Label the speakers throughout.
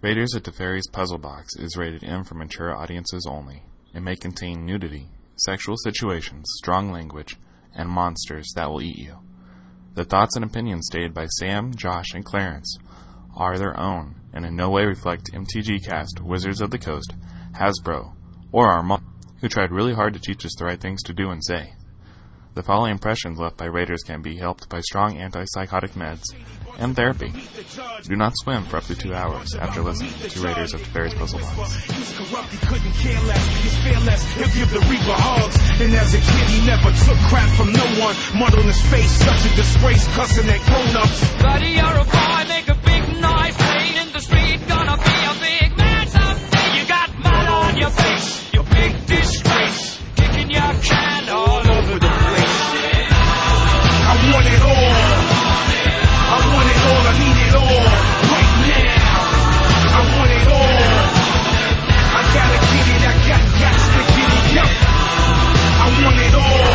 Speaker 1: Raiders at the Fairies Puzzle Box is rated M for mature audiences only. It may contain nudity, sexual situations, strong language, and monsters that will eat you. The thoughts and opinions stated by Sam, Josh, and Clarence are their own and in no way reflect MTG Cast, Wizards of the Coast, Hasbro, or our mom, who tried really hard to teach us the right things to do and say. The following impressions left by Raiders can be helped by strong antipsychotic meds and therapy. Do not swim for up to two hours after listening to Raiders of the Fairies Puzzle Box.
Speaker 2: He's corrupt, he couldn't care less, he's fearless, he'll give the reaper hogs. And as a kid, he never took crap from no one. Mud on his face, such a disgrace, cussing at grown-ups.
Speaker 3: Buddy, you're a boy, make a big noise, playing in the street, gonna be a big man someday. You got mud on your face, you big disgrace, kicking your can all over the place.
Speaker 2: I want it all. I want it all. I need it all. Right now. I want it all. I gotta get it. I got guts to get it. Yup. I want it all.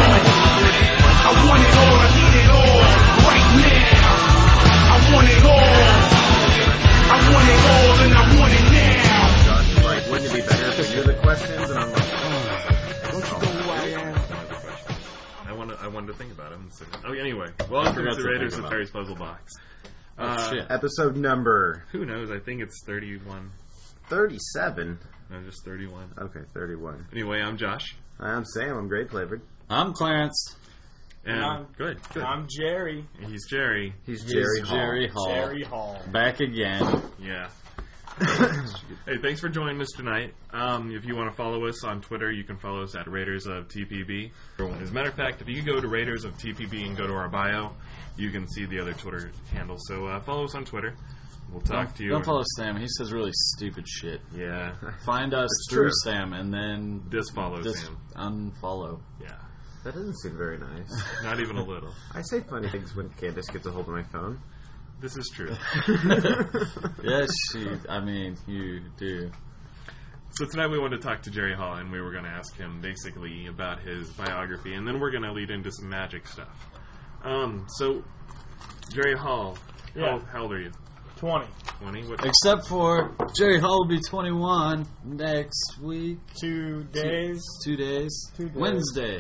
Speaker 2: I want it all. I need it all. Right now. I want it all. I want it all and I want it now.
Speaker 4: Like, wouldn't it be better if you knew the questions? And I'm like, I want to. I wanted to think about them. So. Oh, anyway, welcome to
Speaker 5: forgot
Speaker 4: the
Speaker 5: to
Speaker 4: Raiders
Speaker 5: think about
Speaker 4: of
Speaker 5: Oh,
Speaker 4: Fairies Puzzle Box. Uh,
Speaker 5: shit.
Speaker 6: Episode number
Speaker 4: Who knows? I think it's 31.
Speaker 6: 37.
Speaker 4: No, just 31.
Speaker 6: Okay, 31.
Speaker 4: Anyway, I'm Josh.
Speaker 6: I'm Sam. I'm great flavored.
Speaker 5: I'm Clarence.
Speaker 4: And
Speaker 7: I'm-
Speaker 4: good, good.
Speaker 7: I'm Jerry.
Speaker 4: He's Jerry.
Speaker 6: He's
Speaker 5: He's
Speaker 6: Jerry Hall.
Speaker 5: Jerry Hall.
Speaker 7: Jerry Hall.
Speaker 5: Back again.
Speaker 4: Yeah. hey, thanks for joining us tonight. Um, if you want to follow us on Twitter, you can follow us at Raiders of TPB. As a matter of fact, if you go to Raiders of TPB and go to our bio, you can see the other Twitter handle. So uh, follow us on Twitter. We'll talk to you.
Speaker 5: Don't follow Sam. He says really stupid shit.
Speaker 4: Yeah.
Speaker 5: Find us
Speaker 6: true.
Speaker 5: through Sam and then
Speaker 4: Disfollow
Speaker 5: just
Speaker 4: Sam.
Speaker 5: unfollow.
Speaker 4: Yeah.
Speaker 6: That doesn't seem very nice.
Speaker 4: Not even a little.
Speaker 6: I say funny things when Candace gets a hold of my phone.
Speaker 4: This is true.
Speaker 5: Yes, you, I mean you do.
Speaker 4: So tonight we wanted to talk to Jerry Hall, and we were going to ask him basically about his biography, and then we're going to lead into some magic stuff. Um, so, Jerry Hall, how,
Speaker 7: Yeah.
Speaker 4: how old are you?
Speaker 7: 20.
Speaker 4: 20? What,
Speaker 5: Except for Jerry Hall will be 21 next week.
Speaker 7: Two days.
Speaker 5: Two days.
Speaker 7: Two days.
Speaker 5: Wednesday.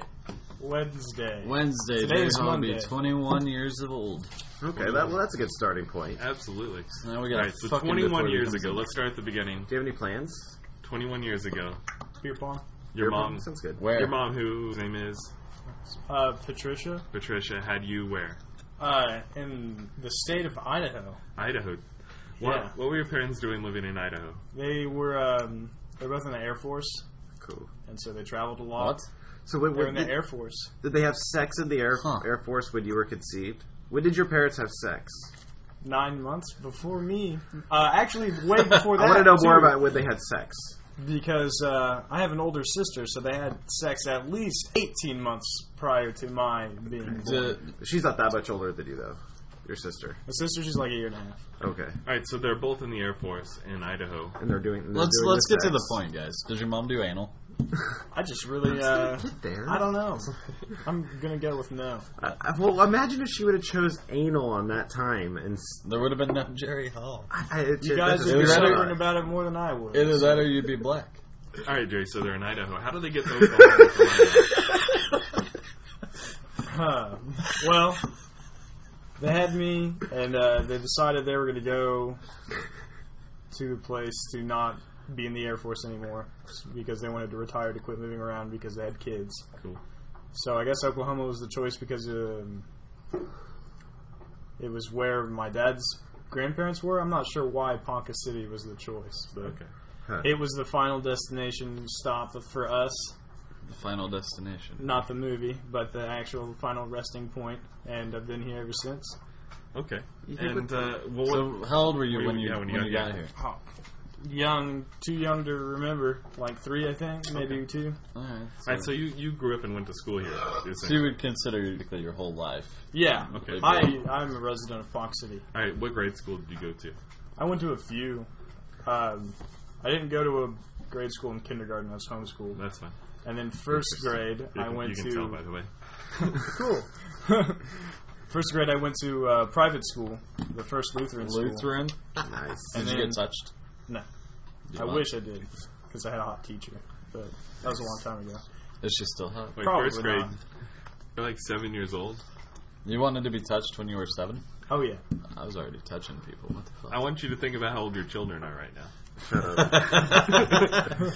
Speaker 7: Wednesday.
Speaker 5: Wednesday.
Speaker 7: Today's
Speaker 5: Jerry Hall will be
Speaker 7: Monday.
Speaker 5: 21 years of old.
Speaker 6: Okay, that, well, that's a good starting point.
Speaker 4: absolutely.
Speaker 5: So now we got
Speaker 4: Alright, so
Speaker 5: fucking
Speaker 4: 21
Speaker 5: before he
Speaker 4: years
Speaker 5: comes
Speaker 4: ago.
Speaker 5: in.
Speaker 4: Let's start at the beginning.
Speaker 6: Do you have any plans?
Speaker 4: 21 years ago,
Speaker 7: Beer pong.
Speaker 4: your
Speaker 6: Your
Speaker 4: mom,
Speaker 6: Sounds good.
Speaker 5: Where?
Speaker 4: your mom, whose name is
Speaker 7: Uh, Patricia.
Speaker 4: Patricia, had you where?
Speaker 7: Uh, in the state of Idaho,
Speaker 4: Idaho. What,
Speaker 7: Yeah.
Speaker 4: what were your parents doing living in Idaho?
Speaker 7: they were um, they're both in the Air Force,
Speaker 6: Cool.
Speaker 7: and so they traveled a lot.
Speaker 5: What?
Speaker 6: So, wait,
Speaker 7: They were
Speaker 6: wait,
Speaker 7: in the
Speaker 6: did,
Speaker 7: Air Force.
Speaker 6: did they have sex in the Air,
Speaker 5: Huh.
Speaker 6: Air Force when you were conceived? When did your parents have sex?
Speaker 7: Nine months before me. Uh, actually, way before that.
Speaker 6: I want to know more
Speaker 7: too,
Speaker 6: about when they had sex.
Speaker 7: because uh, I have an older sister, so they had sex at least 18 months prior to my being born.
Speaker 5: Did-
Speaker 6: She's not that much older than you, though. Your sister.
Speaker 7: My sister, she's like a year and a half.
Speaker 6: Okay.
Speaker 4: All right, so they're both in the Air Force in Idaho.
Speaker 6: And they're doing. and they're
Speaker 5: let's
Speaker 6: doing
Speaker 5: let's get to the
Speaker 6: sex.
Speaker 5: point, guys. Does your mom do anal?
Speaker 7: I just really uh,
Speaker 6: Get there.
Speaker 7: I don't know. I'm gonna go with no.
Speaker 6: I- I- Uh, well, imagine if she would have chose anal on that time, and s-
Speaker 5: There would have been no Jerry Hall.
Speaker 6: I, it,
Speaker 7: You
Speaker 6: it-
Speaker 7: guys
Speaker 6: that's
Speaker 7: would be
Speaker 5: Is
Speaker 6: just-
Speaker 5: that a-
Speaker 7: suffering about it more than I would.
Speaker 5: Either that or you'd be black.
Speaker 4: All right, Jerry, so they're in Idaho. How do they get to Oklahoma? from Idaho?
Speaker 7: Huh. Well, they had me, and uh, they decided they were gonna go to a place to not be in the Air Force anymore because they wanted to retire to quit moving around because they had kids.
Speaker 4: Cool.
Speaker 7: So I guess Oklahoma was the choice because um, it was where my dad's grandparents were. I'm not sure why Ponca City was the choice, but
Speaker 4: Okay.
Speaker 7: it was the final destination stop for us.
Speaker 5: The final destination.
Speaker 7: Not the movie, but the actual final resting point, and I've been here ever since.
Speaker 4: Okay.
Speaker 6: You think
Speaker 4: And
Speaker 6: with-
Speaker 4: uh, well, what,
Speaker 5: So, how old were you
Speaker 4: Were
Speaker 5: when
Speaker 4: you-
Speaker 5: you,
Speaker 4: yeah,
Speaker 5: when you got here?
Speaker 7: Oh, young, too young to remember. Like three, I think, maybe
Speaker 4: Okay.
Speaker 7: two.
Speaker 5: All right.
Speaker 4: All
Speaker 5: So,
Speaker 4: right, so you, you grew up and went to school here. you're
Speaker 5: so you
Speaker 4: saying.
Speaker 5: would consider basically your whole life.
Speaker 7: Yeah,
Speaker 4: Okay.
Speaker 7: I I'm a resident of Fox City.
Speaker 4: All right, what grade school did you go to?
Speaker 7: I went to a few. Um, I didn't go to a grade school in kindergarten. I was homeschooled,
Speaker 4: That's fine.
Speaker 7: and then first grade
Speaker 4: You
Speaker 7: I
Speaker 4: can,
Speaker 7: went
Speaker 4: you can
Speaker 7: to
Speaker 4: tell, by the way.
Speaker 7: cool. first grade I went to uh, private school, the first Lutheran, school.
Speaker 5: Lutheran?
Speaker 6: nice.
Speaker 5: Did
Speaker 7: And
Speaker 5: you
Speaker 7: then-
Speaker 5: get touched?
Speaker 7: No.
Speaker 8: You
Speaker 7: I
Speaker 8: want-
Speaker 7: wish I did because I had a hot teacher, but that was a long time ago.
Speaker 8: Is she still hot?
Speaker 4: Like
Speaker 7: Probably um,
Speaker 4: first grade.
Speaker 7: not.
Speaker 4: You're like seven years old.
Speaker 8: You wanted to be touched when you were seven?
Speaker 7: Oh yeah,
Speaker 8: I was already touching people. What the fuck?
Speaker 4: I want you to think about how old your children are right now.
Speaker 8: I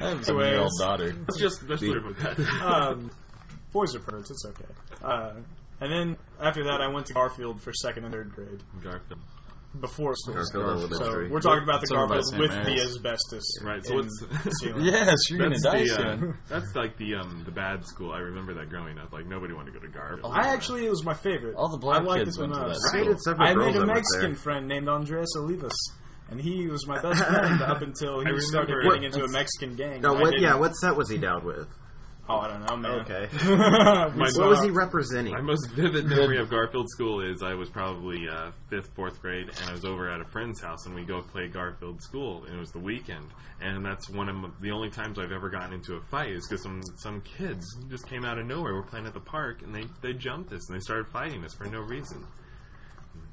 Speaker 8: have a seven-year-old daughter.
Speaker 4: Let's just let's live with that.
Speaker 7: um, boys are perverts. It's okay. Uh, and then after that, I went to Garfield for second and third grade
Speaker 4: Garfield.
Speaker 7: before school.
Speaker 8: Garfield
Speaker 7: so
Speaker 8: Elementary.
Speaker 7: we're talking about the
Speaker 8: It's owned by
Speaker 7: Garfield
Speaker 8: St.
Speaker 7: with
Speaker 8: Mary's.
Speaker 7: the asbestos.
Speaker 4: Right, so
Speaker 7: in
Speaker 4: what's-
Speaker 7: the ceiling.
Speaker 8: Yes, you're gonna
Speaker 4: That's
Speaker 8: die
Speaker 4: the uh,
Speaker 8: soon.
Speaker 4: that's like the um the bad school. I remember that growing up. Like nobody wanted to go to Garfield.
Speaker 7: I actually it was my favorite.
Speaker 8: All the black
Speaker 7: I liked
Speaker 8: kids
Speaker 7: it uh, the
Speaker 8: went to
Speaker 7: most.
Speaker 8: that
Speaker 6: I
Speaker 8: school.
Speaker 6: dated several
Speaker 7: I
Speaker 6: girls
Speaker 7: made a
Speaker 6: that went
Speaker 7: Mexican
Speaker 6: there.
Speaker 7: friend named Andres Olivas, and he was my best friend up until
Speaker 4: I
Speaker 7: he started
Speaker 4: remember-
Speaker 7: getting into a Mexican gang.
Speaker 6: Now,
Speaker 7: I
Speaker 6: what?
Speaker 7: didn't-
Speaker 6: Yeah, what set was he down with?
Speaker 7: Oh, I don't know, man.
Speaker 6: Okay.
Speaker 7: my
Speaker 6: What was he representing?
Speaker 4: My most vivid memory of Garfield School is I was probably uh, fifth, fourth grade, and I was over at a friend's house, and we go play Garfield School, and it was the weekend, and that's one of m- the only times I've ever gotten into a fight is because some some kids just came out of nowhere. We're playing at the park, and they they jumped us, and they started fighting us for no reason.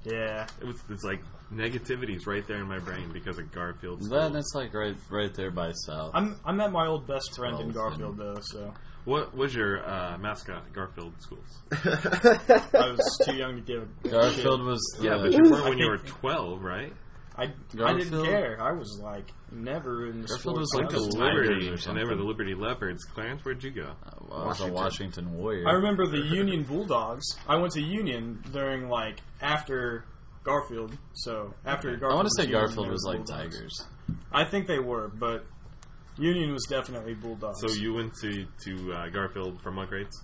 Speaker 7: Yeah.
Speaker 4: It was it's like negativity's right there in my brain because of Garfield School.
Speaker 8: Then it's like right, right there by South.
Speaker 7: I'm, I met my old best friend in
Speaker 8: Twelve,
Speaker 7: Garfield, though, so
Speaker 4: what was your uh, mascot at Garfield Schools?
Speaker 7: I was too young to give a
Speaker 8: Garfield was the,
Speaker 4: Yeah, but you weren't when you were
Speaker 7: think-
Speaker 4: 12, right?
Speaker 7: I, I didn't
Speaker 8: Garfield-
Speaker 7: care. I was like never in
Speaker 8: Garfield
Speaker 7: sports.
Speaker 8: was like
Speaker 7: I,
Speaker 4: The
Speaker 8: Tigers
Speaker 4: Liberty,
Speaker 8: or
Speaker 4: and they were
Speaker 8: something. Oh,
Speaker 4: the Liberty Leopards. Clarence, where'd you go?
Speaker 8: I uh, was a Washington Warrior.
Speaker 7: I remember the Union Bulldogs. I went to Union during like after Garfield. So after Garfield,
Speaker 8: I want to say
Speaker 7: Union,
Speaker 8: Garfield
Speaker 7: they were
Speaker 8: was like
Speaker 7: Bulldogs.
Speaker 8: Tigers.
Speaker 7: I think they were, but Union was definitely Bulldogs.
Speaker 4: So you went to to uh, Garfield from what grades?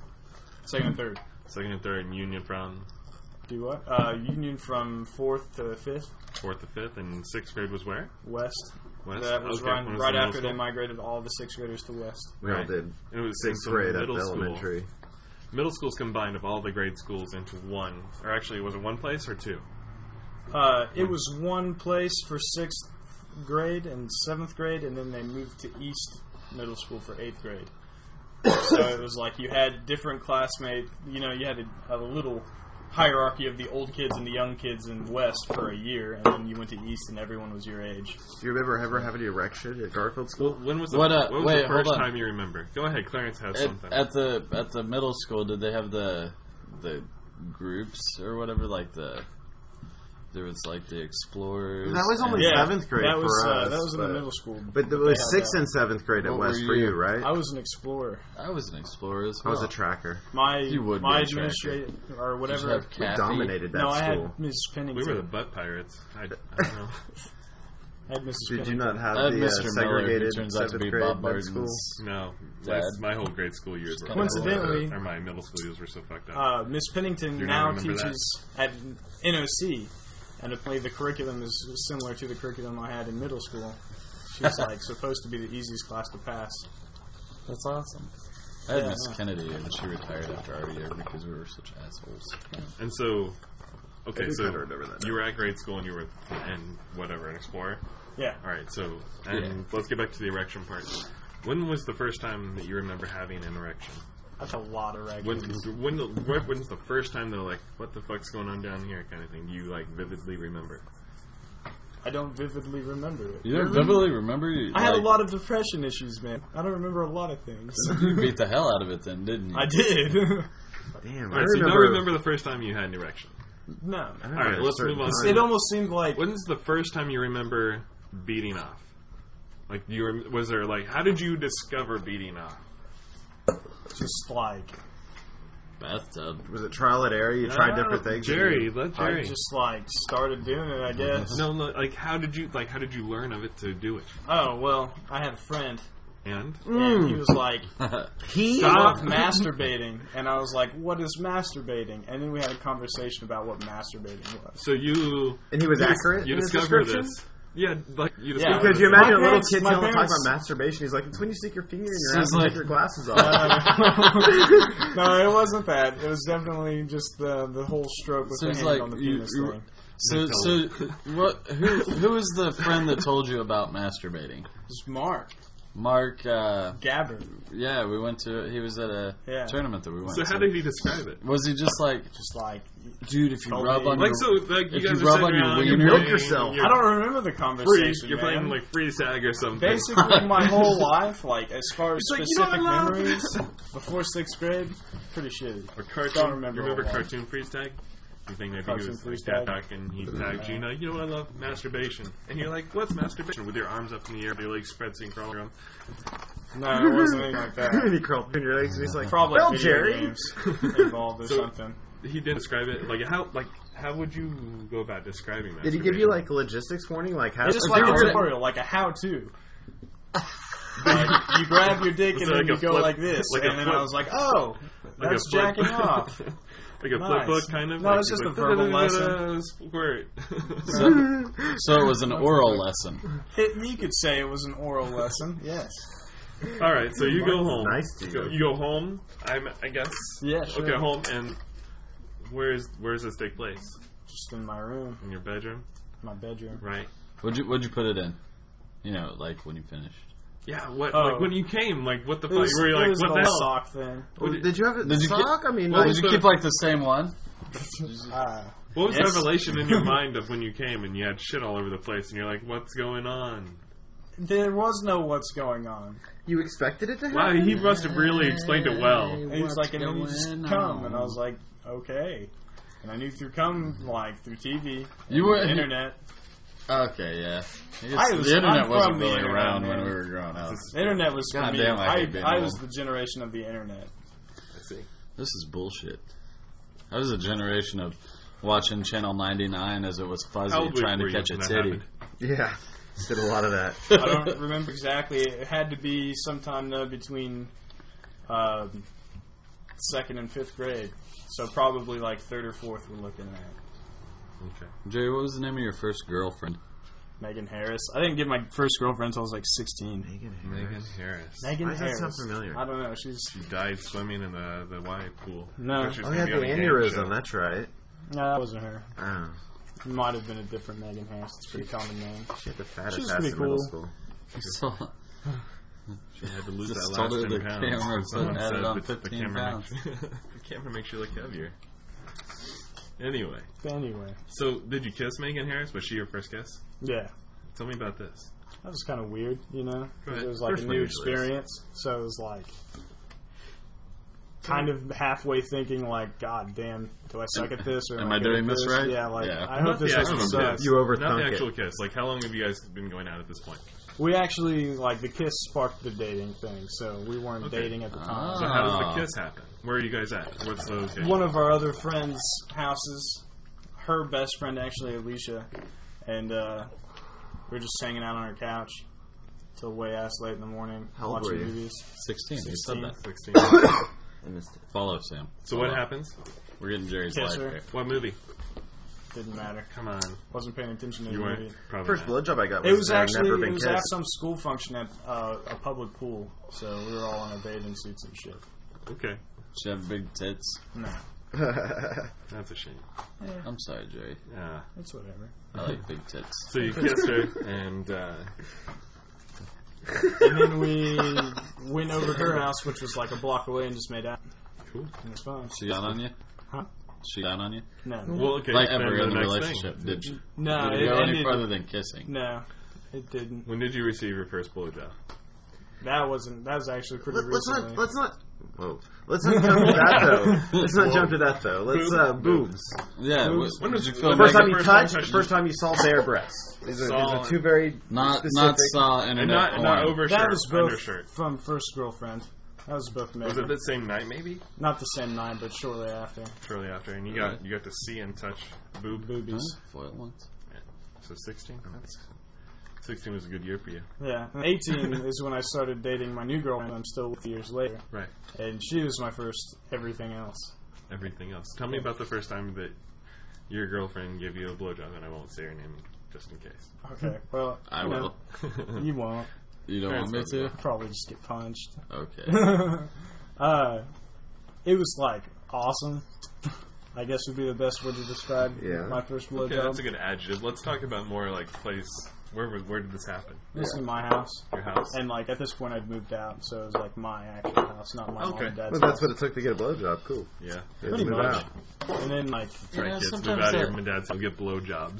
Speaker 7: second and third.
Speaker 4: Second and third, and Union from
Speaker 7: Do what? Uh, Union from fourth to fifth
Speaker 4: fourth to fifth, and sixth grade was where?
Speaker 7: west.
Speaker 4: West.
Speaker 7: That was
Speaker 4: Okay,
Speaker 7: right,
Speaker 4: when was
Speaker 7: right
Speaker 4: the middle
Speaker 7: after they
Speaker 4: school?
Speaker 7: migrated all the sixth graders to west.
Speaker 6: we all
Speaker 4: Right.
Speaker 6: did
Speaker 4: And it was
Speaker 6: sixth
Speaker 4: so
Speaker 6: grade at
Speaker 4: middle school-
Speaker 6: elementary.
Speaker 4: Middle school's combined of all the grade schools into one, or actually, was it one place or two?
Speaker 7: Uh, it was one place for sixth grade and seventh grade, and then they moved to East Middle School for eighth grade. so it was like you had different classmates. You know, you had a, a little hierarchy of the old kids and the young kids in West for a year, and then you went to East, and everyone was your age.
Speaker 6: Do you remember ever having an erection at Garfield School?
Speaker 4: When was the,
Speaker 8: What, uh,
Speaker 4: was
Speaker 8: wait,
Speaker 4: the
Speaker 8: hold
Speaker 4: first
Speaker 8: on.
Speaker 4: time you remember? Go ahead, Clarence has
Speaker 8: At,
Speaker 4: something.
Speaker 8: at the at the middle school, did they have the the groups or whatever? Like the there was like the explorers.
Speaker 6: That was
Speaker 8: and-
Speaker 6: only
Speaker 7: Yeah,
Speaker 6: seventh grade
Speaker 7: that was
Speaker 6: for us.
Speaker 7: uh, that was in
Speaker 6: but-
Speaker 7: the middle school.
Speaker 6: But there
Speaker 7: they
Speaker 6: was
Speaker 7: had
Speaker 6: sixth
Speaker 7: that.
Speaker 6: and seventh grade at
Speaker 8: What
Speaker 6: West
Speaker 8: were
Speaker 6: for you,
Speaker 8: you?
Speaker 6: right?
Speaker 7: I was an explorer.
Speaker 8: I was an explorer as
Speaker 6: I
Speaker 8: well.
Speaker 6: was a tracker.
Speaker 7: My
Speaker 8: You would be
Speaker 7: my
Speaker 8: a tracker.
Speaker 7: administrator or
Speaker 8: Did you
Speaker 7: whatever.
Speaker 8: have
Speaker 6: We
Speaker 8: Kathy?
Speaker 6: dominated that
Speaker 7: No, I
Speaker 6: school.
Speaker 7: had Ms. Pennington.
Speaker 4: we were the butt pirates. I, I don't know.
Speaker 7: I had Mrs.
Speaker 6: Did
Speaker 7: Pennington.
Speaker 6: you not have
Speaker 8: I had
Speaker 6: the uh,
Speaker 8: Mr. Miller, who
Speaker 6: segregated
Speaker 8: turns out to
Speaker 6: seventh
Speaker 8: be
Speaker 6: grade
Speaker 8: Bob
Speaker 6: med school?
Speaker 8: Martin's.
Speaker 4: No,
Speaker 8: Dad.
Speaker 4: my, my whole grade school years were
Speaker 7: Coincidentally-
Speaker 4: or my middle school years were so fucked up.
Speaker 7: uh, Miss Pennington
Speaker 4: You're
Speaker 7: now
Speaker 4: gonna remember
Speaker 7: teaches at NOC, and I believe the curriculum is similar to the curriculum I had in middle school. She's like supposed to be the easiest class to pass.
Speaker 8: That's awesome. I had
Speaker 7: Yeah,
Speaker 8: Miss
Speaker 7: yeah.
Speaker 8: Kennedy, and she retired after our year because we were such assholes.
Speaker 4: and so, okay,
Speaker 6: do
Speaker 4: so
Speaker 6: kinda remember that now.
Speaker 4: you were at grade school and you were and whatever an explorer.
Speaker 7: Yeah,
Speaker 4: All right, so and let's get back to the erection part. When was the first time that you remember having an erection?
Speaker 7: that's a lot of
Speaker 4: When
Speaker 7: regulars.
Speaker 4: when the, when- when's the first time though? Like, what the fuck's going on down here? Kind of thing. You like vividly remember.
Speaker 7: I don't vividly remember it.
Speaker 8: You don't vividly remember? You,
Speaker 7: I had a
Speaker 8: like,
Speaker 7: lot of depression issues, man. I don't remember a lot of things.
Speaker 8: You beat the hell out of it then, didn't you?
Speaker 7: I did.
Speaker 6: Damn,
Speaker 4: All
Speaker 6: I
Speaker 4: right, so you
Speaker 6: remember.
Speaker 4: don't remember the first time you had an erection.
Speaker 7: no,
Speaker 6: I
Speaker 4: All
Speaker 6: remember
Speaker 4: right,
Speaker 6: a
Speaker 4: let's
Speaker 6: certain
Speaker 4: move on.
Speaker 6: time.
Speaker 7: it almost seemed like
Speaker 4: When's the first time you remember beating off? Like, you were, was there like, how did you discover beating off?
Speaker 7: just like
Speaker 8: Bathtub.
Speaker 6: Was it trial and error? You tried different
Speaker 4: Ah,
Speaker 6: things.
Speaker 4: Jerry, let
Speaker 7: I
Speaker 4: Jerry.
Speaker 7: just like started doing it. I guess.
Speaker 4: no, no, like how did you like how did you learn of it to do it?
Speaker 7: Oh well, I had a friend,
Speaker 4: And
Speaker 7: and
Speaker 8: Hmm.
Speaker 7: he was like,
Speaker 6: He
Speaker 7: stop masturbating. And I was like, what is masturbating? And then we had a conversation about what masturbating was.
Speaker 4: so you
Speaker 6: and he was accurate.
Speaker 4: you
Speaker 6: in his
Speaker 4: discover
Speaker 6: description?
Speaker 4: this. Yeah, like you
Speaker 7: Yeah.
Speaker 4: discover
Speaker 6: Could you
Speaker 4: this.
Speaker 6: imagine a little
Speaker 7: parents-
Speaker 6: kid
Speaker 7: my
Speaker 6: telling him talking
Speaker 7: parents-
Speaker 6: about masturbation? He's like, it's when you stick your finger in your
Speaker 8: So
Speaker 6: ass
Speaker 8: it's
Speaker 6: and
Speaker 8: like-
Speaker 6: take your glasses off.
Speaker 7: Uh, no, it wasn't that. It was definitely just the the whole stroke with
Speaker 8: So
Speaker 7: the
Speaker 8: it's
Speaker 7: hand
Speaker 8: like
Speaker 7: on the
Speaker 8: you-
Speaker 7: penis
Speaker 8: you-
Speaker 7: thing.
Speaker 8: So, so what? Who who is the friend that told you about masturbating?
Speaker 7: Just Mark
Speaker 8: Mark. Uh,
Speaker 7: Gabbard.
Speaker 8: yeah, we went to. He was at a
Speaker 7: Yeah.
Speaker 8: tournament that we went.
Speaker 4: So
Speaker 8: to.
Speaker 4: how did he describe it?
Speaker 8: Was he just like?
Speaker 7: Just like
Speaker 8: Dude, if you
Speaker 7: Call
Speaker 8: rub
Speaker 7: me.
Speaker 8: on
Speaker 4: Like
Speaker 8: your,
Speaker 4: so, like you
Speaker 8: if
Speaker 4: guys
Speaker 8: you
Speaker 4: are
Speaker 8: rub
Speaker 4: sitting
Speaker 8: on your
Speaker 4: around,
Speaker 8: wiener-
Speaker 4: you're
Speaker 8: Milk
Speaker 4: playing-
Speaker 6: yourself.
Speaker 4: you're
Speaker 7: I don't remember the
Speaker 4: free.
Speaker 7: conversation.
Speaker 4: You're
Speaker 7: man.
Speaker 4: playing like free tag or something.
Speaker 7: basically my whole life, like as far as
Speaker 4: like, you know,
Speaker 7: specific
Speaker 4: I love-
Speaker 7: memories before sixth grade, pretty shitty.
Speaker 4: Or cartoon.
Speaker 7: Don't
Speaker 4: you
Speaker 7: remember
Speaker 4: remember
Speaker 7: all that.
Speaker 4: cartoon freeze tag? You think maybe
Speaker 7: Cartoon
Speaker 4: he was like
Speaker 7: freeze
Speaker 4: that
Speaker 7: tag.
Speaker 4: back and he tagged you, you know, you know, I love masturbation. And you're like, what's masturbation? With your arms up in the air, your legs spread so you can crawl around.
Speaker 7: No, it wasn't anything like that.
Speaker 6: and he crawled between your legs and he's like,
Speaker 7: Probably
Speaker 6: well,
Speaker 7: video
Speaker 6: Jerry.
Speaker 7: games involved or
Speaker 4: So-
Speaker 7: something.
Speaker 4: He did describe it. Like, how like how would you go about describing that?
Speaker 6: Did he give you like a logistics warning? Like how?
Speaker 7: It's just
Speaker 6: if
Speaker 7: like
Speaker 6: you
Speaker 7: a
Speaker 6: were-
Speaker 7: tutorial, like a how-to. like, you grab your dick
Speaker 4: Was
Speaker 7: and
Speaker 4: it
Speaker 7: then
Speaker 4: like
Speaker 7: you
Speaker 4: a
Speaker 7: go
Speaker 4: flip-
Speaker 7: like this,
Speaker 4: like a
Speaker 7: and then
Speaker 4: flip-
Speaker 7: I was like, "Oh,
Speaker 4: Like
Speaker 7: that's
Speaker 4: flip-
Speaker 7: jacking off."
Speaker 4: like a flip
Speaker 7: Nice.
Speaker 4: book kind of?
Speaker 7: No,
Speaker 4: like,
Speaker 7: it's just
Speaker 4: like,
Speaker 7: a verbal
Speaker 4: "Da-da-da-da-da, Squirt.
Speaker 8: so, so it was an oral lesson.
Speaker 7: Hit me could say it was an oral lesson. Yes.
Speaker 4: All right, so you go home.
Speaker 6: nice to
Speaker 4: You go,
Speaker 6: you.
Speaker 4: you go home. I'm, I guess.
Speaker 7: Yeah. Sure.
Speaker 4: Okay, home and where's where's this take place?
Speaker 7: Just in my room,
Speaker 4: In your bedroom,
Speaker 7: my bedroom.
Speaker 4: right?
Speaker 8: Would you would you put it in? You know, like when you finished.
Speaker 4: Yeah. What?
Speaker 7: Oh.
Speaker 4: Like when you came? Like what the
Speaker 7: It
Speaker 4: fuck?
Speaker 7: was,
Speaker 4: were you
Speaker 7: it
Speaker 4: like
Speaker 7: was an
Speaker 4: what the
Speaker 7: old
Speaker 4: hell?
Speaker 7: sock thing.
Speaker 4: What, did-
Speaker 6: Did you have a
Speaker 8: Did you
Speaker 6: sock? I mean,
Speaker 8: Well,
Speaker 6: like,
Speaker 8: did you keep like the same one?
Speaker 7: Ah.
Speaker 4: what was
Speaker 8: Yes.
Speaker 4: the revelation in your mind of when you came and you had shit all over the place and you're like, what's going on?
Speaker 7: There was no what's going on.
Speaker 6: you expected it to happen.
Speaker 4: Wow, he must have really explained it well.
Speaker 7: And he was like, and then you just come. And I was like, okay. And I knew through come, like, through TV,
Speaker 8: You were
Speaker 7: internet.
Speaker 8: Okay, yeah. I guess
Speaker 7: I was-
Speaker 8: the internet
Speaker 7: I'm
Speaker 8: wasn't
Speaker 7: from the
Speaker 8: really
Speaker 7: internet,
Speaker 8: around when
Speaker 7: man.
Speaker 8: we were growing up.
Speaker 7: Internet was for
Speaker 8: God
Speaker 7: me.
Speaker 8: damn, I
Speaker 7: I,
Speaker 8: hate being
Speaker 7: I,
Speaker 8: old.
Speaker 7: was the generation of the internet.
Speaker 8: This is bullshit. I was a generation of watching Channel 99 as it was fuzzy
Speaker 4: How old
Speaker 8: trying
Speaker 4: were
Speaker 8: to
Speaker 4: you
Speaker 8: catch a
Speaker 4: when that
Speaker 8: titty.
Speaker 4: happened?
Speaker 6: Yeah, did a lot of that.
Speaker 7: I don't remember exactly. It had to be sometime though between um, second and fifth grade. So probably like third or fourth we're looking at.
Speaker 4: Okay.
Speaker 8: Jerry, what was the name of your first girlfriend?
Speaker 7: Megan Harris. I didn't get my first girlfriend until I was like 16.
Speaker 4: Megan Harris.
Speaker 7: Megan
Speaker 6: Why does that
Speaker 7: Harris.
Speaker 6: sound familiar?
Speaker 7: I don't know. She's
Speaker 4: She died swimming in the the Y pool.
Speaker 7: No.
Speaker 4: Picture's
Speaker 6: Oh
Speaker 4: gonna
Speaker 6: yeah,
Speaker 4: be
Speaker 6: the
Speaker 4: on game show.
Speaker 6: aneurysm. That's right.
Speaker 7: no, that wasn't her.
Speaker 6: Oh,
Speaker 7: It might have been a different Megan Harris. It's a pretty common name.
Speaker 6: she had the fattest
Speaker 7: She's
Speaker 6: ass
Speaker 7: pretty
Speaker 6: in middle
Speaker 7: cool.
Speaker 6: school.
Speaker 8: I saw
Speaker 4: She had to lose
Speaker 8: Just
Speaker 4: that
Speaker 8: told
Speaker 4: last
Speaker 8: her
Speaker 4: 10
Speaker 8: the
Speaker 4: pounds.
Speaker 8: camera
Speaker 4: Someone
Speaker 8: added
Speaker 4: said
Speaker 8: on
Speaker 4: that the
Speaker 8: 15
Speaker 4: camera
Speaker 8: pounds.
Speaker 4: Makes, the camera makes you look heavier. Anyway,
Speaker 7: Anyway,
Speaker 4: so did you kiss Megan Harris? Was she your first kiss?
Speaker 7: yeah,
Speaker 4: Tell me about this.
Speaker 7: that was kind of weird, you know. 'cause
Speaker 4: Right.
Speaker 7: It was like
Speaker 6: First
Speaker 7: a
Speaker 6: one
Speaker 7: new
Speaker 6: usually is.
Speaker 7: experience, so it was like kind of halfway thinking, like, God damn, do I suck at this? Or
Speaker 8: Am I
Speaker 7: good
Speaker 8: doing
Speaker 7: at
Speaker 8: this right?
Speaker 7: Yeah, like
Speaker 8: Yeah.
Speaker 7: I hope this
Speaker 4: the
Speaker 7: doesn't
Speaker 4: actual
Speaker 7: suck.
Speaker 4: kiss.
Speaker 6: You overthunk
Speaker 4: Not the
Speaker 6: it.
Speaker 4: actual kiss. Like, how long have you guys been going out at this point?
Speaker 7: We actually like the kiss sparked the dating thing, so we weren't
Speaker 4: Okay.
Speaker 7: dating at the
Speaker 8: Ah.
Speaker 7: time.
Speaker 4: So how
Speaker 8: Ah.
Speaker 4: does the kiss happen? Where are you guys at? What's the location?
Speaker 7: One of our other friends' houses, her best friend actually, Alicia, and uh, we were just hanging out on her couch till way ass late in the morning,
Speaker 6: How old
Speaker 7: watching
Speaker 6: were you?
Speaker 7: movies.
Speaker 8: 16. You said that.
Speaker 4: 16.
Speaker 6: I missed it.
Speaker 8: Follow, Sam.
Speaker 4: so what happens?
Speaker 8: We're getting Jerry's
Speaker 7: Kiss
Speaker 8: life
Speaker 7: her.
Speaker 8: here.
Speaker 4: What movie?
Speaker 7: Didn't matter.
Speaker 4: Come on.
Speaker 7: Wasn't paying attention to the
Speaker 4: You
Speaker 7: movie.
Speaker 4: weren't? Probably
Speaker 6: First
Speaker 4: not.
Speaker 6: blowjob I got was,
Speaker 7: It was
Speaker 6: uh,
Speaker 7: actually
Speaker 6: never
Speaker 7: it
Speaker 6: been
Speaker 7: was
Speaker 6: kissed.
Speaker 7: at some school function at uh, a public pool, so we were all in our bathing suits and shit.
Speaker 4: Okay.
Speaker 8: She have big tits.
Speaker 7: No,
Speaker 4: That's a shame.
Speaker 8: I'm sorry, Jerry.
Speaker 4: Yeah.
Speaker 7: it's whatever.
Speaker 8: I like big tits.
Speaker 4: So you kissed her, and uh,
Speaker 7: And then we went over to her house, which was like a block away, and just made out.
Speaker 4: cool.
Speaker 7: And it's fine.
Speaker 8: She got on you?
Speaker 7: Huh?
Speaker 8: She got on you?
Speaker 7: No,
Speaker 4: Well, okay.
Speaker 8: Like
Speaker 4: then
Speaker 8: ever
Speaker 4: the
Speaker 8: in the
Speaker 4: next
Speaker 8: relationship,
Speaker 4: thing.
Speaker 8: did she?
Speaker 7: no,
Speaker 8: Did
Speaker 7: it
Speaker 8: it go any
Speaker 7: ended-
Speaker 8: further than kissing?
Speaker 7: No, it didn't.
Speaker 4: When did you receive your first blowjob?
Speaker 7: That wasn't. That was actually pretty
Speaker 6: Let, let's
Speaker 7: recently.
Speaker 6: not. Let's not. Whoa. Let's not jump to that though. Let's not jump to that though. Let's uh, boobs.
Speaker 8: Yeah.
Speaker 4: Boobs.
Speaker 8: wh-
Speaker 4: When was
Speaker 8: did
Speaker 4: it-
Speaker 8: you feel
Speaker 6: First
Speaker 4: First
Speaker 8: naked?
Speaker 6: time you
Speaker 4: First time
Speaker 6: touched.
Speaker 4: touching.
Speaker 6: First time you saw bare breasts. These are, these
Speaker 4: Saw-
Speaker 6: are two very
Speaker 8: Not, not
Speaker 6: specific.
Speaker 8: saw internet
Speaker 4: And not,
Speaker 8: porn.
Speaker 4: not overshirt,
Speaker 7: that was both
Speaker 4: undershirt.
Speaker 7: from first girlfriend. That was both made.
Speaker 4: Was it the same night, maybe?
Speaker 7: Not the same night, but shortly after.
Speaker 4: Shortly after, and you got you got to see and touch boob.
Speaker 7: Boobies.
Speaker 8: Huh? Foil once.
Speaker 4: So sixteen. That's sixteen was a good year for you,
Speaker 7: Yeah, and 18 is when I started dating my new girlfriend. I'm still with years later,
Speaker 4: right?
Speaker 7: and she was my first everything else.
Speaker 4: Everything else. Tell me about the first time that your girlfriend gave you a blowjob, and I won't say her name just in case.
Speaker 7: Okay, well,
Speaker 8: I
Speaker 7: you know,
Speaker 8: will.
Speaker 7: you won't.
Speaker 8: You don't want me
Speaker 4: Parents
Speaker 8: to?
Speaker 7: I'll probably just get punched.
Speaker 8: Okay.
Speaker 7: uh, it was like awesome. I guess would be the best way to describe
Speaker 6: Yeah.
Speaker 7: my first
Speaker 4: Okay,
Speaker 7: blowjob.
Speaker 4: that's a good adjective. Let's talk about more like place Where were- where did this happen?
Speaker 7: This is my house.
Speaker 4: Your house.
Speaker 7: And like at this point, I'd moved out, so it was like my actual house, not my mom
Speaker 4: Okay.
Speaker 7: and dad's
Speaker 6: Well, that's
Speaker 7: house.
Speaker 6: what it took to get a blowjob. Cool.
Speaker 4: yeah.
Speaker 6: It's
Speaker 7: Pretty
Speaker 6: been
Speaker 7: much.
Speaker 6: out.
Speaker 7: And then like
Speaker 4: All right,
Speaker 5: know,
Speaker 4: kids, move
Speaker 5: sometimes
Speaker 4: out of here.
Speaker 5: that-
Speaker 4: My dad's will get blowjobs.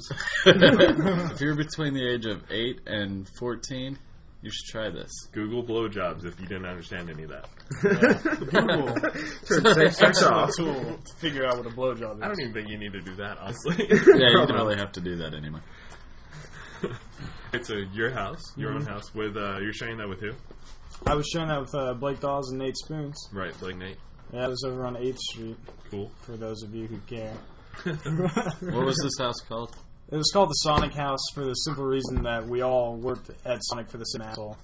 Speaker 8: if you're between the age of 8 and 14, you should try this.
Speaker 4: Google blowjobs if you didn't understand any of that.
Speaker 7: Google,
Speaker 6: Turn safe sex off.
Speaker 7: excellent tool to figure out what a blowjob is.
Speaker 4: I don't even think you need to do that, honestly.
Speaker 8: Yeah, you don't really have to do that anymore.
Speaker 4: it's a, your house, your own house. With uh, you're sharing that with who?
Speaker 7: I was showing out with uh, Blake Dawes and Nate Spoons.
Speaker 4: Right, Blake Nate.
Speaker 7: Yeah, it was over on 8th Street,
Speaker 4: Cool.
Speaker 7: for those of you who care.
Speaker 8: What was this house called?
Speaker 7: It was called the Sonic House for the simple reason that we all worked at Sonic for the same asshole.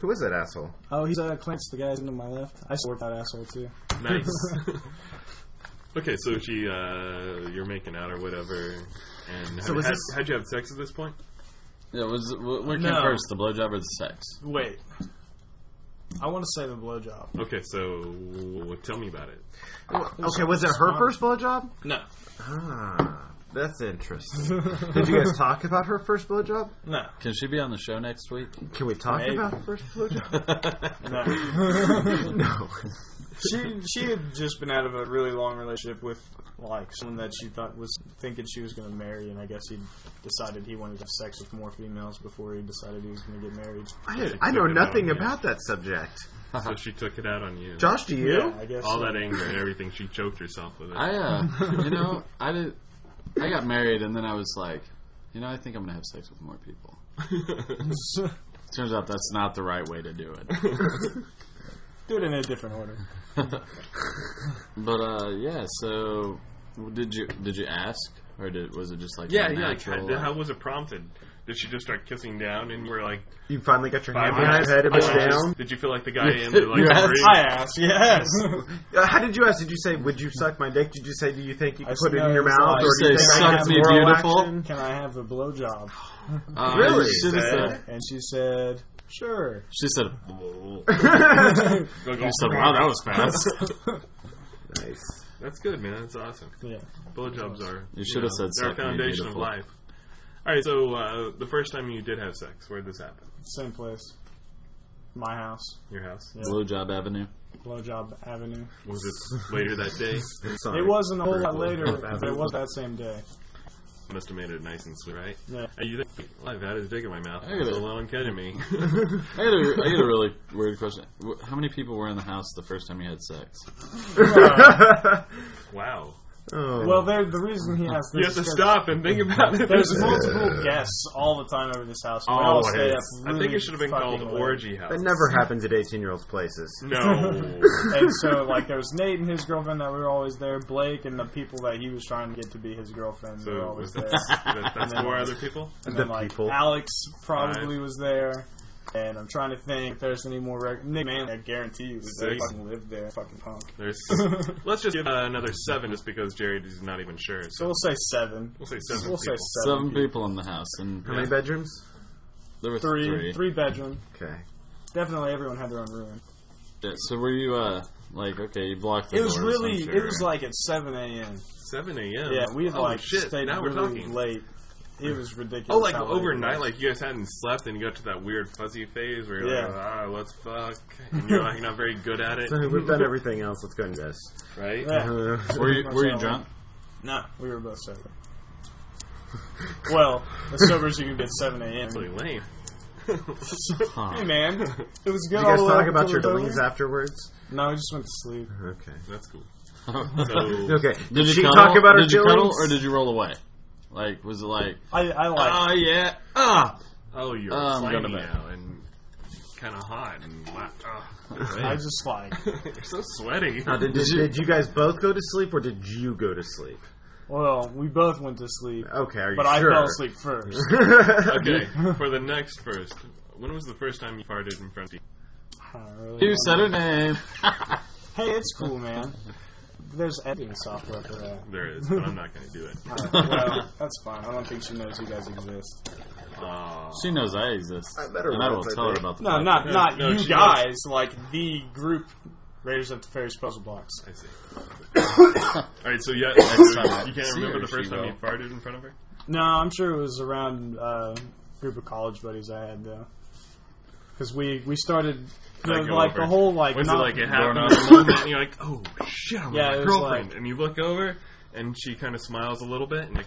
Speaker 6: Who is that asshole?
Speaker 7: Oh, he's uh, Clance, the guy's to my left. I used to work that asshole too.
Speaker 4: Nice. okay, so she, uh, you're making out or whatever. And
Speaker 6: So
Speaker 4: had,
Speaker 6: was
Speaker 4: had,
Speaker 6: this-
Speaker 4: had you have sex at this point?
Speaker 8: Yeah, was what, what came
Speaker 7: No.
Speaker 8: first, the blowjob or the sex?
Speaker 7: Wait. I want to say the blowjob.
Speaker 4: Okay, so w- tell me about it.
Speaker 6: Oh, Okay, was it her first blowjob?
Speaker 7: No.
Speaker 6: Ah, that's interesting. Did you guys talk about her first blowjob?
Speaker 7: No.
Speaker 8: Can she be on the show next week?
Speaker 6: Can we talk
Speaker 7: Maybe.
Speaker 6: about her first blowjob?
Speaker 7: No.
Speaker 6: no.
Speaker 7: she she had just been out of a really long relationship with like someone that she thought was thinking she was going to marry, and I guess he decided he wanted to have sex with more females before he decided he was going to get married.
Speaker 6: I, didn't- I know nothing about that subject.
Speaker 4: So she took it out on you.
Speaker 6: Josh, do you?
Speaker 7: Yeah, I guess
Speaker 4: All
Speaker 7: so.
Speaker 4: that anger and everything, she choked herself with it.
Speaker 8: I, uh, you know, I did. I got married, and then I was like, you know, I think I'm gonna have sex with more people. Turns out that's not the right way to do it.
Speaker 7: do it in a different order.
Speaker 8: But uh, yeah. So, did you did you ask, or did was it just like
Speaker 4: yeah,
Speaker 8: a
Speaker 4: yeah. Like,
Speaker 8: natural,
Speaker 4: how, how was it prompted? Did she just start kissing down and we're like
Speaker 6: You finally got your hand
Speaker 4: five
Speaker 6: behind
Speaker 4: minutes?
Speaker 6: your head and
Speaker 4: Did
Speaker 6: went
Speaker 4: you just-
Speaker 6: down?
Speaker 4: Did you feel like the guy in the like
Speaker 8: You asked?
Speaker 4: three-
Speaker 7: I asked, yes.
Speaker 6: Uh, how did you ask? Did you say, would you suck my dick? Did you say, do you think you
Speaker 7: I
Speaker 6: can put it
Speaker 7: said,
Speaker 6: in your
Speaker 7: no,
Speaker 6: mouth?
Speaker 7: I
Speaker 6: Or do you
Speaker 8: said,
Speaker 6: think
Speaker 8: "Suck
Speaker 6: I have
Speaker 8: me
Speaker 6: oral
Speaker 8: beautiful."
Speaker 6: action?
Speaker 7: Can I have a blowjob?
Speaker 8: Uh,
Speaker 6: Really?
Speaker 8: She said,
Speaker 7: And she said, sure.
Speaker 8: she said,
Speaker 4: like,
Speaker 8: she said,
Speaker 4: "Oh,
Speaker 8: wow, that was fast.
Speaker 6: Nice.
Speaker 4: That's good, man. That's awesome.
Speaker 7: Yeah.
Speaker 4: Blowjobs are
Speaker 8: You should have said
Speaker 4: they're a
Speaker 8: "Suck me,
Speaker 4: foundation of
Speaker 8: beautiful."
Speaker 4: life. All right, so uh, the first time you did have sex, where did this happen?
Speaker 7: Same place. My house.
Speaker 4: Your house?
Speaker 8: Blowjob Avenue.
Speaker 7: Blowjob Avenue.
Speaker 4: Was it later that day?
Speaker 6: Sorry.
Speaker 7: It wasn't a whole lot later, but it was that same day.
Speaker 4: Must have made it nice and sweet, right?
Speaker 7: Yeah.
Speaker 4: And you think, well, I've had his dick in my mouth.
Speaker 8: Look at
Speaker 4: It's a
Speaker 8: it.
Speaker 4: long kidding me.
Speaker 8: I got, a, I got a really weird question. Wh- How many people were in the house the first time you had sex?
Speaker 4: wow.
Speaker 6: Oh.
Speaker 7: Well, there, the reason he asked this
Speaker 4: You have
Speaker 7: is
Speaker 4: to
Speaker 7: 'cause
Speaker 4: stop and think about it.
Speaker 7: There's multiple guests all the time over this house. We all stay
Speaker 4: Always.
Speaker 7: up
Speaker 4: Oh, I think
Speaker 7: really
Speaker 4: it should have been
Speaker 7: fucking
Speaker 4: called
Speaker 7: late.
Speaker 4: Orgy House.
Speaker 6: that never happens at 18 year olds' places.
Speaker 4: No.
Speaker 7: And so, like, there was Nate and his girlfriend that were always there. Blake and the people that he was trying to get to be his girlfriend were
Speaker 4: so was
Speaker 7: always there.
Speaker 4: that, that, that's four other people?
Speaker 7: And
Speaker 6: The
Speaker 7: then, like,
Speaker 6: people.
Speaker 7: Alex probably was there. And I'm trying to think if there's any more rec- Nick Man, I guarantee you was there. He
Speaker 4: Six.
Speaker 7: fucking lived there. Fucking punk.
Speaker 4: There's. Let's just give uh, another seven, just because Jared is not even sure.
Speaker 7: So
Speaker 4: So
Speaker 7: we'll say seven.
Speaker 4: we'll say seven.
Speaker 7: We'll
Speaker 4: people.
Speaker 7: say
Speaker 8: Seven
Speaker 7: seven.
Speaker 8: people in the house, and
Speaker 6: How many bedrooms?
Speaker 8: there were
Speaker 7: Three,
Speaker 8: three.
Speaker 7: three bedroom.
Speaker 6: Okay.
Speaker 7: Definitely, everyone had their own room.
Speaker 8: Yeah, so were you uh like okay? You blocked. The
Speaker 7: It was
Speaker 8: doors,
Speaker 7: really.
Speaker 8: I'm sure.
Speaker 7: It was like at seven a.m.
Speaker 4: seven a.m.
Speaker 7: Yeah, we had
Speaker 4: oh,
Speaker 7: like
Speaker 4: shit.
Speaker 7: stayed
Speaker 4: now
Speaker 7: really
Speaker 4: we're talking.
Speaker 7: late. It was ridiculous.
Speaker 4: Oh, like
Speaker 7: how late it
Speaker 4: overnight,
Speaker 7: was.
Speaker 4: like you guys hadn't slept and you got to that weird fuzzy phase where you're like,
Speaker 7: Yeah.
Speaker 4: ah, let's fuck. And you're like not very good at it,
Speaker 6: So we've done everything else. Let's go and do this.
Speaker 4: right?
Speaker 7: Yeah.
Speaker 6: Uh,
Speaker 8: Were you were you drunk?
Speaker 7: No, we were both sober. well, as sober as you can get, seven a.m.
Speaker 4: Really lame.
Speaker 7: Hey, man, it was good.
Speaker 6: you
Speaker 7: all
Speaker 6: guys
Speaker 7: the way
Speaker 6: talk
Speaker 7: up
Speaker 6: about
Speaker 7: till
Speaker 6: your
Speaker 7: it was
Speaker 6: dings
Speaker 7: over.
Speaker 6: afterwards?
Speaker 7: No, we just went to sleep.
Speaker 6: Okay.
Speaker 4: That's cool. So
Speaker 6: Okay.
Speaker 8: Did you
Speaker 6: she
Speaker 8: cuddle?
Speaker 6: talk about her
Speaker 8: did you cuddle
Speaker 6: feelings?
Speaker 8: or did you roll away? Like was it like
Speaker 7: I, I like.
Speaker 8: oh yeah ah
Speaker 4: oh, you're
Speaker 8: Um, go to
Speaker 4: slimy
Speaker 8: bed.
Speaker 4: now and kind of hot and la-
Speaker 7: I
Speaker 4: ah.
Speaker 7: just like.
Speaker 4: you're so sweaty.
Speaker 6: Now, did, did, did you guys both go to sleep, or did you go to sleep?
Speaker 7: Well, we both went to sleep,
Speaker 6: Okay, are you
Speaker 7: but I
Speaker 6: Uh, sure?
Speaker 7: fell asleep first.
Speaker 4: Okay, for the next first, when was the first time you farted in front of you?
Speaker 7: I don't really
Speaker 8: you
Speaker 7: know.
Speaker 8: said her name
Speaker 7: Hey, it's cool, man. There's editing software for that.
Speaker 4: There is, but I'm not going to do it.
Speaker 7: All right, well, that's fine. I don't think she knows you guys exist.
Speaker 4: Uh,
Speaker 8: she knows I exist
Speaker 6: I met her
Speaker 8: and I will
Speaker 6: once, I
Speaker 8: tell her
Speaker 6: think.
Speaker 8: about the
Speaker 7: No, not not
Speaker 4: no,
Speaker 7: you
Speaker 4: she
Speaker 7: guys. Like the group Raiders of the Fairies Puzzle Blocks.
Speaker 4: I see. All right, so yeah, so you
Speaker 8: time I
Speaker 4: can't
Speaker 8: see
Speaker 4: remember
Speaker 8: her,
Speaker 4: the first
Speaker 8: she
Speaker 4: time you
Speaker 8: will.
Speaker 4: farted in front of her.
Speaker 7: No, I'm sure it was around uh, group of college buddies I had though. Because we we started
Speaker 4: Like,
Speaker 7: like,
Speaker 4: go
Speaker 7: like
Speaker 4: over.
Speaker 7: the whole like
Speaker 4: Was it
Speaker 7: not-
Speaker 4: like it happened in the moment and you're like, oh shit, I'm
Speaker 7: Yeah,
Speaker 4: with my
Speaker 7: it was
Speaker 4: girlfriend?
Speaker 7: like-
Speaker 4: and you look over and she kind of smiles a little bit and like,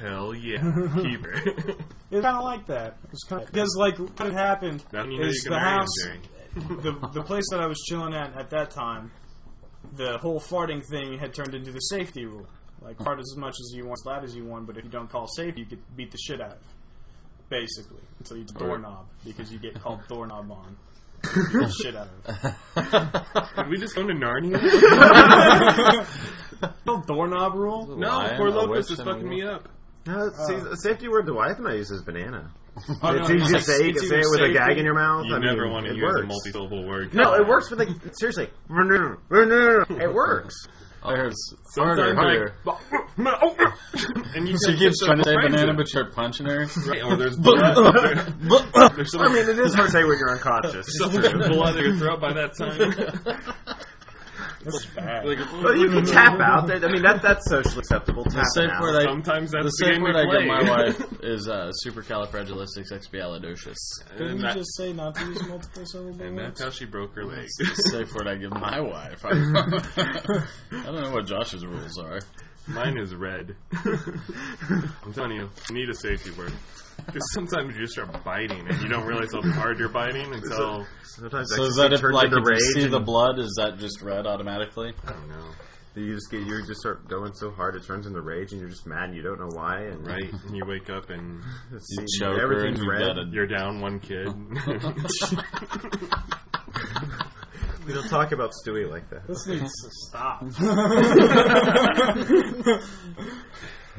Speaker 4: hell yeah, keep her.
Speaker 7: It was kind of like that. It was kind of because like what had happened
Speaker 4: That's when you know
Speaker 7: is
Speaker 4: you can
Speaker 7: the
Speaker 4: marry him,
Speaker 7: house,
Speaker 4: Jerry.
Speaker 7: the the place that I was chilling at at that time, the whole farting thing had turned into the safety rule. Like fart as much as you want, as loud as you want, but if you don't call safety, you get beat the shit out of. Basically, until you doorknob because you get called doorknob on. You get the shit out of.
Speaker 4: Did we just go to Narnia?
Speaker 7: The whole doorknob rule.
Speaker 4: no,
Speaker 8: Lion,
Speaker 4: poor
Speaker 8: a
Speaker 4: Lopez
Speaker 8: witch,
Speaker 4: is
Speaker 8: and a
Speaker 4: fucking me up.
Speaker 6: No, see, a safety word the wife and I use is banana.
Speaker 7: Oh,
Speaker 6: it's
Speaker 7: Uh. no,
Speaker 6: easy to
Speaker 7: it's-
Speaker 6: say. You
Speaker 7: it's
Speaker 6: can say it
Speaker 7: either
Speaker 6: with a
Speaker 7: safety-
Speaker 6: gag in your mouth.
Speaker 4: You
Speaker 6: I
Speaker 4: never
Speaker 6: mean,
Speaker 4: want to
Speaker 6: it
Speaker 4: use
Speaker 6: works.
Speaker 4: a multi-syllable word.
Speaker 6: No, it works with a seriously. It works.
Speaker 8: I heard s- harder,
Speaker 4: Sometimes
Speaker 8: harder.
Speaker 4: like- and you
Speaker 8: She
Speaker 4: think
Speaker 8: keeps
Speaker 4: it's
Speaker 8: trying to
Speaker 4: a
Speaker 8: say
Speaker 4: phrase
Speaker 8: banana,
Speaker 4: it.
Speaker 8: but you're punching her.
Speaker 4: Right, or there's blood. there's so
Speaker 6: I
Speaker 4: much
Speaker 6: mean, it is hard to say when you're unconscious.
Speaker 4: blood in your throat by that time.
Speaker 7: It's bad.
Speaker 4: Like,
Speaker 6: But you can tap out. That- I mean, that that's socially acceptable. Tap
Speaker 8: safe
Speaker 6: out.
Speaker 8: word I-
Speaker 4: Sometimes that's
Speaker 8: the
Speaker 4: the
Speaker 8: same
Speaker 4: game
Speaker 8: word
Speaker 4: you
Speaker 8: I
Speaker 4: play.
Speaker 8: give my wife is uh, supercalifragilisticexpialidocious.
Speaker 7: Didn't
Speaker 4: and,
Speaker 7: you
Speaker 4: that-
Speaker 7: just say not to use multiple syllable
Speaker 4: and
Speaker 7: words?
Speaker 4: that's how she broke her leg.
Speaker 8: It's the safe word I give my wife. I don't know what Josh's rules are.
Speaker 4: Mine is red. I'm telling you, you need a safety word. Because sometimes you just start biting and you don't realize how hard you're biting until
Speaker 6: Sometimes
Speaker 8: So is
Speaker 6: ecstasy
Speaker 8: that if
Speaker 6: turns
Speaker 8: like
Speaker 6: into
Speaker 8: if you
Speaker 6: rage
Speaker 8: see the
Speaker 6: and
Speaker 8: blood, is that just red automatically?
Speaker 4: I don't know,
Speaker 6: you just get you just start going so hard it turns into rage and you're just mad and you don't know why and
Speaker 4: right? And you wake up and
Speaker 6: it's-
Speaker 8: You choke her
Speaker 6: everything's
Speaker 8: and you've
Speaker 6: red.
Speaker 8: got a
Speaker 4: you're down one kid.
Speaker 6: We don't talk about Stewie like that.
Speaker 7: This needs to stop.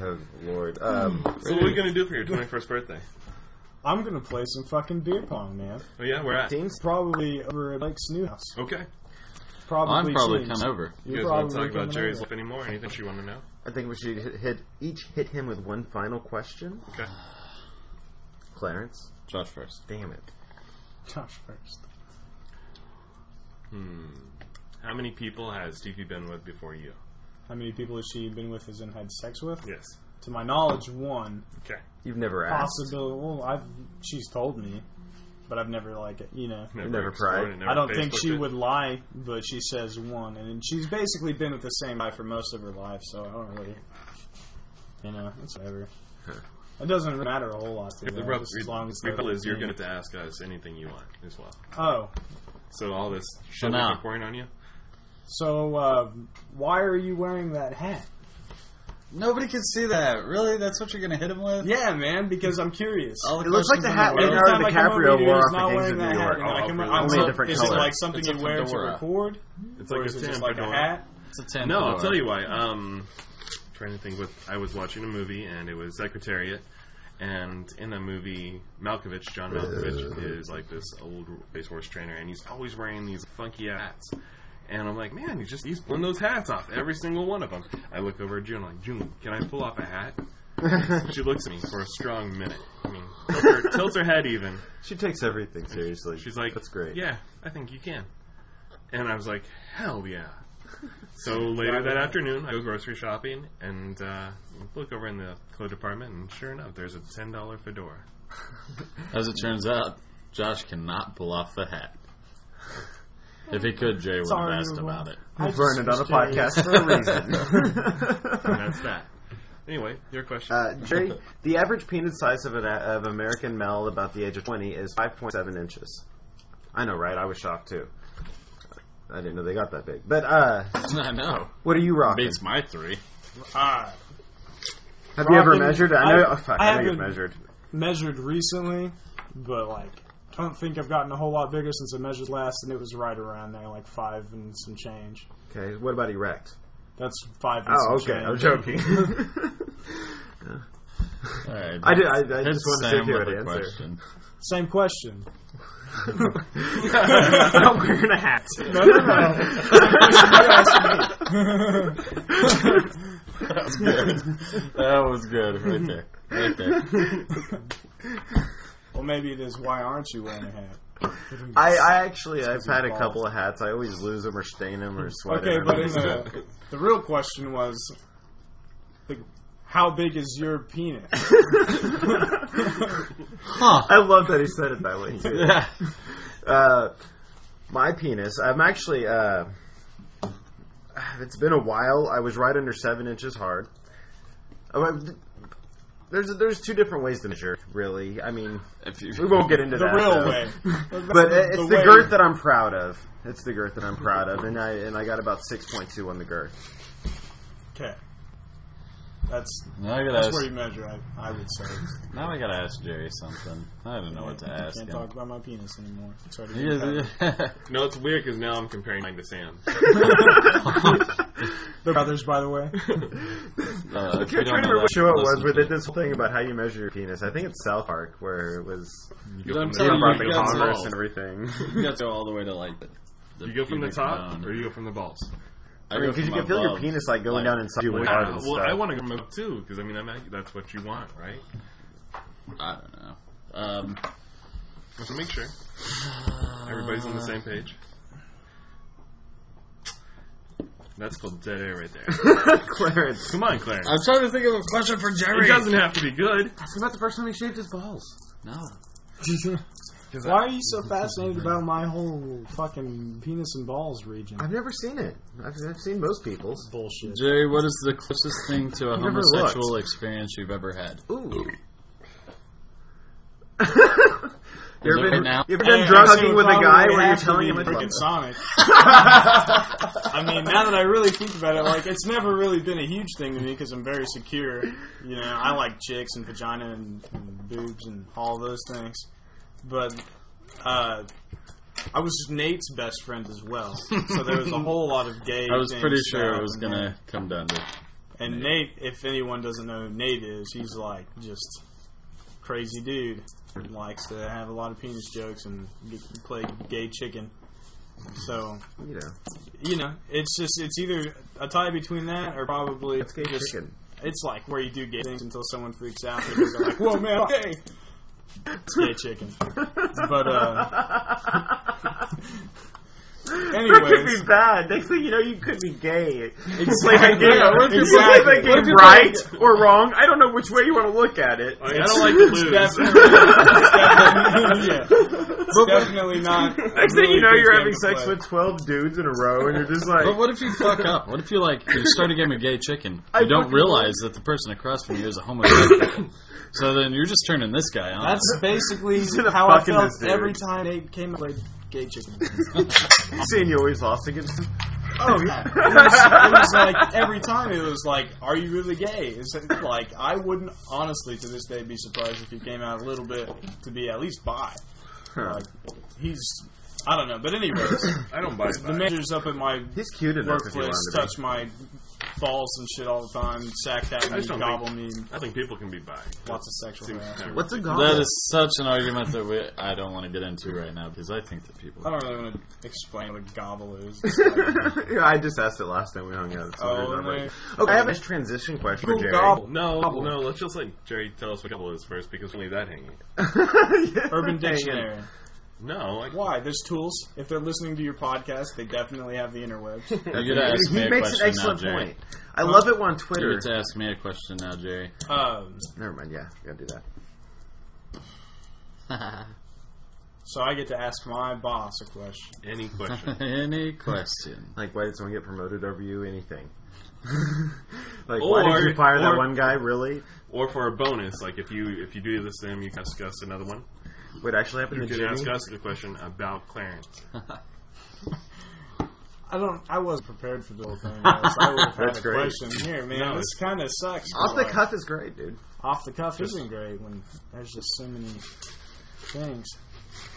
Speaker 6: Oh Lord.
Speaker 8: Hmm.
Speaker 6: Um,
Speaker 4: so what are you gonna do for your 21st birthday?
Speaker 7: I'm gonna play some fucking beer pong, man.
Speaker 4: Oh yeah, we're at.
Speaker 6: teams.
Speaker 7: Probably over at Blake's new house.
Speaker 4: Okay.
Speaker 7: Probably
Speaker 8: I'm probably
Speaker 7: teams.
Speaker 8: kind over.
Speaker 4: You guys want to talk about Jerry's life anymore? Anything you want to know?
Speaker 6: I think we should hit, hit each hit him with one final question.
Speaker 4: Okay.
Speaker 6: Clarence,
Speaker 8: Josh first.
Speaker 6: damn it.
Speaker 7: Josh first.
Speaker 4: How many people has Stevie been with before you?
Speaker 7: How many people has she been with? Has and had sex with?
Speaker 4: Yes.
Speaker 7: To my knowledge, one.
Speaker 4: Okay.
Speaker 6: You've never asked.
Speaker 7: Possibility. Well, I've she's told me, but I've never like it. You know,
Speaker 6: Never
Speaker 4: explored
Speaker 6: cried.
Speaker 4: and
Speaker 7: I don't think
Speaker 4: Facebooked
Speaker 7: she
Speaker 4: it.
Speaker 7: would lie, but she says one, and she's basically been with the same guy for most of her life. So I don't really, you know, it's whatever. It doesn't really matter a whole lot to
Speaker 4: The
Speaker 7: them,
Speaker 4: rub,
Speaker 7: just as long as
Speaker 4: the
Speaker 7: they're-
Speaker 4: rub is you're going to have to ask us anything you want as well.
Speaker 7: Oh,
Speaker 4: So all this shit
Speaker 8: now-
Speaker 4: we've been pouring on you.
Speaker 7: so uh, why are you wearing that hat?
Speaker 5: Nobody can see that. Really? That's what you're gonna hit him with?
Speaker 7: Yeah, man, because I'm curious.
Speaker 6: It looks like the hat
Speaker 7: Every
Speaker 6: Leonardo
Speaker 7: time I come over
Speaker 6: DiCaprio
Speaker 7: here,
Speaker 6: wore
Speaker 7: it's
Speaker 6: off
Speaker 7: not
Speaker 6: the Kings
Speaker 7: wearing
Speaker 6: of
Speaker 7: that
Speaker 6: New
Speaker 7: hat.
Speaker 6: York.
Speaker 7: and I
Speaker 4: Oh,
Speaker 7: come-
Speaker 4: really?
Speaker 7: I'm
Speaker 6: Only a
Speaker 7: so-
Speaker 6: different
Speaker 7: is
Speaker 6: color.
Speaker 7: it like something
Speaker 8: It's a
Speaker 7: you wear to
Speaker 8: fedora.
Speaker 7: record?
Speaker 4: It's
Speaker 7: Or
Speaker 4: like
Speaker 7: is
Speaker 4: a
Speaker 7: it just
Speaker 4: tan
Speaker 7: like a
Speaker 4: fedora.
Speaker 7: hat?
Speaker 8: It's a ten.
Speaker 4: No, I'll
Speaker 8: dollar.
Speaker 4: tell you why. Um, trying to think what I was watching a movie and it was Secretariat, and in the movie Malkovich, John Malkovich is like this old racehorse trainer, and he's always wearing these funky hats. And I'm like, man, he's just he's pulling those hats off, every single one of them. I look over at June, like, June, can I pull off a hat? she looks at me for a strong minute. I mean, tilts her, tilts her head even.
Speaker 6: She takes everything seriously.
Speaker 4: She's like,
Speaker 6: that's great.
Speaker 4: Yeah, I think you can. And I was like, hell yeah. So later that afternoon, I go grocery shopping and uh, look over in the clothes department, and sure enough, there's a ten dollar fedora.
Speaker 8: As it turns out, Josh cannot pull off the hat. If he could, Jay would have
Speaker 7: Sorry,
Speaker 8: asked
Speaker 7: everyone.
Speaker 8: about it.
Speaker 7: I
Speaker 6: we
Speaker 7: just
Speaker 6: burned it on a
Speaker 7: was curious.
Speaker 6: podcast for a reason.
Speaker 4: And that's that. Anyway, your question.
Speaker 6: Uh, Jerry, the average penis size of an of American male about the age of 20 is 5.7 inches. I know, right? I was shocked too. I didn't know they got that big. But uh,
Speaker 8: I know.
Speaker 6: what are you rocking?
Speaker 8: Beats my three.
Speaker 7: Ah,
Speaker 6: Have you ever
Speaker 7: Rocking-
Speaker 6: measured? it? I know.
Speaker 7: I-
Speaker 6: oh, fuck,
Speaker 7: I
Speaker 6: I know you've
Speaker 7: haven't-
Speaker 6: measured.
Speaker 7: measured recently, but like I don't think I've gotten a whole lot bigger since I measured last, and it was right around there, like five and some change.
Speaker 6: Okay. What about erect?
Speaker 7: That's five. And
Speaker 6: Oh,
Speaker 7: some
Speaker 6: okay. I'm
Speaker 7: change.
Speaker 6: joking.
Speaker 8: All right.
Speaker 6: I did. I, I just
Speaker 8: Hit
Speaker 6: wanted to see
Speaker 8: Sam
Speaker 6: if you had
Speaker 8: with a
Speaker 6: an answer.
Speaker 8: question.
Speaker 7: Same question.
Speaker 6: I'm wearing a hat.
Speaker 7: No, no, no.
Speaker 8: That's good. that was good. Right there. Right there.
Speaker 7: well, maybe it is. Why aren't you wearing a hat?
Speaker 6: I, I actually I've had a
Speaker 7: balls.
Speaker 6: couple of hats. I always lose them or stain them or sweat.
Speaker 7: Okay,
Speaker 6: them.
Speaker 7: but in the, the real question was, like, how big is your penis?
Speaker 5: Huh.
Speaker 6: I love that he said it that way too. Uh, my penis. I'm actually. Uh, it's been a while. I was right under seven inches hard. Oh, I- There's there's two different ways to measure. Really, I mean,
Speaker 8: If you,
Speaker 6: we won't get into
Speaker 7: The
Speaker 6: that,
Speaker 7: real
Speaker 6: though.
Speaker 7: way.
Speaker 6: But it- it's the,
Speaker 7: way-
Speaker 6: girth that I'm proud of. It's the girth that I'm proud of, and I and I got about six point two on the girth.
Speaker 7: Okay. That's
Speaker 8: now I gotta
Speaker 7: that's
Speaker 8: ask,
Speaker 7: where you measure. I, I would say.
Speaker 8: now I gotta ask Jerry something. I don't know what to ask
Speaker 7: Can't
Speaker 8: him.
Speaker 7: talk about my penis anymore. It's already
Speaker 8: He is-
Speaker 4: No, it's weird because now I'm comparing mine to Sam.
Speaker 7: They're brothers, by the way.
Speaker 8: uh, if
Speaker 6: I
Speaker 8: you
Speaker 6: can't
Speaker 8: don't know
Speaker 6: remember what
Speaker 8: that,
Speaker 6: show it was
Speaker 8: listen
Speaker 6: where
Speaker 8: to
Speaker 6: they did this whole thing about how you measure your penis. I think it's South Park where it was
Speaker 4: You go from
Speaker 8: telling
Speaker 4: the top,
Speaker 8: you
Speaker 4: you go
Speaker 8: guys
Speaker 4: from the
Speaker 8: are-
Speaker 6: Congress
Speaker 4: balls.
Speaker 6: and everything.
Speaker 8: You gotta go all the way to like the. the
Speaker 4: You go from the
Speaker 8: pubic
Speaker 4: top,
Speaker 8: bone.
Speaker 4: or you go from the balls.
Speaker 8: I
Speaker 6: I
Speaker 8: go
Speaker 6: mean, because
Speaker 8: from
Speaker 6: you can feel your
Speaker 8: above,
Speaker 6: penis like going down inside your
Speaker 8: doing
Speaker 6: hard
Speaker 4: Uh,
Speaker 6: and
Speaker 4: well,
Speaker 6: stuff.
Speaker 4: I want to go up too because I mean I'm at, that's what you want, right?
Speaker 8: I don't know. Um,
Speaker 4: Just to make sure everybody's on the same page. That's called dead air right there.
Speaker 6: Clarence.
Speaker 4: Come on, Clarence.
Speaker 5: I'm trying to think of a question for
Speaker 4: It
Speaker 5: Jerry.
Speaker 4: doesn't have to be good.
Speaker 6: That's about the first time he shaved his balls.
Speaker 8: no.
Speaker 7: Why are you so fascinated about my whole fucking penis and balls region?
Speaker 6: I've never seen it. I've, I've seen most people's.
Speaker 7: Bullshit.
Speaker 8: Jerry, what is the closest thing to a
Speaker 6: never
Speaker 8: homosexual experience you've ever had?
Speaker 6: Ooh.
Speaker 8: Is
Speaker 6: you
Speaker 8: it
Speaker 6: ever
Speaker 8: right
Speaker 6: been,
Speaker 8: now?
Speaker 6: you ever
Speaker 7: Hey,
Speaker 6: done
Speaker 7: I'd
Speaker 6: drug
Speaker 7: say
Speaker 6: hugging
Speaker 7: it
Speaker 6: with a
Speaker 7: probably
Speaker 6: guy where you're
Speaker 7: has to
Speaker 6: telling
Speaker 7: be
Speaker 6: him it's
Speaker 7: freaking Sonic. I mean, now that I really think about it, like it's never really been a huge thing to me because I'm very secure. You know, I like chicks and vagina and, and boobs and all those things. But uh, I was Nate's best friend as well, so there was a whole lot of gay.
Speaker 8: I was
Speaker 7: things
Speaker 8: pretty sure
Speaker 7: that
Speaker 8: it was
Speaker 7: happened there.
Speaker 8: gonna come down to.
Speaker 7: And Nate, if anyone doesn't know who Nate is, he's like just crazy dude. Likes to have a lot of penis jokes and g- play gay chicken. So
Speaker 6: You know,
Speaker 7: you know, it's just it's either a tie between that or probably
Speaker 6: it's gay
Speaker 7: just,
Speaker 6: chicken.
Speaker 7: It's like where you do gay things until someone freaks out because they're like, "Whoa, man, I'm gay!" It's gay chicken. But uh,
Speaker 6: That could be
Speaker 7: anyways,
Speaker 6: bad. Next thing you know, you could be gay. Like, I
Speaker 7: exactly.
Speaker 6: get it. If you look at the game right or wrong, I don't know which way you want to look at it.
Speaker 4: I don't like to lose.
Speaker 7: yeah. It's definitely not.
Speaker 6: Next thing you know, you're having
Speaker 7: play.
Speaker 6: sex with 12 dudes in a row, and you're just like,
Speaker 8: But what if you fuck up? What if you like you start a game of gay chicken? You don't realize that the person across from you is a homosexual. so then you're just turning this guy on.
Speaker 7: That's basically
Speaker 6: gonna
Speaker 7: how I
Speaker 6: fucking
Speaker 7: felt
Speaker 6: this dude.
Speaker 7: every time they came out with gay chicken.
Speaker 6: you saying you always lost against him?
Speaker 7: Oh yeah, it was, it was like every time it was like, "Are you really gay?" It's like I wouldn't honestly to this day be surprised if he came out a little bit to be at least bi. Like he's, I don't know, but anyways,
Speaker 4: I don't buy it.
Speaker 7: the managers up at my
Speaker 6: He's cute enough if you
Speaker 7: workplace
Speaker 6: wanted to be.
Speaker 7: touch my balls and shit all the time, sack at
Speaker 4: I
Speaker 7: me,
Speaker 4: just don't
Speaker 7: gobble
Speaker 4: think-
Speaker 7: me,
Speaker 4: I think people can be bi.
Speaker 7: lots of sexual.
Speaker 4: Seems
Speaker 7: harassment.
Speaker 4: kinda
Speaker 6: What's a
Speaker 4: ridiculous.
Speaker 6: goblin?
Speaker 8: That is such an argument that we, I don't want to get into right now because I think that people.
Speaker 7: I don't really want to explain what a gobble is.
Speaker 6: yeah, I just asked it last time we hung out. So
Speaker 7: Oh,
Speaker 6: there's not
Speaker 7: no.
Speaker 6: much. okay, I have a transition question for Jerry.
Speaker 7: gobble.
Speaker 4: No, no. Let's just let Jerry tell us what couple is first because we leave that hanging.
Speaker 6: Yeah.
Speaker 7: Urban
Speaker 6: Hang in.
Speaker 7: Dictionary.
Speaker 4: No, I,
Speaker 7: Why? There's tools. If they're listening to your podcast, they definitely have the interwebs.
Speaker 8: You're gonna ask
Speaker 6: He
Speaker 8: me a
Speaker 6: makes an
Speaker 8: question now,
Speaker 6: excellent
Speaker 8: Jerry.
Speaker 6: point. I love it on
Speaker 8: You're
Speaker 6: Twitter.
Speaker 8: to ask me a question now, Jerry.
Speaker 7: um,
Speaker 6: Never mind. Yeah, gotta do that.
Speaker 7: so I get to ask my boss a question.
Speaker 4: any question.
Speaker 8: Any question?
Speaker 6: Like, why did someone get promoted over you? Anything? like,
Speaker 4: Or-
Speaker 6: why did you fire that
Speaker 4: or-
Speaker 6: one guy? Really?
Speaker 4: or for a bonus, like if you if you do this to them, you can ask us another one.
Speaker 6: What actually happened
Speaker 4: You
Speaker 6: to
Speaker 4: can
Speaker 6: Jimmy?
Speaker 4: ask us the question about Clarence.
Speaker 7: I don't. I wasn't prepared for the whole thing. guys. I would have had
Speaker 6: That's
Speaker 7: a
Speaker 6: great.
Speaker 7: question here, man.
Speaker 4: No,
Speaker 7: this kind of sucks.
Speaker 6: Off
Speaker 7: but,
Speaker 6: the
Speaker 7: like,
Speaker 6: cuff is great, dude.
Speaker 7: Off the cuff isn't great when there's just so many things.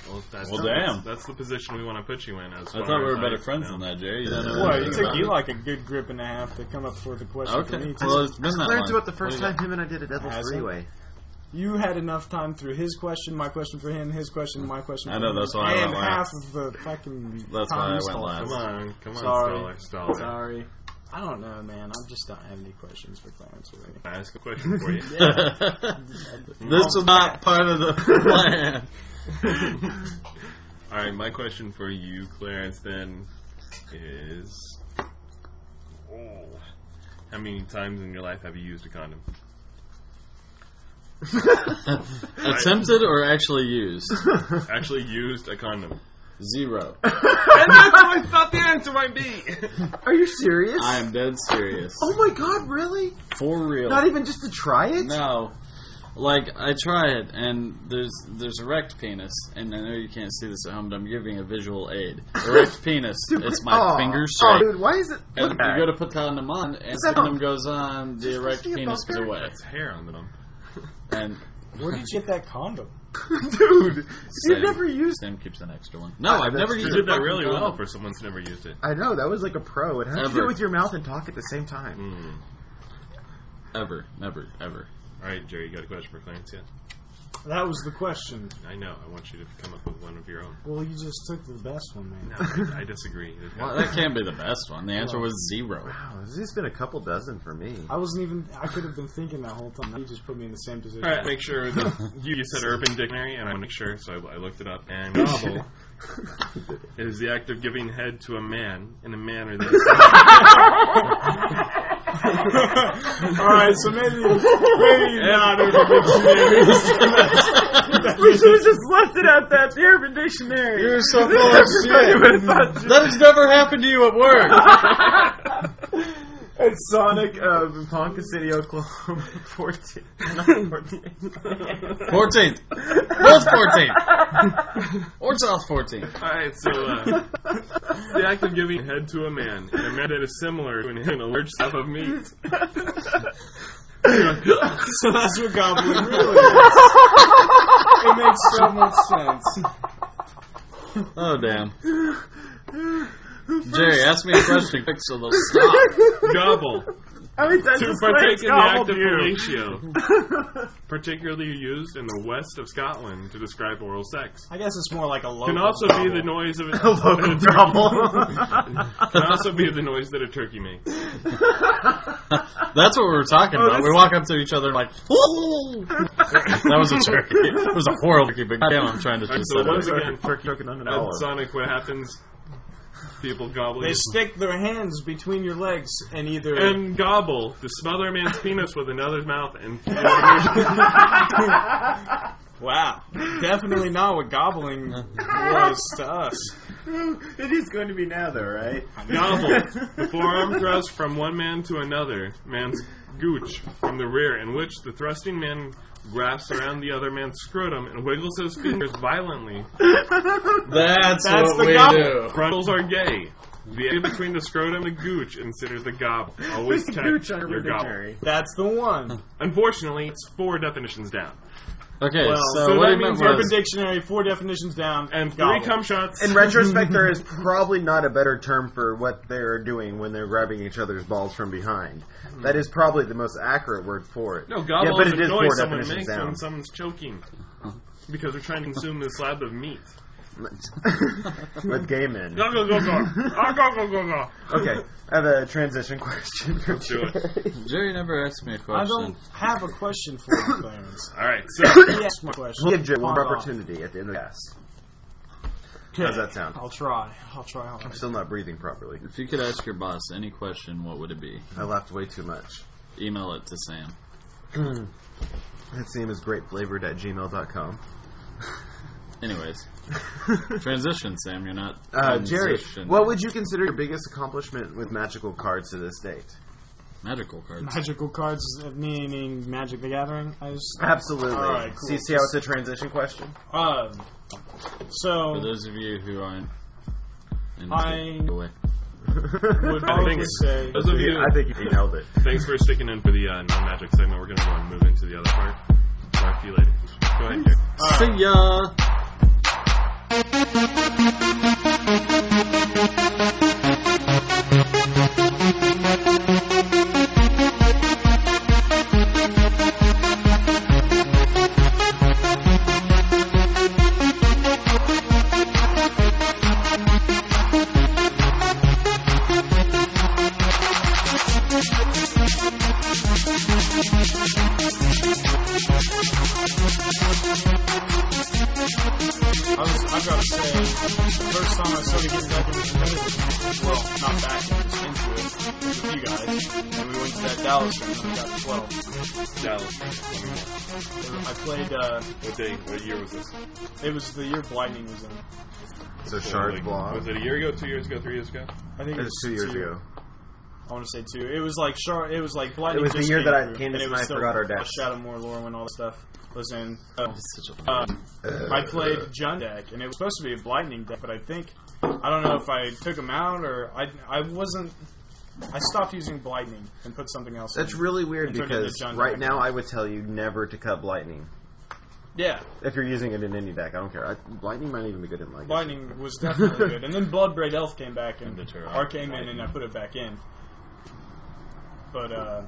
Speaker 4: Well, that's
Speaker 8: Well,
Speaker 4: that's,
Speaker 8: damn.
Speaker 4: that's the position we want to put you in. As
Speaker 8: I thought we were better friends than that, Jerry. You don't know
Speaker 7: Boy,
Speaker 6: Uh,
Speaker 8: anything
Speaker 7: it
Speaker 8: about
Speaker 7: took you
Speaker 8: it.
Speaker 7: like a good grip and a half to come up with a question for
Speaker 8: Okay.
Speaker 7: me. too.
Speaker 8: Well, it's been that
Speaker 6: Clarence
Speaker 8: long.
Speaker 6: about the first
Speaker 8: What do
Speaker 6: time him and I did a double
Speaker 7: Has he?
Speaker 6: three-way.
Speaker 7: you had enough time through his question, my question for him, his question, my question.
Speaker 8: I
Speaker 7: for
Speaker 8: know,
Speaker 7: him,
Speaker 8: that's why I
Speaker 7: and
Speaker 8: went last.
Speaker 7: half of the fucking.
Speaker 8: That's
Speaker 7: time
Speaker 8: why I
Speaker 7: you
Speaker 8: went
Speaker 7: stole
Speaker 8: last.
Speaker 7: from
Speaker 4: Come on, come on,
Speaker 7: Sorry.
Speaker 4: Stoller, Stoller.
Speaker 8: Uh,
Speaker 7: Sorry. I don't know, man. I just don't have any questions for Clarence or anything.
Speaker 4: I ask a question for you.
Speaker 8: you- This was not part of the plan.
Speaker 4: All right, my question for you, Clarence, then is, oh, how many times in your life have you used a condom?
Speaker 8: Attempted or actually used?
Speaker 4: Actually used a condom.
Speaker 8: Zero.
Speaker 4: and that's what I thought the answer might be.
Speaker 6: Are you serious?
Speaker 8: I am dead serious.
Speaker 6: oh my god, really?
Speaker 8: For real.
Speaker 6: Not even just to try it?
Speaker 8: No. Like I try it, and there's there's erect penis, and I know you can't see this at home, but I'm giving a visual aid. Erect penis. It's my
Speaker 6: Aw.
Speaker 8: fingers
Speaker 6: Aw,
Speaker 8: straight.
Speaker 6: oh, dude, why is it?
Speaker 8: and
Speaker 6: Look at
Speaker 8: you
Speaker 6: that.
Speaker 8: go to put the condom on, and the
Speaker 6: that
Speaker 8: condom
Speaker 6: on-
Speaker 8: goes on, the erect
Speaker 6: see a
Speaker 8: penis goes
Speaker 6: bumper?
Speaker 8: away.
Speaker 4: It's hair on them.
Speaker 8: And
Speaker 7: Where did you get that condom?
Speaker 6: dude,
Speaker 8: Sam-
Speaker 6: you've never used. Oh,
Speaker 8: Sam keeps an extra one. No, I've
Speaker 6: that's
Speaker 8: never
Speaker 6: true.
Speaker 8: used
Speaker 4: You
Speaker 8: a
Speaker 4: did that
Speaker 8: fucking
Speaker 4: really
Speaker 8: condom.
Speaker 4: well for someone who's never used it.
Speaker 6: I know that was like a pro. It had to do
Speaker 8: Ever.
Speaker 6: it with your mouth and talk at the same time.
Speaker 4: Mm.
Speaker 8: Ever, never, ever.
Speaker 4: All right, Jerry, you got a question for Clarence yet?
Speaker 7: That was the question.
Speaker 4: I know. I want you to come up with one of your own.
Speaker 7: Well, you just took the best one, man.
Speaker 4: No, I, I disagree. There's gotta
Speaker 8: Well, that can't be the best one. The answer was zero.
Speaker 6: Wow, this has been a couple dozen for me.
Speaker 7: I wasn't even. I could have been thinking that whole time. You just put me in the same position.
Speaker 4: All right, make sure that you, you said Urban Dictionary, and I want to make sure, so I, I looked it up. And novel is the act of giving head to a man in a manner that is
Speaker 7: All right, so maybe maybe not Urban Dictionary.
Speaker 6: we should have just left it at that. The Urban Dictionary.
Speaker 8: You're so full of shit. Mm. That has never happened to you at work.
Speaker 6: It's Sonic uh, of Ponca City, Oklahoma. 14. Not 14.
Speaker 8: Fourteenth, both fourteenth, or South fourteenth.
Speaker 4: All right, so uh, it's the act of giving head to a man in a manner that is similar to an, in a large slab of meat.
Speaker 7: so that's what goblin really is. It makes so much sense.
Speaker 8: Oh damn. Jerry, ask me a question quick so they'll stop.
Speaker 4: Gobble
Speaker 6: How many times
Speaker 4: to
Speaker 6: has Clarence
Speaker 4: partake in the act
Speaker 6: gobbled
Speaker 4: of
Speaker 6: you?
Speaker 4: fellatio, particularly used in the west of Scotland to describe oral sex.
Speaker 7: I guess it's more like a low.
Speaker 8: Oh,
Speaker 4: Can also be the noise of a
Speaker 6: Local gobble.
Speaker 4: can also be the noise that a turkey makes.
Speaker 8: That's what we were talking about.
Speaker 6: that's-
Speaker 8: We walk up to each other and like, "Whoa!" that was a turkey. It was a horrible turkey, but damn, I'm trying to
Speaker 4: All right,
Speaker 8: just
Speaker 4: so
Speaker 8: set
Speaker 4: once
Speaker 8: it.
Speaker 4: again,
Speaker 6: Turkey choking on an
Speaker 4: at
Speaker 6: olive.
Speaker 4: Sonic, what happens? People gobble.
Speaker 7: They
Speaker 4: your-
Speaker 7: stick their hands between your legs and either
Speaker 4: and gobble to smother a man's penis with another's mouth and
Speaker 7: wow, definitely not what gobbling was to us.
Speaker 6: Mm, It is going to be now, though, right?
Speaker 4: gobble the forearm thrust from one man to another man's gooch from the rear in which the thrusting man grasps around the other man's scrotum and wiggles his fingers violently
Speaker 8: That's,
Speaker 7: That's
Speaker 8: what
Speaker 7: the
Speaker 8: we
Speaker 7: gobble.
Speaker 8: do.
Speaker 4: grundles are gay the area between the scrotum and the gooch considered the gobble always
Speaker 6: It's a
Speaker 4: check
Speaker 6: gooch on
Speaker 4: your
Speaker 6: Urban
Speaker 4: gobble
Speaker 6: Dictionary.
Speaker 7: That's the one.
Speaker 4: unfortunately it's four definitions down
Speaker 8: Okay,
Speaker 7: Well,
Speaker 8: so,
Speaker 4: so
Speaker 8: what
Speaker 4: that
Speaker 8: he meant
Speaker 4: means
Speaker 8: was
Speaker 7: Urban Dictionary, four definitions down,
Speaker 4: and three
Speaker 7: gobble.
Speaker 4: cum shots
Speaker 6: In retrospect, there is probably not a better term for what they're doing when they're grabbing each other's balls from behind. That is probably the most accurate word for it.
Speaker 4: No,
Speaker 6: yeah,
Speaker 4: gobble
Speaker 6: but
Speaker 4: is
Speaker 6: it
Speaker 4: the
Speaker 6: is
Speaker 4: noise
Speaker 6: four
Speaker 4: someone
Speaker 6: definitions
Speaker 4: makes
Speaker 6: down.
Speaker 4: when someone's choking. Because they're trying to consume this slab of meat.
Speaker 6: With gay men.
Speaker 4: Go, go, go, go. Ah, go, go, go, go.
Speaker 6: Okay, I have a transition question.
Speaker 4: Do it.
Speaker 8: Jerry never asked me a
Speaker 7: I
Speaker 8: question.
Speaker 7: don't have a question for you, Clarence.
Speaker 4: Alright, so
Speaker 7: Yes, my question.
Speaker 6: Give Joe one
Speaker 7: Fuck off.
Speaker 6: opportunity at the end of the cast.
Speaker 7: Okay.
Speaker 6: How's that sound?
Speaker 7: I'll try. I'll try hard.
Speaker 6: I'm still not breathing properly.
Speaker 8: If you could ask your boss any question, what would it be?
Speaker 6: I laughed way too much.
Speaker 8: Email it to Sam.
Speaker 6: That name is greatflavored at gmail.com.
Speaker 8: Anyways, transition, Sam. You're not
Speaker 6: Uh, Jerry,
Speaker 8: transition.
Speaker 6: what would you consider your biggest accomplishment with magical cards to this date?
Speaker 8: magical cards?
Speaker 7: Magical cards, meaning Magic the Gathering. I just,
Speaker 6: Absolutely.
Speaker 7: All right, cool.
Speaker 6: See, see how it's a transition question?
Speaker 7: um,
Speaker 8: For
Speaker 7: so
Speaker 8: those of you who aren't, into
Speaker 7: I-
Speaker 8: the way.
Speaker 7: would
Speaker 4: I
Speaker 7: probably
Speaker 4: think-
Speaker 7: say
Speaker 4: those of you,
Speaker 6: I think you nailed it.
Speaker 4: thanks for sticking in for the uh, non magic segment. We're going to go and move into the other part. Talk to you later. Go ahead, Gary.
Speaker 8: see ya.
Speaker 7: I was, I've got to say, the first time I started getting back into competitive, well, not back, just into it, you guys. And we went to that Dallas game. when We got 12.
Speaker 4: Dallas.
Speaker 7: I played. Uh,
Speaker 4: What day? What year was this?
Speaker 7: it was the year Blinding was in.
Speaker 6: So Shard
Speaker 4: Like,
Speaker 6: Block.
Speaker 4: Was it a year ago? Two years ago? Three years ago?
Speaker 7: I think
Speaker 6: It was two years ago.
Speaker 7: I want to say two. It was like Char. It was like Blinding.
Speaker 6: It was the
Speaker 7: just
Speaker 6: year that I
Speaker 7: through,
Speaker 6: came to
Speaker 7: it
Speaker 6: Smite,
Speaker 7: was still
Speaker 6: forgot our decks.
Speaker 7: Shadow More Lore when all that stuff was in. Uh, uh, I played Jund deck, and it was supposed to be a Blinding deck, but I think I don't know if I took him out or I I wasn't. I stopped using Blinding and put something else.
Speaker 6: That's
Speaker 7: in.
Speaker 6: really weird
Speaker 7: It turned
Speaker 6: because
Speaker 7: into John
Speaker 6: right
Speaker 7: Deere.
Speaker 6: now I would tell you never to cut Lightning.
Speaker 7: yeah.
Speaker 6: If you're using it in any deck, I don't care. I, lightning might even be good in like.
Speaker 7: Lightning was definitely good. And then Bloodbraid Elf came back and
Speaker 4: And the Turok.
Speaker 7: R came in and I put it back in. But uh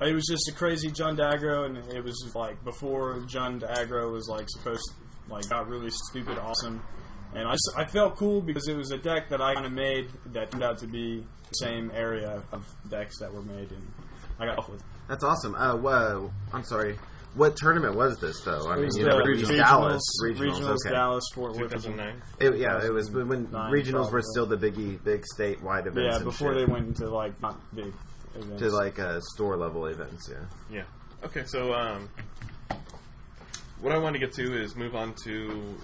Speaker 7: it was just a crazy Jund aggro and it was like before Jund aggro was like supposed to like got really stupid awesome. And I, s- I felt cool because it was a deck that I kind of made that turned out to be the same area of decks that were made and I got off with.
Speaker 6: That's awesome. Uh, whoa. I'm sorry. What tournament was this though? I mean,
Speaker 7: It
Speaker 6: you know, it was Dallas regionals.
Speaker 7: regionals,
Speaker 6: okay.
Speaker 7: Dallas, Fort Worth.
Speaker 4: 2009.
Speaker 6: It- yeah, it was when when
Speaker 7: Nine,
Speaker 6: regionals were
Speaker 7: probably.
Speaker 6: still the biggie, big statewide events.
Speaker 7: Yeah,
Speaker 6: and
Speaker 7: before they
Speaker 6: shit.
Speaker 7: went into like not big events.
Speaker 6: to like uh, store level events. Yeah.
Speaker 4: Yeah. Okay, so um, what I want to get to is move on to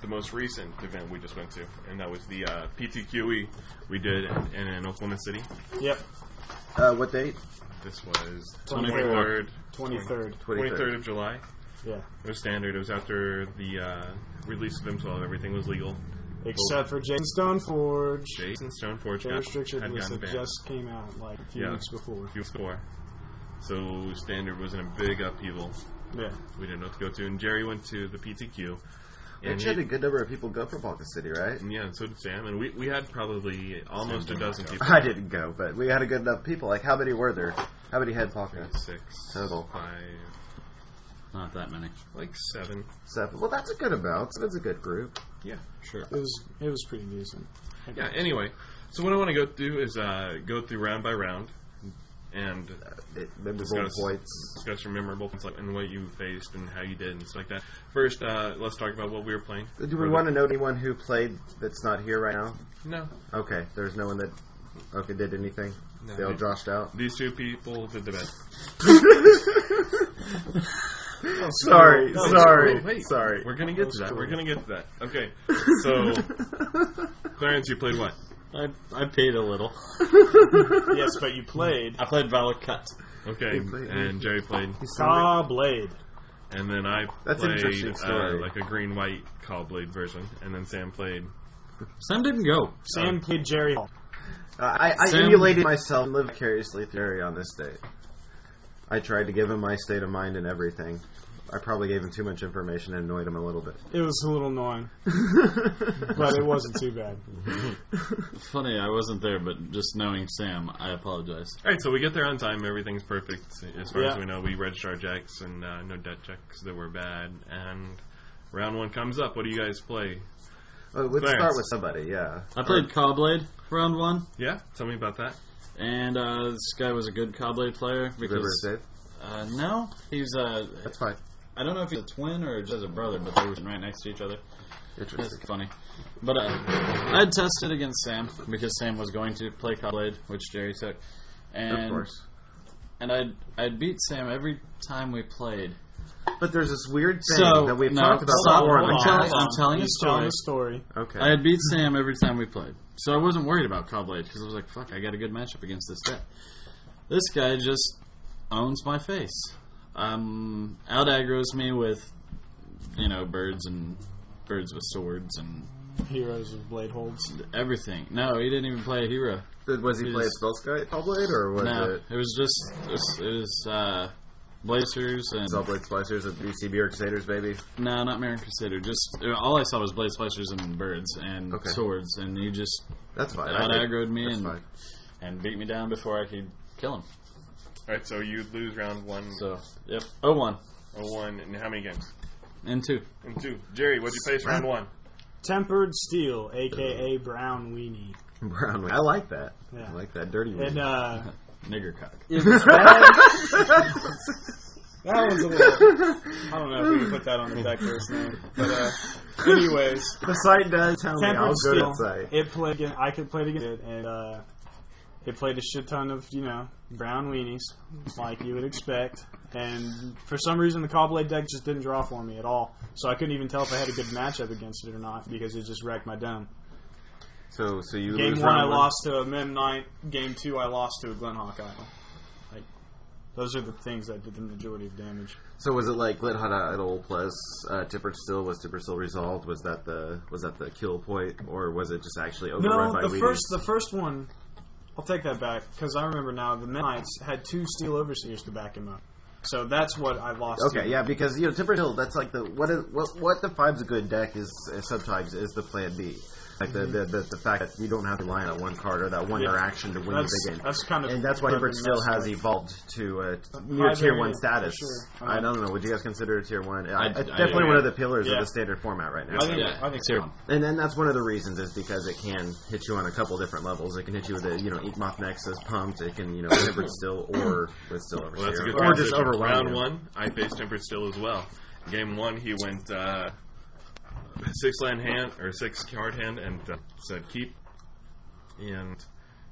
Speaker 4: the most recent event we just went to, and that was the uh, PTQE we did in, in Oklahoma City.
Speaker 7: yep,
Speaker 6: Uh, what date?
Speaker 4: This was
Speaker 7: 23rd.
Speaker 4: 23rd,
Speaker 7: 23rd.
Speaker 4: 23rd of July.
Speaker 7: Yeah.
Speaker 4: It was standard. It was after the uh, release of M12. Everything was legal.
Speaker 7: Except for Jason Stoneforge.
Speaker 4: Jason Stoneforge
Speaker 7: The
Speaker 4: got,
Speaker 7: restriction
Speaker 4: had
Speaker 7: list
Speaker 4: gotten
Speaker 7: that
Speaker 4: banned.
Speaker 7: just came out like a few
Speaker 4: Yeah.
Speaker 7: weeks before.
Speaker 4: He was four. So standard was in a big upheaval.
Speaker 7: Yeah.
Speaker 4: We didn't know what to go to, and Jerry went to the PTQ.
Speaker 6: We
Speaker 4: and
Speaker 6: actually had a good number of people go for Balkan City, right?
Speaker 4: And Yeah, and so did Sam, and we, we had probably almost a dozen people.
Speaker 6: I didn't go, but we had a good enough people. Like, how many were there? How many had Balkan?
Speaker 4: Six,
Speaker 6: Total.
Speaker 4: five,
Speaker 8: Not that many.
Speaker 4: like seven.
Speaker 6: Seven. Well, that's a good amount. So that's a good group.
Speaker 4: Yeah, sure.
Speaker 7: It was it was pretty decent.
Speaker 4: Yeah. Anyway, so what I want to go through is uh, go through round by round and
Speaker 6: It, memorable
Speaker 4: Discuss.
Speaker 6: points.
Speaker 4: discuss your memorable points like, and what you faced and how you did and stuff like that. First, uh, let's talk about what we were playing.
Speaker 6: Do we want to know anyone who played that's not here right now?
Speaker 4: No,
Speaker 6: Okay, there's no one that okay did anything.
Speaker 4: No.
Speaker 6: they all joshed out.
Speaker 4: these two people did the best.
Speaker 6: Sorry,
Speaker 4: No,
Speaker 6: sorry,
Speaker 4: Oh, wait, wait.
Speaker 6: sorry.
Speaker 4: We're gonna get to that. We're gonna get to that. Okay. So, Clarence, you played what?
Speaker 8: I, I paid a little.
Speaker 7: yes, but you played
Speaker 8: I played Valor Cut.
Speaker 4: Okay,
Speaker 6: played-
Speaker 4: and Jerry played.
Speaker 7: Saw Blade.
Speaker 4: And then I
Speaker 6: That's an
Speaker 4: played
Speaker 6: interesting story.
Speaker 4: Uh, like a green white Callblade version, and then Sam played.
Speaker 8: Sam didn't go.
Speaker 7: Sam played Jerry Hall.
Speaker 6: Uh, I, I
Speaker 8: Sam-
Speaker 6: emulated myself and lived vicariously through Harry on this date. I tried to give him my state of mind and everything. I probably gave him too much information and annoyed him a little bit.
Speaker 7: It was a little annoying. but it wasn't too bad.
Speaker 8: Funny, I wasn't there, but just knowing Sam, I apologize.
Speaker 4: All right, so we get there on time. Everything's perfect as far as
Speaker 7: Yeah.
Speaker 4: we know. We registered our checks and uh, no debt checks that were bad. And round one comes up. What do you guys play?
Speaker 6: Uh, let's
Speaker 4: Clarence.
Speaker 6: start with somebody, yeah.
Speaker 8: I played Cobblade round one,
Speaker 4: Yeah, tell me about that.
Speaker 8: and uh, this guy was a good Cobblade player
Speaker 6: River
Speaker 8: because
Speaker 6: State.
Speaker 8: uh, no, he's uh,
Speaker 6: That's fine.
Speaker 8: I don't know if he's a twin or just a brother, but they were right next to each other. That's
Speaker 6: Interesting.
Speaker 8: funny. But uh, I had tested against Sam because Sam was going to play Cobblade, which Jerry took, and
Speaker 6: of course.
Speaker 8: and I'd I'd beat Sam every time we played.
Speaker 6: But there's this weird thing
Speaker 8: So
Speaker 6: that we've
Speaker 8: no,
Speaker 6: talked about
Speaker 8: stop,
Speaker 6: before on
Speaker 8: hold
Speaker 6: the
Speaker 8: on.
Speaker 6: chat.
Speaker 8: I'm
Speaker 7: um,
Speaker 8: telling
Speaker 7: He's
Speaker 8: a
Speaker 7: telling
Speaker 8: story.
Speaker 7: a story.
Speaker 6: Okay.
Speaker 8: I had beat Sam every time we played, so I wasn't worried about Cobblade because I was like, "Fuck, I got a good matchup against this guy." This guy just owns my face. Um, out aggro's me with, you know, birds and birds with swords and
Speaker 7: Heroes of Blade Holds.
Speaker 8: everything. No, he didn't even play a hero.
Speaker 6: Did- was he
Speaker 8: He's-
Speaker 6: playing Spellskite Hellblade, or was
Speaker 8: no,
Speaker 6: it
Speaker 8: it? was just it was, it was uh, Blazers and
Speaker 6: Spellblade Splicers and BCB or Crusaders, baby?
Speaker 8: no, not Marin Crusader. Just uh, all I saw was Blaze Splicers and birds and
Speaker 6: Okay.
Speaker 8: swords, and he just
Speaker 6: That's fine.
Speaker 8: out
Speaker 6: I think
Speaker 8: aggroed me
Speaker 6: that's
Speaker 8: and
Speaker 6: fine.
Speaker 8: and beat me down before I could kill him.
Speaker 4: All right, so you lose round one,
Speaker 8: So yep, oh one
Speaker 4: oh, one, and how many games?
Speaker 8: and two.
Speaker 4: And two. Jerry, what'd you face round one?
Speaker 7: Tempered Steel, aka Brown Weenie.
Speaker 6: Brown. I like that.
Speaker 7: Yeah.
Speaker 6: I like that dirty
Speaker 7: And
Speaker 6: one.
Speaker 7: uh
Speaker 8: Nigger cock.
Speaker 7: It was bad. that one's a little. I don't know if we can put that on the deck first name. But, uh, anyways,
Speaker 6: the site does tell me
Speaker 7: uh, Tempered
Speaker 6: how good
Speaker 7: Steel.
Speaker 6: it's like.
Speaker 7: It played. Against, I could play it against it, and uh, They played a shit ton of, you know, brown weenies, like you would expect. And for some reason, the Cobblade deck just didn't draw for me at all. So I couldn't even tell if I had a good matchup against it or not because it just wrecked my dome.
Speaker 6: So, so you
Speaker 7: Game
Speaker 6: lose
Speaker 7: one, I
Speaker 6: round
Speaker 7: lost to a Mem Knight. Game two, I lost to a Glenhawk Idol. Like, those are the things that did the majority of damage.
Speaker 6: So was it like Glit Hot Idol plus uh, Tipper Still? Was Tipper Still resolved? Was that the was that the kill point, or was it just actually overrun
Speaker 7: No,
Speaker 6: by
Speaker 7: the
Speaker 6: Wheaties?
Speaker 7: first, the first one. I'll take that back because I remember now the Mem Knights had two Steel Overseers to back him up. So that's what I lost. to.
Speaker 6: Okay, yeah, because you know Tipper Hill. That's like the what is, what what defines a good deck is, is sometimes is the plan B, like the, the, the the fact that you don't have to rely on one card or that one
Speaker 7: Yeah.
Speaker 6: interaction to win
Speaker 7: That's,
Speaker 6: the game.
Speaker 7: that's kind of
Speaker 6: and that's why
Speaker 7: Urban
Speaker 6: Hibbert still
Speaker 7: Mess.
Speaker 6: has evolved to a near tier
Speaker 7: Primary,
Speaker 6: one status.
Speaker 7: for sure. Uh,
Speaker 6: I don't know. Would you guys consider it tier one? I,
Speaker 8: I-
Speaker 6: it's
Speaker 8: I-
Speaker 6: definitely
Speaker 8: yeah.
Speaker 6: one of the pillars
Speaker 7: Yeah.
Speaker 6: of the standard format right now.
Speaker 7: I think,
Speaker 8: Yeah.
Speaker 7: I think
Speaker 8: Tier
Speaker 7: so.
Speaker 8: one.
Speaker 6: And then that's one of the reasons is because it can hit you on a couple different levels. It can hit you with a you know Eat Moth Nexus pumped. It can you know Hibbert still or with still over
Speaker 4: Well, that's a good
Speaker 6: or just
Speaker 4: transition.
Speaker 6: overwhelm
Speaker 4: Round
Speaker 6: you.
Speaker 4: one, I faced Tempered Steel as well. Game one, he went uh, six land hand or six card hand and uh, said keep. And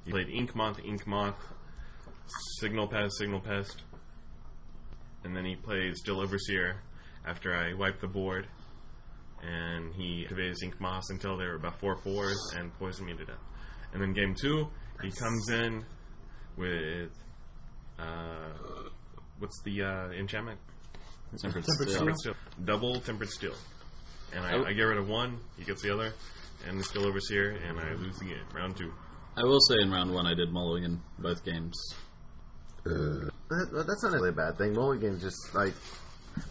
Speaker 4: he played Ink Moth, Ink Moth, Signal Pest, Signal Pest. And then he plays Still Overseer after I wipe the board. And he activates Ink Moss until there were about four fours and poisoned me to death. And then game two, he comes in with uh, what's the uh, enchantment?
Speaker 8: Tempered steel.
Speaker 7: Tempered steel.
Speaker 4: Tempered steel. Double tempered steel. And I,
Speaker 8: Oh.
Speaker 4: I get rid of one, he gets the other, and the steel overseer, and I lose the game. Round two.
Speaker 8: I will say in round one I did mulligan both games.
Speaker 6: That- well, that's not really a bad thing. Mulligan's just like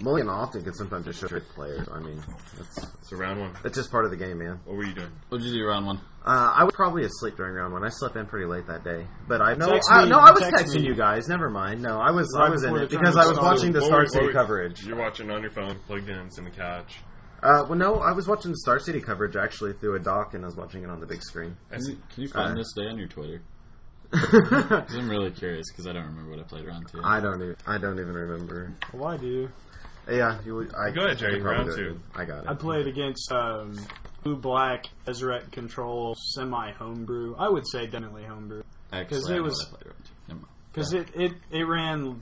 Speaker 6: Mulligan often can sometimes just show trick players. I mean, that's
Speaker 4: So round one.
Speaker 6: that's just part of the game, man.
Speaker 4: What were you doing?
Speaker 8: What did you do round one?
Speaker 6: Uh, I was probably asleep during round one. I slept in pretty late that day, but I know.
Speaker 7: Text
Speaker 6: I,
Speaker 7: me,
Speaker 6: no, I was
Speaker 7: text
Speaker 6: texting
Speaker 7: me.
Speaker 6: you guys. Never mind. No, I was
Speaker 7: Right
Speaker 6: I was in
Speaker 7: before
Speaker 6: it
Speaker 7: the
Speaker 6: because I was
Speaker 7: tournament
Speaker 6: watching the
Speaker 4: What were-
Speaker 6: Star
Speaker 4: what
Speaker 6: City
Speaker 4: were-
Speaker 6: coverage.
Speaker 4: Oh, You're watching on your phone, plugged in, it's in the couch.
Speaker 6: Uh, well, no, I was watching the Star City coverage actually through a dock, and I was watching it on the big screen.
Speaker 4: I
Speaker 8: Can you,
Speaker 4: see.
Speaker 8: can you find
Speaker 6: Uh,
Speaker 8: this day on your Twitter? Because I'm really curious because I don't remember what I played round two.
Speaker 6: I don't even. I don't even remember.
Speaker 7: Well, I do.
Speaker 6: Yeah, you. would- I,
Speaker 4: Go ahead, Jerry,
Speaker 6: I could probably
Speaker 4: round
Speaker 6: do it.
Speaker 4: two.
Speaker 6: I got it.
Speaker 7: I played against um, Blue Black, Ezret Control, Semi Homebrew. I would say definitely Homebrew.
Speaker 8: Actually,
Speaker 7: 'cause
Speaker 8: I
Speaker 7: it
Speaker 8: know what
Speaker 7: was-
Speaker 8: I played round two. Never mind.
Speaker 7: Because it, it, it ran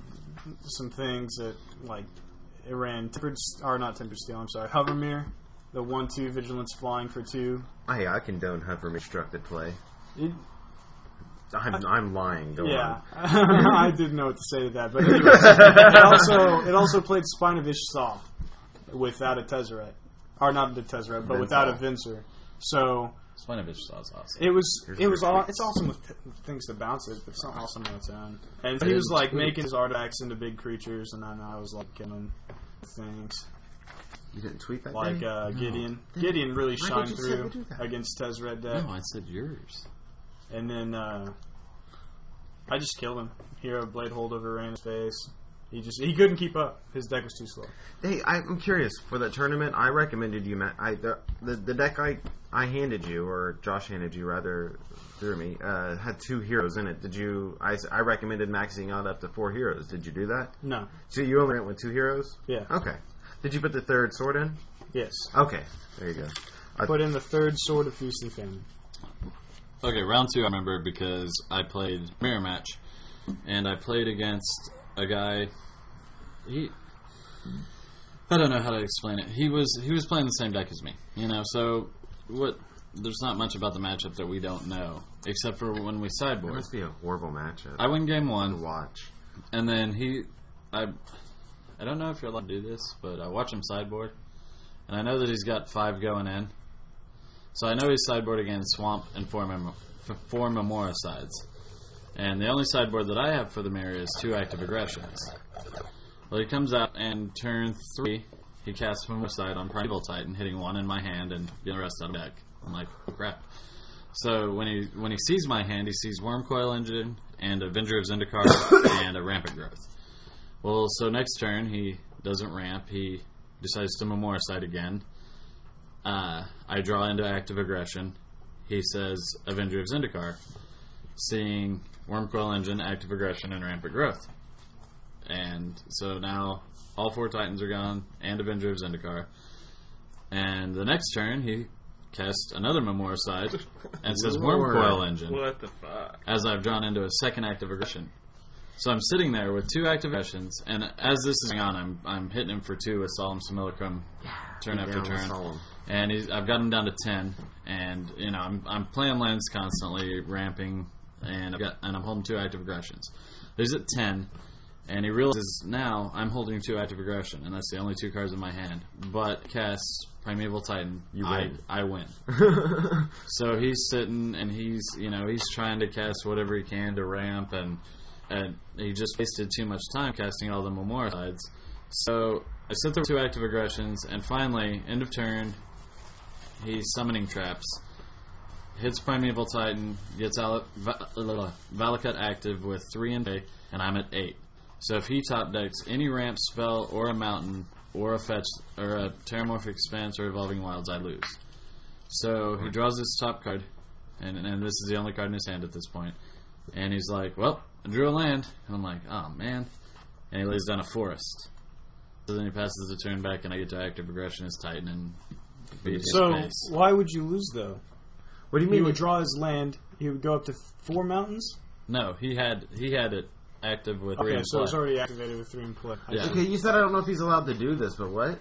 Speaker 7: some things that, like, it ran tempered, S- or not tempered steel, I'm sorry, Hovermere, the 1 2 Vigilance Flying for 2.
Speaker 6: I, I condone Hover instructed play.
Speaker 7: It,
Speaker 6: I'm, I'm lying. Go
Speaker 7: yeah. I didn't know what to say to that, but anyways, it, also, it also played Spine of Ishsaw without a Tezzeret. Or not a Tezzeret, but without a Vincer. So
Speaker 8: Swinovich saw is awesome.
Speaker 7: It was
Speaker 6: Here's
Speaker 7: it was
Speaker 6: your
Speaker 7: all,
Speaker 6: tweets.
Speaker 7: it's awesome with t- things to bounce it, but it's not awesome on its own. And he was like making his artifacts into big creatures, and then I was like killing him with things
Speaker 6: on. You didn't tweet that.
Speaker 7: like
Speaker 6: thing?
Speaker 7: uh, Gideon. Gideon really
Speaker 6: Why
Speaker 7: shined
Speaker 6: did you say we
Speaker 7: through
Speaker 6: do that?
Speaker 7: against Tezzeret deck,
Speaker 8: No, I said yours.
Speaker 7: and then uh, I just killed him. Hero blade holdover ran his face. He just he couldn't keep up. His deck was too slow.
Speaker 6: Hey, I, I'm curious. For that tournament, I recommended you. Matt, I the, the the deck I I handed you, or Josh handed you rather, through me, uh, had two heroes in it. Did you? I, s- I recommended maxing out up to four heroes. Did you do that?
Speaker 7: No,
Speaker 6: So you only went with two heroes.
Speaker 7: yeah,
Speaker 6: Okay. Did you put the third sword in?
Speaker 7: yes.
Speaker 6: Okay. There you go.
Speaker 7: Put in the third sword of feast and famine.
Speaker 8: Okay, round two I remember because I played mirror match, and I played against a guy. He, I don't know how to explain it. He was he was playing the same deck as me, you know. So what? There's not much about the matchup that we don't know, except for when we
Speaker 6: It
Speaker 8: sideboard.
Speaker 6: must be a horrible matchup.
Speaker 8: I win game one,
Speaker 6: watch.
Speaker 8: and then he, I, I don't know if you're allowed to do this, but I watch him sideboard, and I know that he's got five going in, so I know he's sideboard against Swamp and four Mem- f- four Memora sides, and the only sideboard that I have for the mirror is two active aggressions. Well, he comes out and turn three, he casts Memora side on Primeval Titan, hitting one in my hand and the rest on deck. I'm like, crap. So when he when he sees my hand, he sees Worm Coil Engine and Avenger of Zendikar and a Rampant Growth. Well, so next turn he doesn't ramp. He decides to Memoricide again. Uh, I draw into active aggression. He says Avenger of Zendikar, seeing Worm Coil Engine, active aggression, and Rampant Growth. And so now all four Titans are gone and Avenger of Zendikar. And the next turn he cast another memoir aside and says worm
Speaker 6: Lord.
Speaker 8: coil engine
Speaker 4: What the fuck?
Speaker 8: as I've drawn into a second act of aggression. So I'm sitting there with two active aggressions, and as this is going on, I'm I'm hitting him for two with solemn simulacrum, turn after
Speaker 6: Down with
Speaker 8: turn,
Speaker 6: Solemn.
Speaker 8: and he's, I've got him down to ten, and you know I'm I'm playing lands constantly, ramping, and I've got and I'm holding two active aggressions. He's at ten, and he realizes now I'm holding two active aggression, and that's the only two cards in my hand. But cast primeval titan, you
Speaker 6: win.
Speaker 8: I, I win. So he's sitting and he's you know he's trying to cast whatever he can to ramp and and he just wasted too much time casting all the memoir sides. So I sent the two active aggressions and finally end of turn he's summoning traps. Hits primeval titan gets Al- Va- uh, Valakut active with three and eight and I'm at eight. So if he top decks any ramp spell or a mountain or a fetch or a terramorphic expanse or evolving wilds, I lose. So he draws his top card, and, and this is the only card in his hand at this point. And he's like, "Well, I drew a land," and I'm like, "Oh man!" And he lays down a forest. So then he passes the turn back, and I get to active progression as Titan and beat his
Speaker 7: So
Speaker 8: face.
Speaker 7: why would you lose though?
Speaker 6: What do you
Speaker 7: He
Speaker 6: mean?
Speaker 7: would draw his land. He would go up to four mountains.
Speaker 8: No, he had he had it active with three
Speaker 7: Okay,
Speaker 8: and
Speaker 7: so it's
Speaker 8: play.
Speaker 7: already activated with three in play. I
Speaker 8: Yeah.
Speaker 7: see.
Speaker 6: okay, you said I don't know if he's allowed to do this, but what?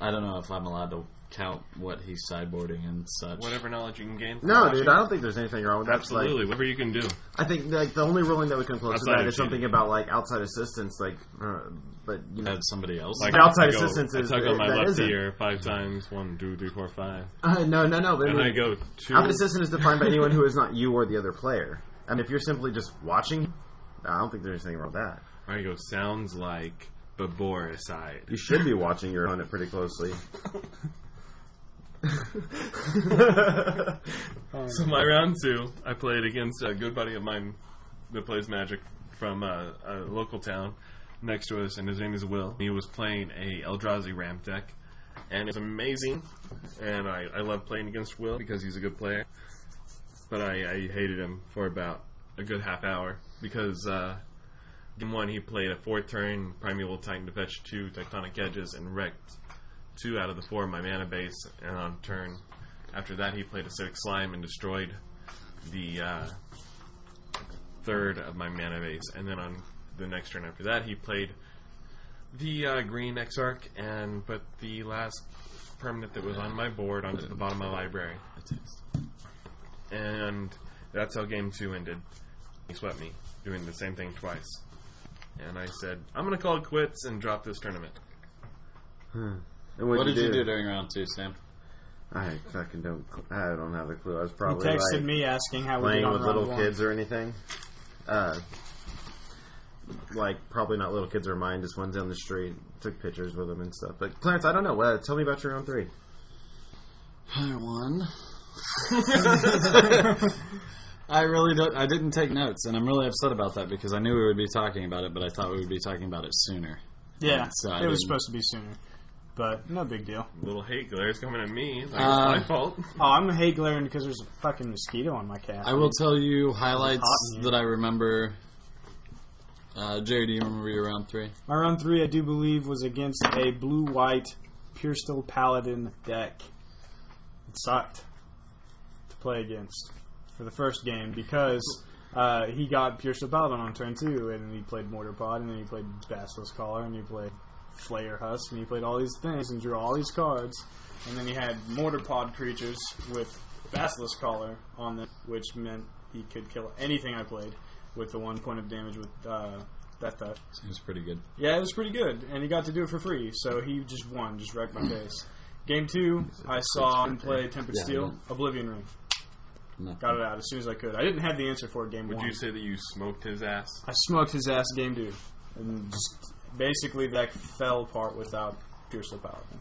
Speaker 8: I don't know if I'm allowed to count what he's sideboarding and such.
Speaker 4: Whatever knowledge you can gain. from
Speaker 6: No,
Speaker 4: watching.
Speaker 6: dude, I don't think there's anything wrong with that. It's like-
Speaker 4: Absolutely, whatever you can do.
Speaker 6: I think like the only ruling that would come close
Speaker 4: Outside
Speaker 6: to that
Speaker 4: of
Speaker 6: is something
Speaker 4: cheating.
Speaker 6: about like outside assistance, like, uh, but you know,
Speaker 8: Had somebody else.
Speaker 4: Like
Speaker 6: The outside
Speaker 4: I go-
Speaker 6: assistance is-
Speaker 4: I tug on my
Speaker 6: that
Speaker 4: left
Speaker 6: isn't.
Speaker 4: ear five times. One, two, three, four, five.
Speaker 6: uh, no, no, no. But I
Speaker 4: And
Speaker 6: mean,
Speaker 4: I go two.
Speaker 6: outside assistance is defined by anyone who is not you or the other player. I mean, if you're simply just watching, I don't think there's anything wrong with that.
Speaker 4: I go sounds like Babor aside.
Speaker 6: You should be watching your opponent pretty closely.
Speaker 4: So my round two, I played against a good buddy of mine that plays Magic from uh, a local town next to us, and his name is Will. He was playing a Eldrazi ramp deck, and it's amazing. And I, I love playing against Will because he's a good player. But I, I hated him for about a good half hour because uh, game one he played a four turn primeval titan to fetch two tectonic edges and wrecked two out of the four of my mana base, and on turn after that, he played a Civic Slime and destroyed the uh, third of my mana base. And then on the next turn after that, he played the uh, Green Exarch and put the last permanent that was on my board onto the bottom of my library. And that's how game two ended. He swept me, doing the same thing twice. And I said, I'm going to call it quits and drop this tournament.
Speaker 6: And
Speaker 8: what did you do during round two, Sam?
Speaker 6: I fucking don't. I don't have a clue. I was
Speaker 7: He
Speaker 6: probably
Speaker 7: texted
Speaker 6: like,
Speaker 7: me asking how we
Speaker 6: Oh, playing
Speaker 7: did on
Speaker 6: with
Speaker 7: round
Speaker 6: little
Speaker 7: one.
Speaker 6: kids or anything. Uh, like probably not little kids or mine. Just ones down the street. Took pictures with them and stuff. But Clarence, I don't know. What? Tell me about your round three.
Speaker 8: I won. I really don't. I didn't take notes, and I'm really upset about that because I knew we would be talking about it, but I thought we would be talking about it sooner.
Speaker 7: Yeah,
Speaker 8: So I
Speaker 7: it was
Speaker 8: didn't-
Speaker 7: supposed to be sooner, but no big deal.
Speaker 4: Little hate glares coming at me. Like,
Speaker 8: Uh,
Speaker 4: it's my fault.
Speaker 7: Oh, I'm hate glaring because there's a fucking mosquito on my cat.
Speaker 8: I will tell you highlights
Speaker 7: Hot in here.
Speaker 8: that I remember. Uh, Jerry, do you remember your round three?
Speaker 7: My round three, I do believe, was against a blue-white pure steel paladin deck. It sucked to play against for the first game because uh, he got pure steel paladin on turn two, and he played mortar pod, and then he played basilisk collar, and he played flayer husk, and he played all these things and drew all these cards, and then he had mortar pod creatures with basilisk collar on them, which meant he could kill anything I played with the one point of damage with uh, death touch.
Speaker 8: It was pretty good.
Speaker 7: Yeah, it was pretty good, and he got to do it for free, so he just won, just wrecked my face. Game two, I saw him play Tempered
Speaker 8: Yeah,
Speaker 7: Steel,
Speaker 8: man.
Speaker 7: Oblivion Ring.
Speaker 8: Nothing.
Speaker 7: Got it out as soon as I could. I didn't have the answer for it game
Speaker 4: Would
Speaker 7: one.
Speaker 4: you say that you smoked his ass?
Speaker 7: I smoked his ass game two, and just basically that fell apart without Pierce the Paladin.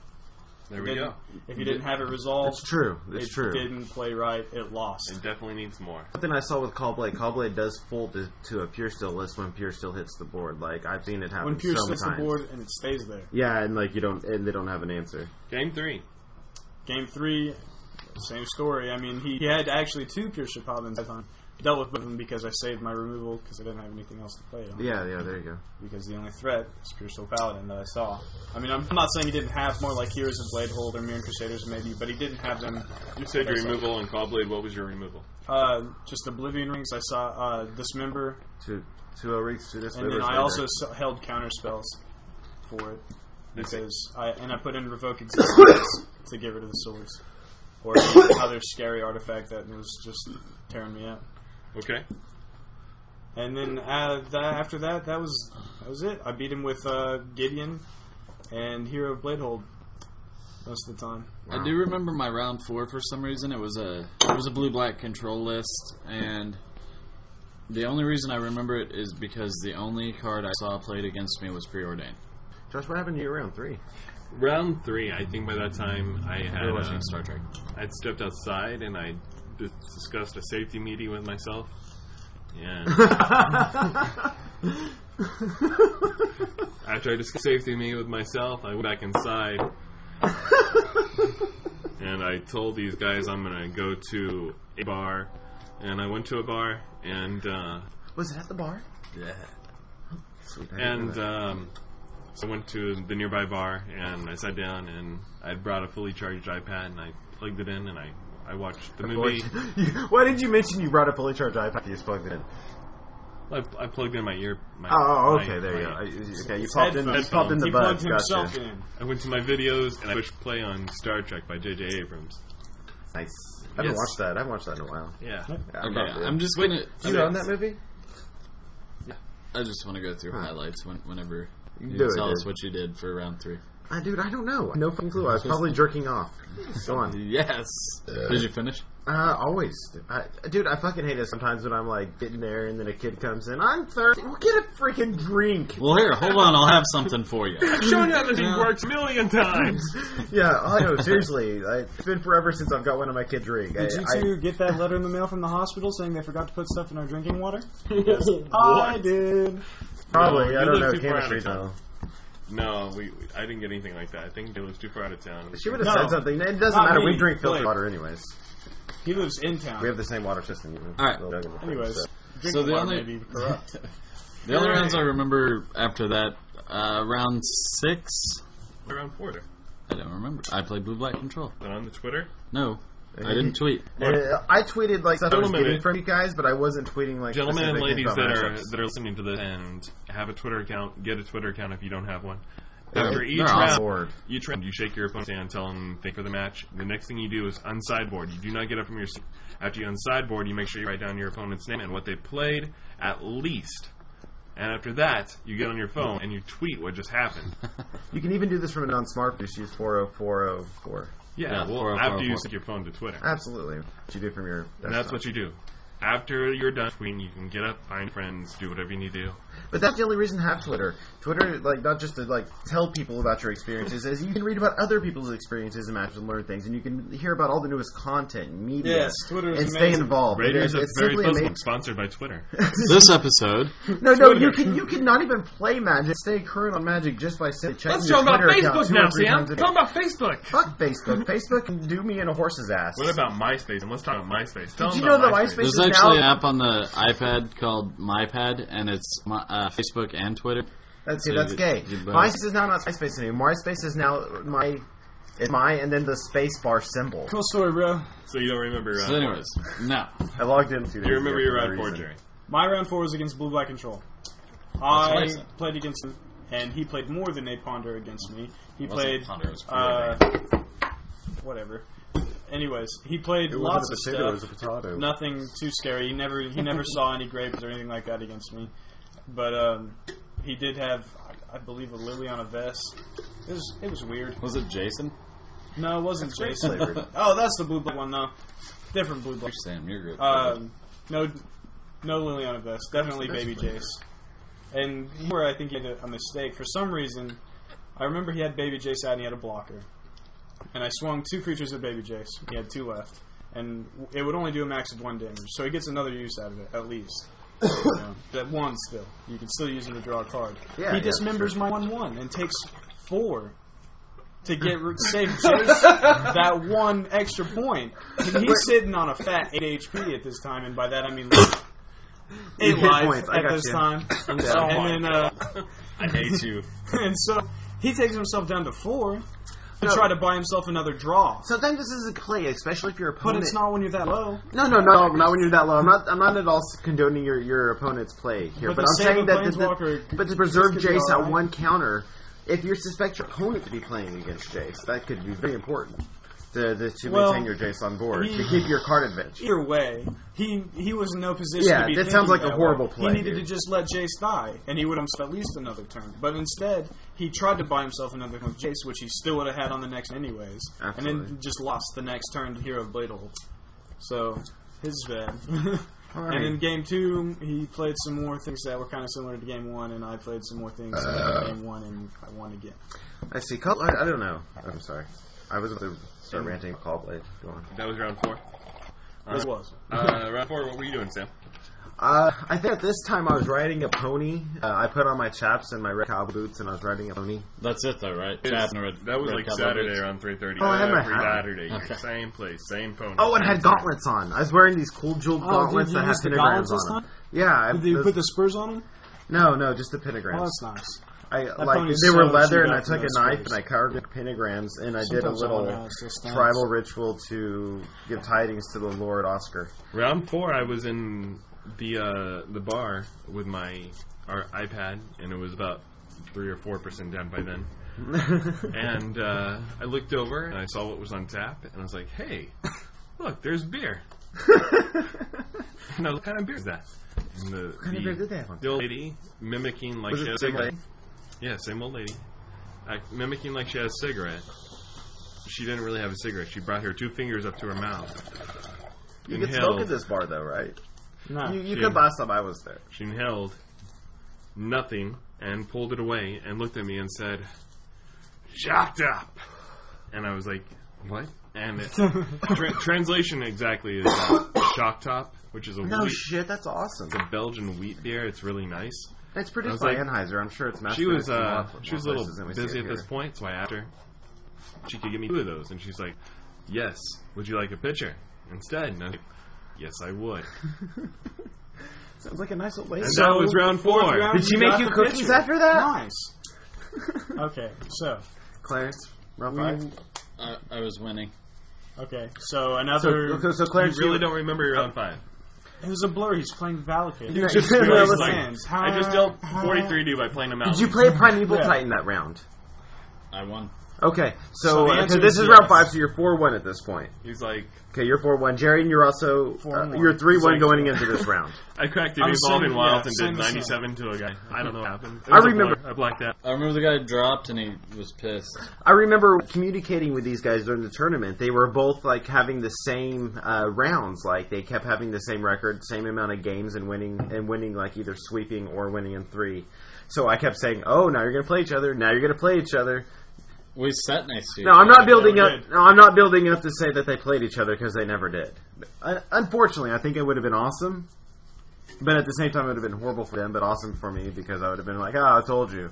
Speaker 4: There we go.
Speaker 7: If you didn't have it resolved,
Speaker 6: It's true. It's
Speaker 7: it
Speaker 6: true.
Speaker 7: didn't play right, it lost.
Speaker 4: It definitely needs more.
Speaker 6: Something I saw with Callblade. Callblade does fold to, to a pure still list when pure still hits the board. Like I've seen it happen.
Speaker 7: When Pierce
Speaker 6: so many
Speaker 7: hits the
Speaker 6: times.
Speaker 7: board and it stays there.
Speaker 6: Yeah, and like you don't, and they don't have an answer.
Speaker 4: Game three.
Speaker 7: Game three, same story. I mean, he, he had actually two Pierce Chapalins that time, dealt with both of them because I saved my removal because I didn't have anything else to play it on.
Speaker 6: Yeah, yeah, there you go.
Speaker 7: Because the only threat was Spiritual Paladin that I saw. I mean, I'm not saying he didn't have more like Heroes of Bladehold or Mirror Crusaders maybe, but he didn't have them.
Speaker 4: You said your
Speaker 7: That's all.
Speaker 4: removal on Callblade. What was your removal?
Speaker 7: Uh, just Oblivion Rings I saw, uh, Dismember,
Speaker 6: Two, two Ulrichs, two this.
Speaker 7: and then I also s- held counter spells for it because I and I put in revoke existence to get rid of the swords or some other scary artifact that was just tearing me up.
Speaker 4: Okay.
Speaker 7: And then uh, that, after that, that was that was it. I beat him with uh, Gideon and Hero of Bladehold most of the time.
Speaker 8: I do remember my round four for some reason. It was a it was a blue black control list, and the only reason I remember it is because the only card I saw played against me was preordained.
Speaker 6: Josh, what happened to your round three?
Speaker 4: Round three. I think by that time I had
Speaker 8: We were
Speaker 4: uh,
Speaker 8: watching Star Trek.
Speaker 4: I'd stepped outside and I dis- discussed a safety meeting with myself. Yeah. After I discussed safety meeting with myself, I went back inside. and I told these guys I'm going to go to a bar. And I went to a bar and uh,
Speaker 6: Was it at the bar?
Speaker 8: Yeah.
Speaker 6: Sweet. I didn't know
Speaker 4: and
Speaker 6: that.
Speaker 4: um, so I went to the nearby bar and I sat down and I brought a fully charged iPad and I plugged it in and I, I watched
Speaker 7: uh,
Speaker 4: the movie.
Speaker 6: Why did you mention you brought a fully charged iPad? You just plugged it in.
Speaker 4: I, I plugged in my ear. My,
Speaker 6: Oh,
Speaker 4: my-
Speaker 6: okay, there you go.
Speaker 4: my-
Speaker 6: I- Okay, you popped in. You
Speaker 7: Headphones.
Speaker 6: popped in the
Speaker 7: he
Speaker 6: bud.
Speaker 7: plugged himself
Speaker 6: Gotcha.
Speaker 7: in.
Speaker 4: I went to my videos and I pushed play on Star Trek by J.J. Abrams.
Speaker 6: Nice. I haven't
Speaker 4: Yes.
Speaker 6: watched that. I haven't watched that in a while.
Speaker 4: Yeah.
Speaker 6: Yeah, I'm not
Speaker 8: Okay,
Speaker 6: really-
Speaker 8: I'm just gonna.
Speaker 6: you own that movie?
Speaker 8: I just want to go through highlights when, whenever you
Speaker 6: do it,
Speaker 8: tell us
Speaker 6: dude.
Speaker 8: what you did for round three.
Speaker 6: I dude, I don't know. No fucking clue. I was probably jerking off. Go on.
Speaker 8: Yes. Did you finish?
Speaker 6: Uh, always. I, dude, I fucking hate it sometimes when I'm like getting there and then a kid comes in. I'm thirsty. Well, get a freaking drink.
Speaker 8: Well, here, hold on. I'll have something for you.
Speaker 4: I've shown you how this works a million times.
Speaker 6: yeah, I know. Seriously, I, it's been forever since I've got one of my kids drink.
Speaker 7: Did
Speaker 6: I,
Speaker 7: you two get that letter in the mail from the hospital saying they forgot to put stuff in our drinking water? Yes. I did.
Speaker 6: I, probably.
Speaker 4: No,
Speaker 6: I
Speaker 4: you
Speaker 6: don't know
Speaker 4: live too far
Speaker 6: chemistry
Speaker 4: out of
Speaker 6: though.
Speaker 4: No, we, we- I didn't get anything like that. I think they lived too far out of town.
Speaker 6: She would have
Speaker 7: No.
Speaker 6: said something. It doesn't
Speaker 7: Not
Speaker 6: matter.
Speaker 7: me.
Speaker 6: We drink filtered
Speaker 7: Blake.
Speaker 6: water anyways.
Speaker 7: He lives in
Speaker 6: We
Speaker 7: town.
Speaker 6: have the same water system.
Speaker 8: All right.
Speaker 7: Anyways, drinking
Speaker 8: So the
Speaker 7: water
Speaker 8: only-
Speaker 7: may be corrupt.
Speaker 8: The only rounds I remember after that, uh, round six.
Speaker 4: Around four there.
Speaker 8: I don't remember. I played blue black control.
Speaker 4: But on the Twitter,
Speaker 8: No, I didn't tweet.
Speaker 6: Uh, I tweeted like stuff I was
Speaker 4: Gentlemen.
Speaker 6: getting from you guys, but I wasn't tweeting like
Speaker 4: gentlemen and
Speaker 6: specific
Speaker 4: ladies
Speaker 6: things
Speaker 4: that
Speaker 6: about
Speaker 4: are
Speaker 6: matchups.
Speaker 4: that are listening to this and have a Twitter account, get a Twitter account if you don't have one.
Speaker 8: They're-
Speaker 4: After each
Speaker 8: they're on
Speaker 4: round,
Speaker 6: board.
Speaker 4: each round, you shake your opponent's hand, tell them think of the match. The next thing you do is unsideboard. You do not get up from your seat. After you unsideboard, you make sure you write down your opponent's name and what they played, at least. And after that, you get on your phone and you tweet what just happened.
Speaker 6: You can even do this from a non-smart. Just use four oh four oh four.
Speaker 4: Yeah, well,
Speaker 8: 404.
Speaker 4: after you stick your phone to Twitter.
Speaker 6: Absolutely. What you do from your.
Speaker 4: And that's what you do. After you're done tweeting, you can get up, find friends, do whatever you need to do.
Speaker 6: But that's the only reason to have Twitter. Twitter, like, not just to like tell people about your experiences, is you can read about other people's experiences and matches and learn things, and you can hear about all the newest content, and media,
Speaker 7: Yes, Twitter is
Speaker 6: and stay
Speaker 7: amazing.
Speaker 6: involved. It
Speaker 4: Raiders
Speaker 6: is-
Speaker 4: of
Speaker 6: it's
Speaker 4: Very
Speaker 6: simply
Speaker 4: Puzzle,
Speaker 6: amazing.
Speaker 4: sponsored by Twitter.
Speaker 8: This episode,
Speaker 6: No, no, you can you can not even play Magic, stay current on Magic just by simply checking your Twitter account two or three times a day.
Speaker 4: about Facebook.
Speaker 6: Fuck Facebook. Facebook can do me in a horse's ass.
Speaker 4: What about MySpace? And let's talk about MySpace. Tell
Speaker 6: Did
Speaker 4: them
Speaker 6: you know
Speaker 4: about
Speaker 6: that MySpace
Speaker 8: there's
Speaker 6: is
Speaker 8: actually an
Speaker 6: now?
Speaker 8: app on the iPad called MyPad, and it's my, uh, Facebook and Twitter.
Speaker 6: That's, see, that's
Speaker 8: You-
Speaker 6: gay.
Speaker 8: you both.
Speaker 6: MySpace is now not MySpace anymore. MySpace is now my, it's my, and then the space bar symbol.
Speaker 7: Cool story, bro.
Speaker 4: So you don't remember? Uh,
Speaker 8: So, anyways, no.
Speaker 6: I logged in. two days
Speaker 4: you remember
Speaker 6: ago
Speaker 4: your
Speaker 6: for no
Speaker 4: round four,
Speaker 6: reason.
Speaker 4: Jerry?
Speaker 7: My round four was against Blue Black Control.
Speaker 8: what
Speaker 7: I
Speaker 8: I said.
Speaker 7: played against him, and he played more than a ponder against me. He
Speaker 8: Wasn't
Speaker 7: played
Speaker 8: ponder, it was
Speaker 7: uh, whatever. Anyways, he played lots of stuff.
Speaker 6: potato.
Speaker 7: Nothing too scary. He never he never saw any grapes or anything like that against me. But um, he did have, I, I believe, a lily on a vest. It was it was weird.
Speaker 8: Was it Jason?
Speaker 7: No, it wasn't Jason.
Speaker 6: flavored.
Speaker 7: oh, that's the blue black one. No, different blue black.
Speaker 8: Sam, you're good.
Speaker 7: Um, no, no Liliana Vest. Definitely Baby Jace. And where I think he made a, a mistake for some reason, I remember he had Baby Jace out and he had a blocker, and I swung two creatures at Baby Jace. He had two left, and w- it would only do a max of one damage, so he gets another use out of it at least. you know, that one still, you can still use him to draw a card.
Speaker 6: Yeah,
Speaker 7: he
Speaker 6: yeah,
Speaker 7: dismembers my one one and takes four to get save Jace that one extra point. And he's sitting on a fat eight HP at this time, and by that I mean like, eight
Speaker 6: hit
Speaker 7: life
Speaker 6: points, I
Speaker 7: at
Speaker 6: got
Speaker 7: this
Speaker 6: you.
Speaker 7: time. And so, and then, uh,
Speaker 8: I hate you.
Speaker 7: and so he takes himself down to four to try to buy himself another draw.
Speaker 6: Sometimes this is a play, especially if your
Speaker 7: But
Speaker 6: opponent.
Speaker 7: it's not when you're that low.
Speaker 6: No, no, no, not when you're that low. I'm not. I'm not at all condoning your, your opponent's play here,
Speaker 7: But
Speaker 6: but,
Speaker 7: the
Speaker 6: I'm
Speaker 7: same
Speaker 6: saying that. The,
Speaker 7: Planeswalker
Speaker 6: the, but to preserve
Speaker 7: could be
Speaker 6: Jace at
Speaker 7: alright.
Speaker 6: one counter, if you suspect your opponent to be playing against Jace, that could be very important. To, to, to
Speaker 7: Well,
Speaker 6: maintain your Jace on board,
Speaker 7: he-
Speaker 6: to keep your card advantage.
Speaker 7: Either way, he he was in no position.
Speaker 6: Yeah,
Speaker 7: to be
Speaker 6: that
Speaker 7: thinking
Speaker 6: sounds like a
Speaker 7: that
Speaker 6: horrible
Speaker 7: way.
Speaker 6: play,
Speaker 7: He needed
Speaker 6: dude.
Speaker 7: to just let Jace die, and he would have spent at least another turn. But instead, he tried to buy himself another turn with Jace, which he still would have had on the next anyways, and
Speaker 6: Absolutely.
Speaker 7: then just lost the next turn to Hero Bladel. So his bad.
Speaker 6: Alright.
Speaker 7: And in game two, he played some more things that were kind of similar to game one, and I played some more things in
Speaker 6: Uh.
Speaker 7: game one, and I won again.
Speaker 6: I see. Call, I, I don't know. I'm sorry. I was about to start ranting. about Call blade. Go on.
Speaker 4: That was round four.
Speaker 7: This was.
Speaker 4: Uh, round four. What were you doing, Sam?
Speaker 6: Uh, I think at this time I was riding a pony. Uh, I put on my chaps and my red cow boots, and I was riding a pony.
Speaker 8: That's it, though, right?
Speaker 4: Yes.
Speaker 8: Chapman Red-
Speaker 4: that was
Speaker 8: Red
Speaker 4: like
Speaker 8: Cowboy
Speaker 4: Saturday
Speaker 8: Boots.
Speaker 4: around three thirty. Uh,
Speaker 6: Oh, I had my
Speaker 4: every
Speaker 6: hat.
Speaker 4: Saturday.
Speaker 8: Okay.
Speaker 4: Same place, same phone.
Speaker 6: Oh, and I had gauntlets on. I was wearing these cool jeweled
Speaker 7: Oh,
Speaker 6: gauntlets
Speaker 7: did you
Speaker 6: that had
Speaker 7: use the
Speaker 6: pentagrams
Speaker 7: gauntlets this
Speaker 6: on them.
Speaker 7: time?
Speaker 6: Yeah, I,
Speaker 7: Did you
Speaker 6: those-
Speaker 7: put the spurs on him?
Speaker 6: no, no, just the pentagrams.
Speaker 7: Oh, that's nice.
Speaker 6: I like
Speaker 7: pony's
Speaker 6: they were
Speaker 7: so
Speaker 6: leather,
Speaker 7: chewed
Speaker 6: and I
Speaker 7: up in
Speaker 6: took a
Speaker 7: those
Speaker 6: knife
Speaker 7: scars.
Speaker 6: and I carved the pentagrams, and I did a
Speaker 7: Sometimes I
Speaker 6: little
Speaker 7: wonder how it's so stained.
Speaker 6: tribal ritual to give tidings to the Lord Oscar.
Speaker 4: Round four, I was in the uh, the bar with my our iPad, and it was about three or four percent down by then. and uh, I looked over and I saw what was on tap, and I was like, "Hey, look, there's beer." and I was, what kind of beer is that? And the,
Speaker 6: kind of
Speaker 4: the-
Speaker 6: beer did they have on
Speaker 4: The old lady mimicking like
Speaker 6: Was it
Speaker 4: she had a
Speaker 6: the same
Speaker 4: cigarette.
Speaker 6: lady?
Speaker 4: Yeah, same old lady. Act, mimicking like she had a cigarette. She didn't really have a cigarette. She brought her two fingers up to her mouth.
Speaker 6: You could
Speaker 4: Inhaled.
Speaker 6: smoke at this bar, though, right?
Speaker 7: No.
Speaker 6: You, you
Speaker 4: Yeah.
Speaker 6: could last time I was there.
Speaker 4: She inhaled nothing and pulled it away and looked at me and said, "Shut up!" And I was like, "What?" And it, tra- translation exactly is uh, shock top, which is a
Speaker 6: No
Speaker 4: wheat,
Speaker 6: shit, that's awesome.
Speaker 4: it's a Belgian wheat beer. It's really nice.
Speaker 6: It's
Speaker 4: I
Speaker 6: produced
Speaker 4: was
Speaker 6: by
Speaker 4: like-
Speaker 6: Anheuser. I'm sure it's mass
Speaker 4: She was
Speaker 6: produced in a
Speaker 4: uh,
Speaker 6: lot of
Speaker 4: she was a
Speaker 6: more
Speaker 4: little
Speaker 6: places than we see
Speaker 4: busy
Speaker 6: it
Speaker 4: at this
Speaker 6: here.
Speaker 4: point, so I asked her if she could give me two of those, and she's like, "Yes, would you like a pitcher instead?" And I was like, "Yes, I would."
Speaker 6: Sounds like a nice old lady.
Speaker 4: And that was round four.
Speaker 7: round-
Speaker 6: Did she
Speaker 7: You
Speaker 6: make
Speaker 7: got
Speaker 6: you
Speaker 7: the
Speaker 6: cookies
Speaker 7: picture.
Speaker 6: after that?
Speaker 7: Nice. okay, so
Speaker 6: Clarence, round
Speaker 4: Mm.
Speaker 7: we,
Speaker 6: five.
Speaker 8: I, I was winning.
Speaker 7: okay, so another.
Speaker 6: So, so Clarence,
Speaker 4: You really don't remember your round five.
Speaker 7: it was a blur. He's playing Valakut.
Speaker 6: You
Speaker 7: He
Speaker 6: just-
Speaker 7: plays
Speaker 6: no, listen.
Speaker 7: lands. How-
Speaker 4: I just dealt 43D by playing them out.
Speaker 6: Did you play Primeval
Speaker 7: Yeah.
Speaker 6: Titan that round?
Speaker 8: I won.
Speaker 6: Okay,
Speaker 7: So
Speaker 6: so,
Speaker 7: the
Speaker 6: uh,
Speaker 7: answer
Speaker 6: this
Speaker 7: is
Speaker 6: is round
Speaker 7: yes.
Speaker 6: five, so you're four one at this point.
Speaker 4: He's like,
Speaker 6: Okay, you're four one, Jerry, and you're also
Speaker 7: Four
Speaker 6: uh,
Speaker 7: and one.
Speaker 6: you're three one
Speaker 4: It's like-
Speaker 6: going into this round.
Speaker 4: I cracked the
Speaker 7: I'm
Speaker 4: evolving
Speaker 7: assuming-
Speaker 4: wild
Speaker 7: yeah,
Speaker 4: and
Speaker 7: same
Speaker 4: did
Speaker 7: as
Speaker 4: 97 to a guy. uh, I don't know what happened. It
Speaker 6: I
Speaker 4: was a
Speaker 6: remember-
Speaker 4: blur. I blacked out.
Speaker 8: I remember the guy dropped and he was pissed.
Speaker 6: I remember communicating with these guys during the tournament. They were both like having the same uh, rounds, like they kept having the same record, same amount of games, and winning and winning like either sweeping or winning in three. So I kept saying, "Oh, now you're going to play each other. Now you're going to play each other."
Speaker 8: We sat next to each
Speaker 6: No, I'm
Speaker 8: other.
Speaker 6: not building
Speaker 7: never
Speaker 6: up. No, I'm not building up to say that they played each other because they never did. Uh, unfortunately, I think it would have been awesome, but at the same time, it would have been horrible for them, but awesome for me because I would have been like, "Oh, I told you."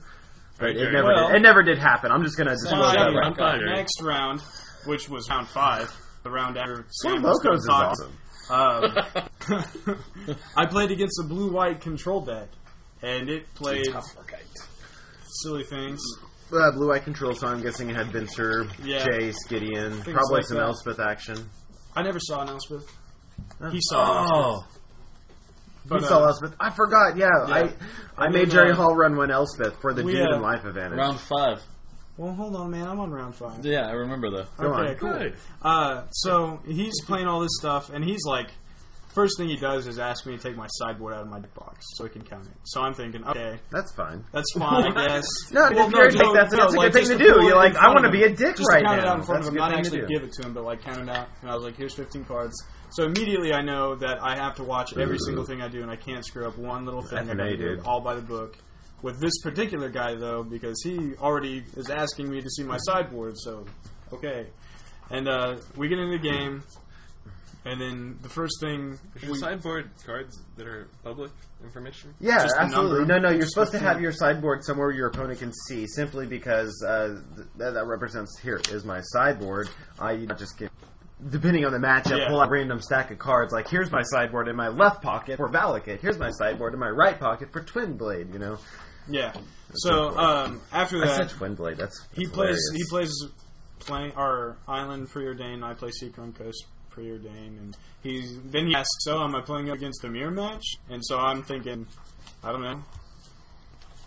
Speaker 6: But
Speaker 4: Right,
Speaker 6: it
Speaker 4: Jerry.
Speaker 6: never
Speaker 7: Well-
Speaker 6: did. It never did happen. I'm just going to
Speaker 7: Well,
Speaker 6: disclose
Speaker 8: Well,
Speaker 6: that.
Speaker 8: yeah,
Speaker 6: right
Speaker 4: round five.
Speaker 7: next round, which was round five, the round after
Speaker 6: now.
Speaker 7: Sam was
Speaker 6: Locos is
Speaker 7: gonna talk,
Speaker 6: awesome.
Speaker 7: Um, I played against a blue-white control deck, and it played silly things.
Speaker 6: Uh, Blue Eye Control, so I'm guessing it had Vincer,
Speaker 7: Yeah.
Speaker 6: Jace, Gideon,
Speaker 7: Things
Speaker 6: probably
Speaker 7: like
Speaker 6: some
Speaker 7: that.
Speaker 6: Elspeth action.
Speaker 7: I never saw an Elspeth.
Speaker 6: Huh.
Speaker 7: He saw.
Speaker 4: Oh.
Speaker 7: an Elspeth.
Speaker 6: You
Speaker 7: But,
Speaker 6: saw
Speaker 7: uh,
Speaker 6: Elspeth. I forgot, yeah.
Speaker 7: Yeah.
Speaker 6: I, I
Speaker 7: And
Speaker 6: made
Speaker 7: then,
Speaker 6: Jerry
Speaker 7: uh,
Speaker 6: Hall run one Elspeth for the
Speaker 7: we,
Speaker 6: Demon
Speaker 7: uh,
Speaker 6: and Life advantage.
Speaker 8: Round five.
Speaker 7: Well, hold on, man. I'm on round five.
Speaker 8: Yeah, I remember though.
Speaker 6: Go
Speaker 7: okay,
Speaker 6: on.
Speaker 7: cool.
Speaker 4: Good.
Speaker 7: Uh, so he's playing all this stuff, and he's like, first thing he does is ask me to take my sideboard out of my deck box so he can count it. So I'm thinking, okay,
Speaker 6: That's fine.
Speaker 7: that's fine, I guess.
Speaker 6: No, if you're a dick, that's- that's a good thing
Speaker 7: just
Speaker 6: to
Speaker 7: to
Speaker 6: do.
Speaker 7: pull it
Speaker 6: You're
Speaker 7: in
Speaker 6: like, I
Speaker 7: front
Speaker 6: wanna
Speaker 7: of
Speaker 6: be a
Speaker 7: him.
Speaker 6: dick
Speaker 7: just
Speaker 6: right
Speaker 7: to count it
Speaker 6: now.
Speaker 7: out in front
Speaker 6: That's
Speaker 7: of
Speaker 6: a
Speaker 7: him,
Speaker 6: good thing
Speaker 7: not
Speaker 6: to
Speaker 7: actually
Speaker 6: do.
Speaker 7: give it to him, but like count it out. And I was like, here's 15 cards. So immediately I know that I have to watch every single thing I do, and I can't screw up one little thing that I
Speaker 6: FNA,
Speaker 7: do
Speaker 6: dude.
Speaker 7: all by the book. With this particular guy though, because he already is asking me to see my sideboard, so okay. And uh, we get into the game. And then the first thing
Speaker 4: Is your sideboard cards that are public information?
Speaker 6: Yeah,
Speaker 7: Just the
Speaker 6: absolutely. No,
Speaker 7: number.
Speaker 6: no, you're supposed to
Speaker 7: the-
Speaker 6: have your sideboard somewhere your opponent can see, simply because uh, th- that, that represents here is my sideboard. I you just get. Depending on the matchup,
Speaker 7: Yeah.
Speaker 6: pull out a random stack of cards. Like, here's my sideboard in my left pocket for Valakut. Here's my sideboard in my right pocket for Twin Blade. You know,
Speaker 7: yeah. So um, after
Speaker 6: I said
Speaker 7: that,
Speaker 6: Twin Blade. That's,
Speaker 7: he
Speaker 6: that's
Speaker 7: plays he
Speaker 6: hilarious.
Speaker 7: plays playing our island preordained. I play Seacoast Coast preordained, and he's then he asks, "So am I playing up against a mirror match?" And so I'm thinking, I don't know,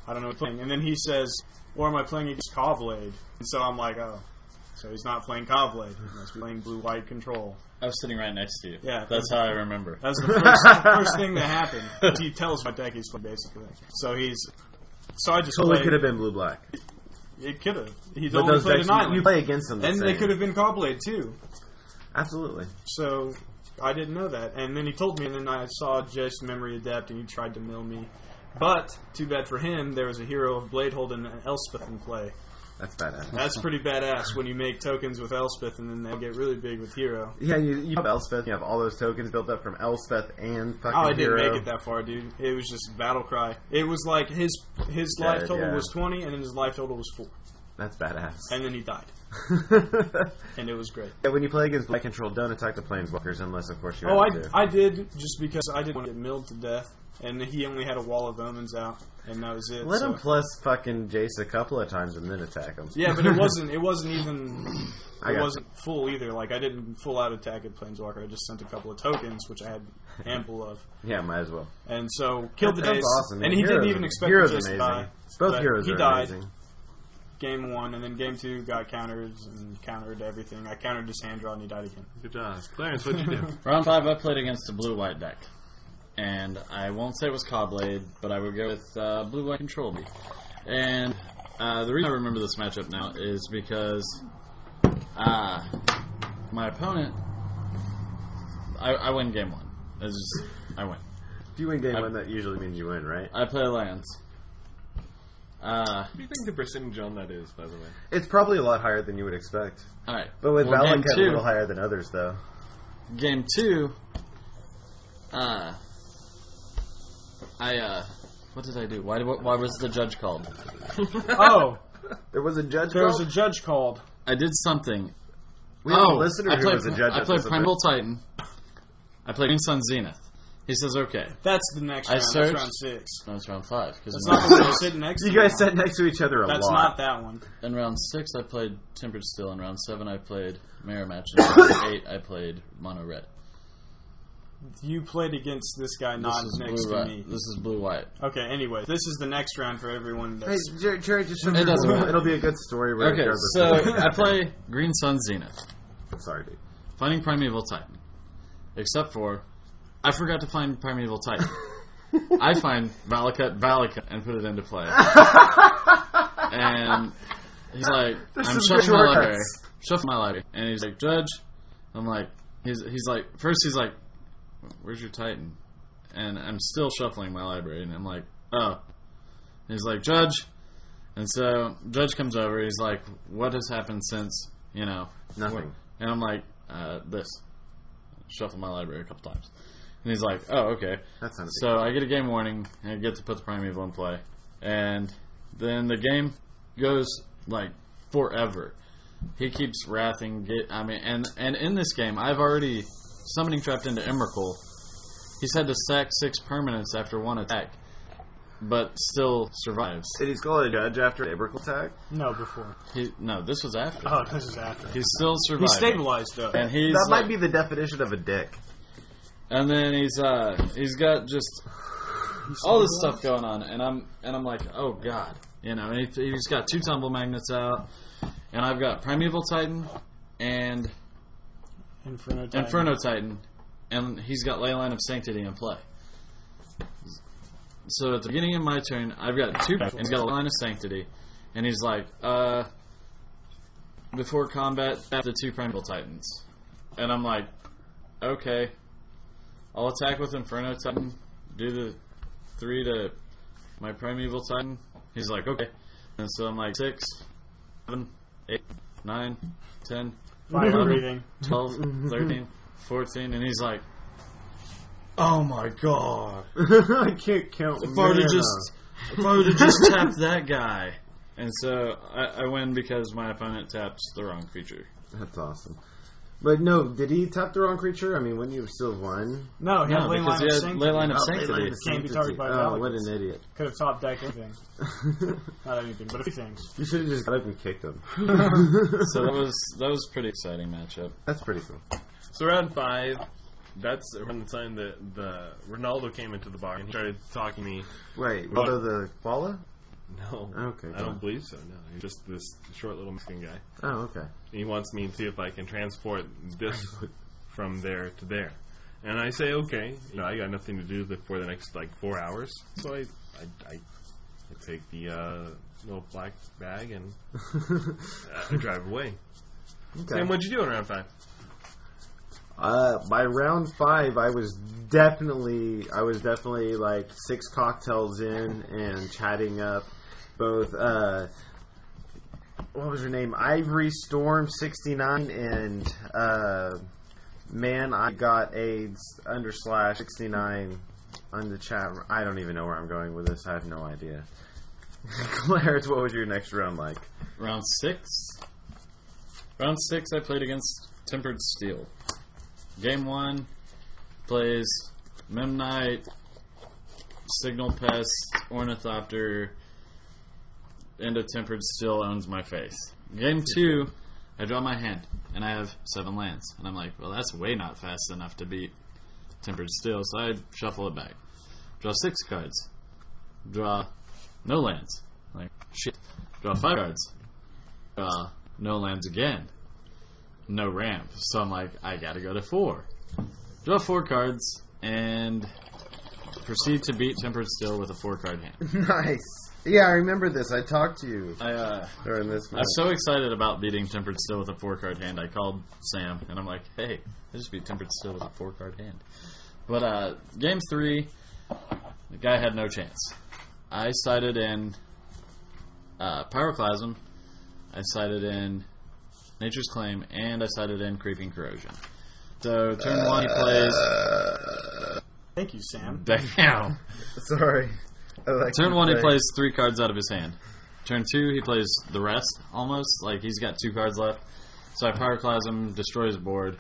Speaker 7: I don't know what playing. And then he says, "Or am I playing against Cobblade?" And so I'm like, "Oh." So he's not playing Cobblade. He must be playing blue-white control.
Speaker 8: I was sitting right next to you.
Speaker 7: Yeah.
Speaker 8: that's how I remember.
Speaker 7: That's the first, first thing that happened. He tells what deck he's playing, basically. So he's. So I just
Speaker 6: Totally
Speaker 7: played-
Speaker 6: could have been blue black,
Speaker 7: It could have. He's
Speaker 6: but
Speaker 7: only
Speaker 6: those
Speaker 7: played
Speaker 6: decks
Speaker 7: an
Speaker 6: you,
Speaker 7: island.
Speaker 6: you play against them. the
Speaker 7: and they
Speaker 6: same.
Speaker 7: could have been Cobblade too.
Speaker 6: absolutely.
Speaker 7: So I didn't know that. And then he told me, and then I saw Jeff's memory adapt, and he tried to mill me. But too bad for him, there was a hero of Bladehold and an Elspeth in play.
Speaker 6: That's badass.
Speaker 7: That's pretty badass when you make tokens with Elspeth, and then they get really big with hero.
Speaker 6: Yeah, you, you have Elspeth. You have all those tokens built up from Elspeth and fucking
Speaker 7: Oh, I didn't
Speaker 6: Hero.
Speaker 7: make it that far, dude. It was just battle cry. It was like his his
Speaker 6: Dead,
Speaker 7: life total
Speaker 6: yeah.
Speaker 7: was twenty, and then his life total was four,
Speaker 6: That's badass.
Speaker 7: and then he died, and it was great.
Speaker 6: Yeah, when you play against Black Control, don't attack the Planeswalkers unless, of course, you
Speaker 7: Oh,
Speaker 6: have to.
Speaker 7: I, I did just because I didn't want to get milled to death, and he only had a wall of omens out, and that was it.
Speaker 6: Let
Speaker 7: so-
Speaker 6: him plus fucking Jace a couple of times and then attack him.
Speaker 7: Yeah, but it wasn't. It wasn't even.
Speaker 6: I
Speaker 7: It
Speaker 6: got
Speaker 7: wasn't full either. Like I didn't full out attack at Planeswalker. I just sent a couple of tokens, which I had ample of,
Speaker 6: Yeah, might as well.
Speaker 7: and so killed the
Speaker 6: That's
Speaker 7: days.
Speaker 6: awesome.
Speaker 7: And
Speaker 6: man.
Speaker 7: he
Speaker 6: Heroes-
Speaker 7: didn't even expect
Speaker 6: Heroes
Speaker 7: to just
Speaker 6: amazing.
Speaker 7: die.
Speaker 6: Both
Speaker 7: but
Speaker 6: heroes
Speaker 7: he
Speaker 6: are
Speaker 7: died.
Speaker 6: amazing.
Speaker 7: Game one, and then game two got counters and countered everything. I countered his hand draw, and he died again.
Speaker 4: Good job. Clarence, what'd you do?
Speaker 8: Round five, I played against a blue-white deck, and I won't say it was Cobblade, but I would go with uh, blue-white control me. And uh, the reason I remember this matchup now is because uh, my opponent, I, I win game one. It's just I win.
Speaker 6: If you win game
Speaker 8: I-
Speaker 6: one, that usually means you win, right?
Speaker 8: I play lands. Uh,
Speaker 4: What do you think the percentage on that is, by the way?
Speaker 6: It's probably a lot higher than you would expect.
Speaker 8: all right,
Speaker 6: But with
Speaker 8: Well, game
Speaker 6: Valakut, a
Speaker 8: two-
Speaker 6: little higher than others, though.
Speaker 8: game two, uh, I uh, what did I do? Why why why was the judge called?
Speaker 7: Oh,
Speaker 6: There was a judge.
Speaker 7: there was
Speaker 6: call?
Speaker 7: a judge called.
Speaker 8: I did something.
Speaker 6: we had
Speaker 8: oh,
Speaker 6: a listener
Speaker 8: I
Speaker 6: who
Speaker 8: played,
Speaker 6: was a judge.
Speaker 8: I
Speaker 6: at
Speaker 8: played
Speaker 6: this
Speaker 8: Primal Titan. I played Green Sun Zenith. He says, "Okay,
Speaker 7: That's the next
Speaker 8: I
Speaker 7: round.
Speaker 8: searched.
Speaker 7: That's round six.
Speaker 8: no, it's round five because
Speaker 7: That's
Speaker 8: in,
Speaker 7: not the one sitting next.
Speaker 6: event.
Speaker 7: to
Speaker 6: You guys
Speaker 7: him.
Speaker 6: sat next to each other a
Speaker 7: That's
Speaker 6: lot.
Speaker 7: not that one.
Speaker 8: in round six I played Tempered Steel. In round seven I played Mirror Match. In round eight I played Mono Red.
Speaker 7: You played against this guy
Speaker 8: This
Speaker 7: not
Speaker 8: is
Speaker 7: next
Speaker 8: blue
Speaker 7: to
Speaker 8: white.
Speaker 7: me.
Speaker 8: This is blue white.
Speaker 7: Okay, anyway, this is the next round for everyone.
Speaker 6: Hey,
Speaker 7: That's,
Speaker 6: Jerry, Jerry just
Speaker 8: It doesn't matter.
Speaker 6: It'll be a good story. Where
Speaker 8: Okay, so I play Green Sun Zenith.
Speaker 6: Sorry, dude.
Speaker 8: Finding Primeval Titan. Except for, I forgot to find Primeval Titan. I find Valakut Valakut and put it into play. and he's like, I'm
Speaker 6: is
Speaker 8: shuffling
Speaker 6: good
Speaker 8: my
Speaker 6: work.
Speaker 8: library. Shuffle my library. And he's like, Judge. I'm like, he's, he's like, first he's like, Where's your Titan? And I'm still shuffling my library. And I'm like, Oh. And he's like, Judge. And so, Judge comes over. He's like, What has happened since, you know,
Speaker 6: Nothing.
Speaker 8: and I'm like, uh, this. Shuffle my library a couple times. And he's like, oh, okay.
Speaker 6: That sounds.
Speaker 8: So I get a game warning, and I get to put the primeval in play. And then the game goes, like, forever. He keeps wrathing. Get, I mean, and, and in this game, I've already summoning trapped into Emrakul. He's had to sack six permanents after one attack, but still survives.
Speaker 6: Did he call a judge after Abrical attack?
Speaker 7: no, before.
Speaker 8: He, no, this was after.
Speaker 7: Oh, this is after.
Speaker 8: He still
Speaker 7: He
Speaker 8: survived.
Speaker 7: stabilized though.
Speaker 8: And he's
Speaker 6: that
Speaker 8: like,
Speaker 6: might be the definition of a dick.
Speaker 8: and then he's uh he's got just all this stuff going on and i'm and i'm like oh god you know and he, he's got two tumble magnets out and i've got primeval titan and
Speaker 7: Inferno. Titan.
Speaker 8: inferno titan and he's got leyline of sanctity in play so at the beginning of my turn i've got two and he's got a line of sanctity and he's like uh before combat tap the two primeval titans and i'm like okay I'll attack with Inferno Titan. Do the three to my Primeval Titan. He's like, okay. And so I'm like, six, seven, eight, nine, ten,
Speaker 7: Fire breathing.
Speaker 8: Mm-hmm. 12, 13, 14, and he's like, "Oh my god!
Speaker 6: I can't count.
Speaker 8: If I would have just, if I would have just tapped that guy." And so I, I win because my opponent taps the wrong creature.
Speaker 6: That's awesome. But no, did he tap the wrong creature? I mean, wouldn't you have still won?
Speaker 7: No, he
Speaker 8: No,
Speaker 7: had ley
Speaker 8: because
Speaker 7: line
Speaker 8: he
Speaker 7: of
Speaker 8: had
Speaker 7: sanctity.
Speaker 8: ley line of
Speaker 6: Oh, they
Speaker 8: sanctity.
Speaker 6: lied to
Speaker 7: Can't be targeted by
Speaker 6: Oh, what
Speaker 7: Pelicans.
Speaker 6: an idiot.
Speaker 7: Could have top decked anything. Not anything, but a few things.
Speaker 6: You should have just got up and kicked him.
Speaker 8: So that was that was a pretty exciting matchup.
Speaker 6: That's pretty cool.
Speaker 4: So round five, that's around the time that the Ronaldo came into the bar and he started talking to me.
Speaker 6: Wait,
Speaker 4: What?
Speaker 6: although the Fala?
Speaker 4: No,
Speaker 6: Okay, go
Speaker 4: I don't
Speaker 6: on.
Speaker 4: believe so. No, he's just this short little Mexican guy.
Speaker 6: Oh, okay.
Speaker 4: And he wants me to see if I can transport this from there to there. And I say, okay, you know, I got nothing to do the- for the next like four hours, so I, I, I, I take the uh, little black bag and uh, I drive away.
Speaker 6: Okay.
Speaker 4: Sam, what'd you do in round five?
Speaker 6: Uh, by round five, I was definitely, I was definitely like six cocktails in and chatting up both. Uh, what was her name? Ivory Storm sixty nine and uh, man, I got AIDS under slash sixty nine on the chat. room. I don't even know where I'm going with this. I have no idea. Clarence, what was your next round like?
Speaker 8: Round six. Round six, I played against Tempered Steel. Game one plays Memnite, Signal Pest, Ornithopter, and a Tempered Steel owns my face. Game two, I draw my hand, and I have seven lands. And I'm like, well, that's way not fast enough to beat Tempered Steel, so I shuffle it back. Draw six cards. Draw no lands. Like, shit. Draw five cards. Draw uh, no lands again. No ramp. So I'm like, I gotta go to four. Draw four cards and proceed to beat Tempered Steel with a four card hand.
Speaker 6: nice. Yeah, I remember this. I talked to you
Speaker 8: I, uh,
Speaker 6: during this.
Speaker 8: I was so excited about beating Tempered Steel with a four card hand. I called Sam and I'm like, hey, I just beat Tempered Steel with a four card hand. But uh, game three, the guy had no chance. I sided in uh, Pyroclasm, I sided in Nature's Claim, and I sided in Creeping Corrosion. So turn one, he plays.
Speaker 7: Thank you, Sam.
Speaker 8: Damn.
Speaker 6: Sorry. I like
Speaker 8: Turn
Speaker 6: to
Speaker 8: one, he
Speaker 6: play-
Speaker 8: plays three cards out of his hand. Turn two, he plays the rest almost. Like he's got two cards left. So I Pyroclasm, destroy his board.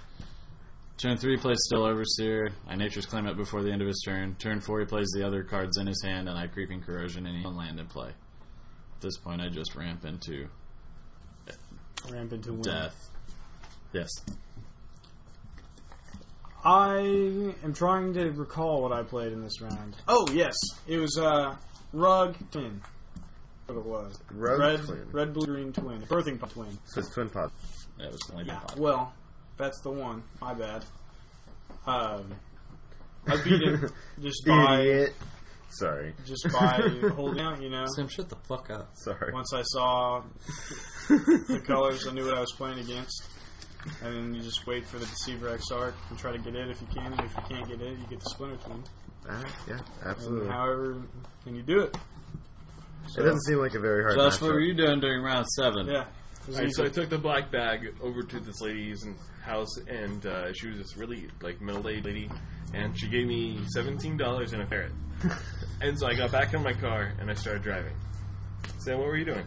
Speaker 8: Turn three, he plays Still Overseer. I Nature's Claim it before the end of his turn. Turn four, he plays the other cards in his hand, and I Creeping Corrosion, and he can land in play. At this point, I just ramp into
Speaker 7: Ramp into win.
Speaker 8: death. Yes.
Speaker 7: I am trying to recall what I played in this round. Oh yes, it was uh, rug twin. What it was?
Speaker 6: Rug
Speaker 7: red,
Speaker 6: twin.
Speaker 7: red, blue, green twin. Birthing Pod twin.
Speaker 6: So it's twin pod.
Speaker 8: That was the only
Speaker 7: Yeah.
Speaker 8: thing.
Speaker 7: Well, that's the one. My bad. Um, I beat him just by
Speaker 6: Idiot. Sorry.
Speaker 7: just by holding out. You know,
Speaker 8: Sam, shut the fuck up.
Speaker 6: Sorry.
Speaker 7: once I saw the colors, I knew what I was playing against. And then you just wait for the Deceiver X arc and try to get it if you can. And if you can't get it, you get the Splinter Twin.
Speaker 6: Ah, yeah, absolutely.
Speaker 7: And however, can you do it?
Speaker 6: It doesn't seem like a very hard.
Speaker 8: Josh, what
Speaker 6: matchup.
Speaker 8: were you doing during round seven?
Speaker 7: Yeah.
Speaker 4: Alright, so I took the black bag over to this lady's and- house, and uh, she was this really like middle-aged lady, and she gave me seventeen dollars and a ferret. and so I got back in my car and I started driving. Sam, what were you doing?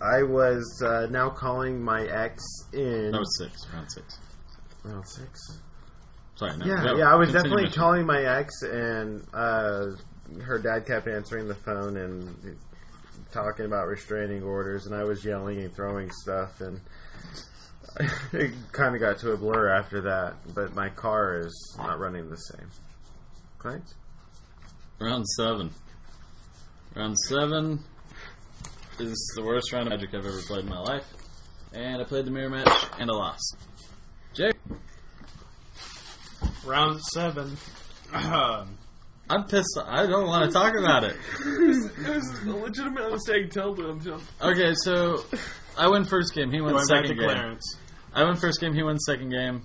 Speaker 6: I was uh, now calling my ex in.
Speaker 8: That was six. Round six.
Speaker 6: round six.
Speaker 8: Sorry. No,
Speaker 6: Yeah,
Speaker 8: go.
Speaker 6: yeah. I was
Speaker 8: Continue
Speaker 6: definitely
Speaker 8: mission.
Speaker 6: calling my ex, and uh, her dad kept answering the phone and talking about restraining orders, and I was yelling and throwing stuff, and it kind of got to a blur after that. But my car is not running the same. Right?
Speaker 8: Round seven. Round seven is the worst round of magic I've ever played in my life. And I played the mirror match and I lost. Jake,
Speaker 7: round seven.
Speaker 8: I'm pissed. I don't want to talk about it.
Speaker 4: It was a legitimate mistake. Tell them. Tell
Speaker 8: Okay, so I win first game. He won
Speaker 7: Going back to
Speaker 8: second game.
Speaker 7: Clarence.
Speaker 8: I win first game. He won second game.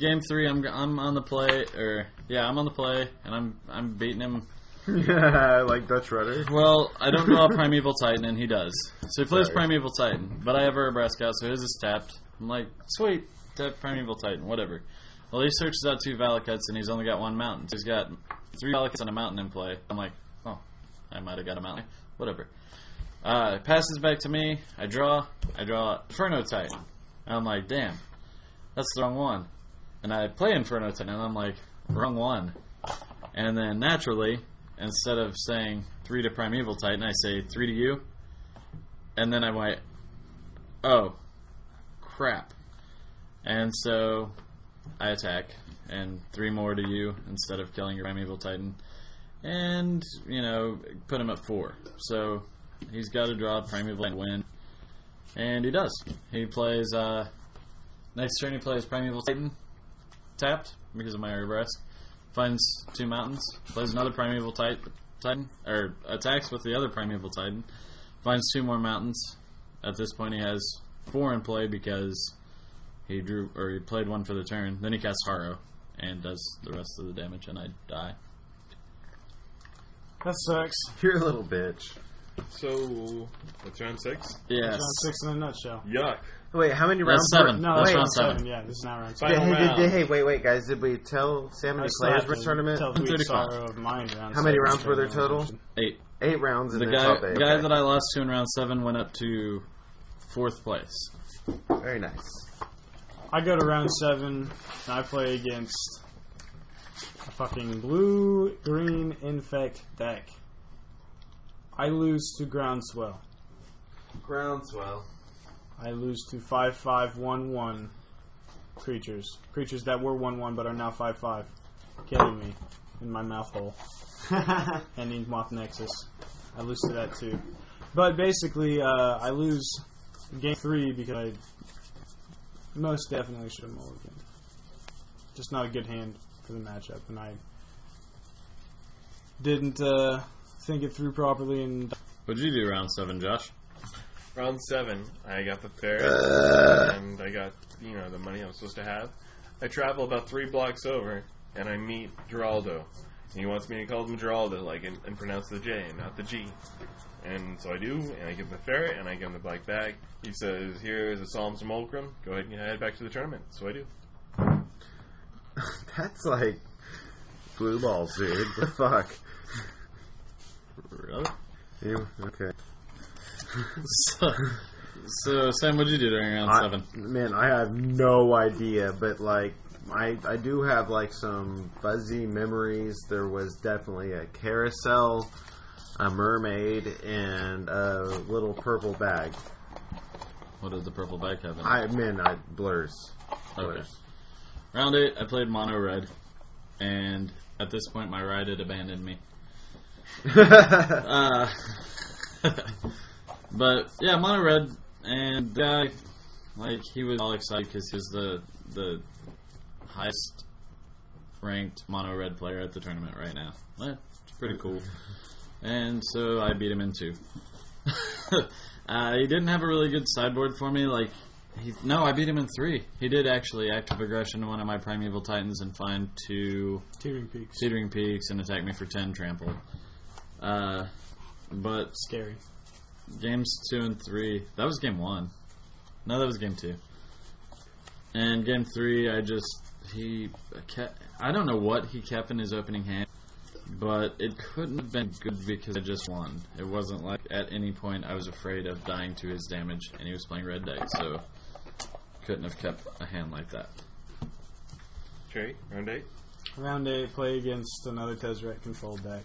Speaker 8: Game three, I'm I'm on the play, or yeah, I'm on the play, and I'm I'm beating him
Speaker 6: like Dutch rudder.
Speaker 8: Well, I don't draw Primeval Titan, and he does. So he plays
Speaker 6: Sorry.
Speaker 8: Primeval Titan, but I have Urbrask out, so his is tapped. I'm like, sweet, Ti- Primeval Titan, whatever. Well, he searches out two Valakuts and he's only got one mountain. So he's got three Valakuts and a mountain in play. I'm like, oh, I might have got a mountain. Whatever. Uh, it passes back to me. I draw. I draw Inferno Titan. And I'm like, damn, that's the wrong one. And I play Inferno Titan and I'm like, wrong one. And then naturally, instead of saying three to Primeval Titan, I say three to you. And then I went, oh, crap. And so I attack, and three more to you instead of killing your Primeval Titan. And, you know, put him at four. So he's got to draw Primeval and win. And he does. He plays, uh, next turn he plays Primeval Titan, tapped because of my arrest. Finds two mountains, plays another Primeval tit- Titan, or attacks with the other Primeval Titan, finds two more mountains. At this point, he has four in play because he drew or he played one for the turn. Then he casts Harrow and does the rest of the damage, and I die.
Speaker 7: That sucks.
Speaker 6: You're a little bitch.
Speaker 4: So, what's round six?
Speaker 8: Yes,
Speaker 7: Round six in a nutshell.
Speaker 4: Yuck.
Speaker 6: Wait, how many rounds?
Speaker 8: that's seven.
Speaker 7: No,
Speaker 8: that's
Speaker 7: that's
Speaker 6: wait.
Speaker 8: round
Speaker 7: round
Speaker 8: seven.
Speaker 7: seven. Yeah, this is not round
Speaker 6: Hey,
Speaker 7: seven.
Speaker 4: Final
Speaker 6: hey,
Speaker 4: round.
Speaker 6: did- hey, wait, wait, guys. Did we tell Sam how many players were tournament?
Speaker 7: Tell Tweet
Speaker 8: 35.
Speaker 7: Sorrow of mine round
Speaker 6: How many
Speaker 7: seven.
Speaker 6: rounds were there total?
Speaker 8: Eight.
Speaker 6: Eight rounds in
Speaker 8: The
Speaker 6: the,
Speaker 8: guy,
Speaker 6: top eight.
Speaker 8: guy
Speaker 6: Okay.
Speaker 8: that I lost to in round seven went up to fourth place.
Speaker 6: Very nice.
Speaker 7: I go to round seven, and I play against a fucking blue green infect deck. I lose to Groundswell.
Speaker 6: Groundswell.
Speaker 7: I lose to five five one one creatures. Creatures that were one one but are now five five. Killing me in my mouth hole. Ending Moth Nexus. I lose to that too. But basically, uh, I lose game three because I most definitely should have mulligan. Just not a good hand for the matchup, and I didn't uh, think it through properly and
Speaker 8: What'd you do round seven, Josh?
Speaker 4: Round seven, I got the ferret, and I got you know the money I'm supposed to have. I travel about three blocks over, and I meet Geraldo. And he wants me to call him Geraldo, like and, and pronounce the J, not the G. And so I do, and I give him the ferret, and I give him the black bag. He says, "Here is a Psalms Mulcrum. Go ahead and head back to the tournament." So I do.
Speaker 6: That's like blue balls, dude. What the fuck?
Speaker 8: Really?
Speaker 6: You okay?
Speaker 8: so, so, Sam, what'd you do during round
Speaker 6: I-
Speaker 8: seven?
Speaker 6: Man, I have no idea, but like I I do have like some fuzzy memories. There was definitely a carousel, a mermaid, and a little purple bag.
Speaker 8: What did the purple bag have? In it?
Speaker 6: I man, I blurs.
Speaker 8: Okay.
Speaker 6: Blurs.
Speaker 8: Round eight, I played mono red, and at this point, my ride had abandoned me. uh, but yeah, mono red, and the guy, like, he was all excited because he's the the highest ranked mono red player at the tournament right now. Well, It's pretty cool. And so I beat him in two. uh, he didn't have a really good sideboard for me. Like, he, no, I beat him in three. He did actually active aggression to one of my primeval titans and find two
Speaker 7: Tearing Peaks.
Speaker 8: Cedering Peaks and attack me for 10 trample. Uh, but
Speaker 7: Scary.
Speaker 8: games two and three, that was game one. No, that was game two. And game three, I just, he, kept, I don't know what he kept in his opening hand, but it couldn't have been good because I just won. It wasn't like at any point I was afraid of dying to his damage, and he was playing red deck, so couldn't have kept a hand like that.
Speaker 4: Trey, round eight.
Speaker 7: Round 8, play against another Tezzeret controlled deck.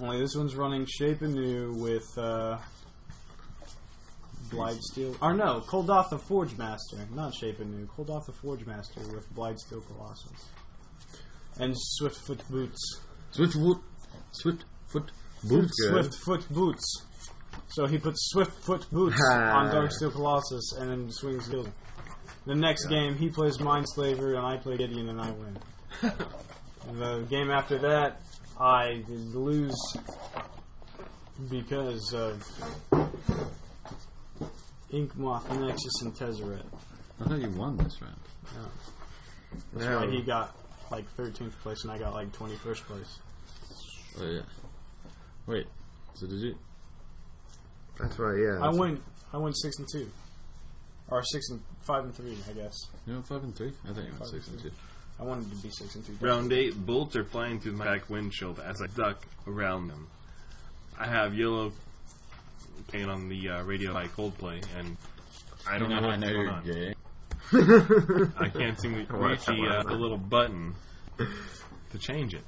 Speaker 7: Only this one's running Shape Anew with uh, Blightsteel. Or no, Koldoth the Forge Master. Not Shape Anew. Koldoth the Forge Master with Blightsteel Colossus. And Swiftfoot Boots.
Speaker 8: Swift foot, swift foot,
Speaker 6: Good.
Speaker 7: Swiftfoot Boots. So he puts Swiftfoot Boots on Darksteel Colossus and then swings Gildan. The next game, he plays Mindslaver and I play Gideon and I win. the game after that, I lose because of Ink Moth, Nexus, and Tezzeret.
Speaker 8: I thought you won this round.
Speaker 7: That's why
Speaker 6: Oh.
Speaker 7: he got like 13th place and I got like 21st place.
Speaker 8: Oh yeah. Wait. So did you?
Speaker 6: That's right. Yeah.
Speaker 7: I went, I went 6 and 2. Or 6 and five and three, I guess.
Speaker 8: No, five and three. I think it went six and two.
Speaker 7: I wanted to be six and two.
Speaker 4: Round eight, bolts are flying through my back windshield as I duck around them. I have yellow playing on the uh, radio by Coldplay, and I don't
Speaker 8: You know
Speaker 4: know
Speaker 8: how I
Speaker 4: what's
Speaker 8: know
Speaker 4: going
Speaker 8: you're
Speaker 4: on.
Speaker 8: gay.
Speaker 4: I can't seem to reach the, uh, the little button to change it.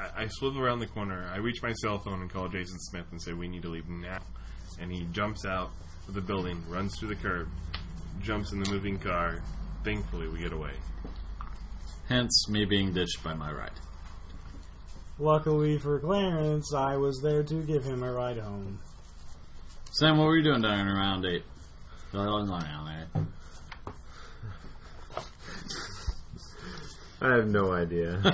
Speaker 4: I, I swivel around the corner. I reach my cell phone and call Jason Smith and say, We need to leave now. And he jumps out of the building, runs to the curb, jumps in the moving car. Thankfully, we get away.
Speaker 8: Hence me being ditched by my ride.
Speaker 7: Luckily for Clarence, I was there to give him a ride home.
Speaker 8: Sam, what were you doing down in round eight? I was lying down there.
Speaker 6: I have no idea.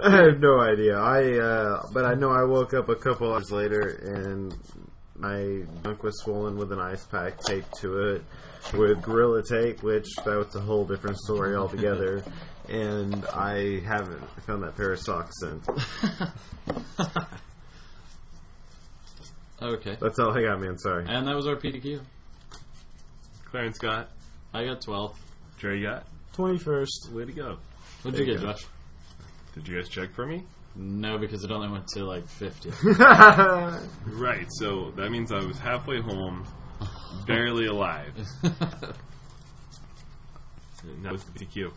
Speaker 6: I have no idea. I uh, but I know I woke up a couple hours later and my junk was swollen with an ice pack taped to it with gorilla tape, which that's a whole different story altogether. and I haven't found that pair of socks since.
Speaker 8: Okay.
Speaker 6: That's all I got, man. Sorry.
Speaker 8: And that was our PDQ.
Speaker 4: Clarence got,
Speaker 8: I got 12.
Speaker 4: Jerry got,
Speaker 7: 21st.
Speaker 4: way to go.
Speaker 8: What'd you get, Josh?
Speaker 4: Did you guys check for me?
Speaker 8: No, because it only went to like 50.
Speaker 4: Right, so that means I was halfway home, barely alive. And that was the PQ. What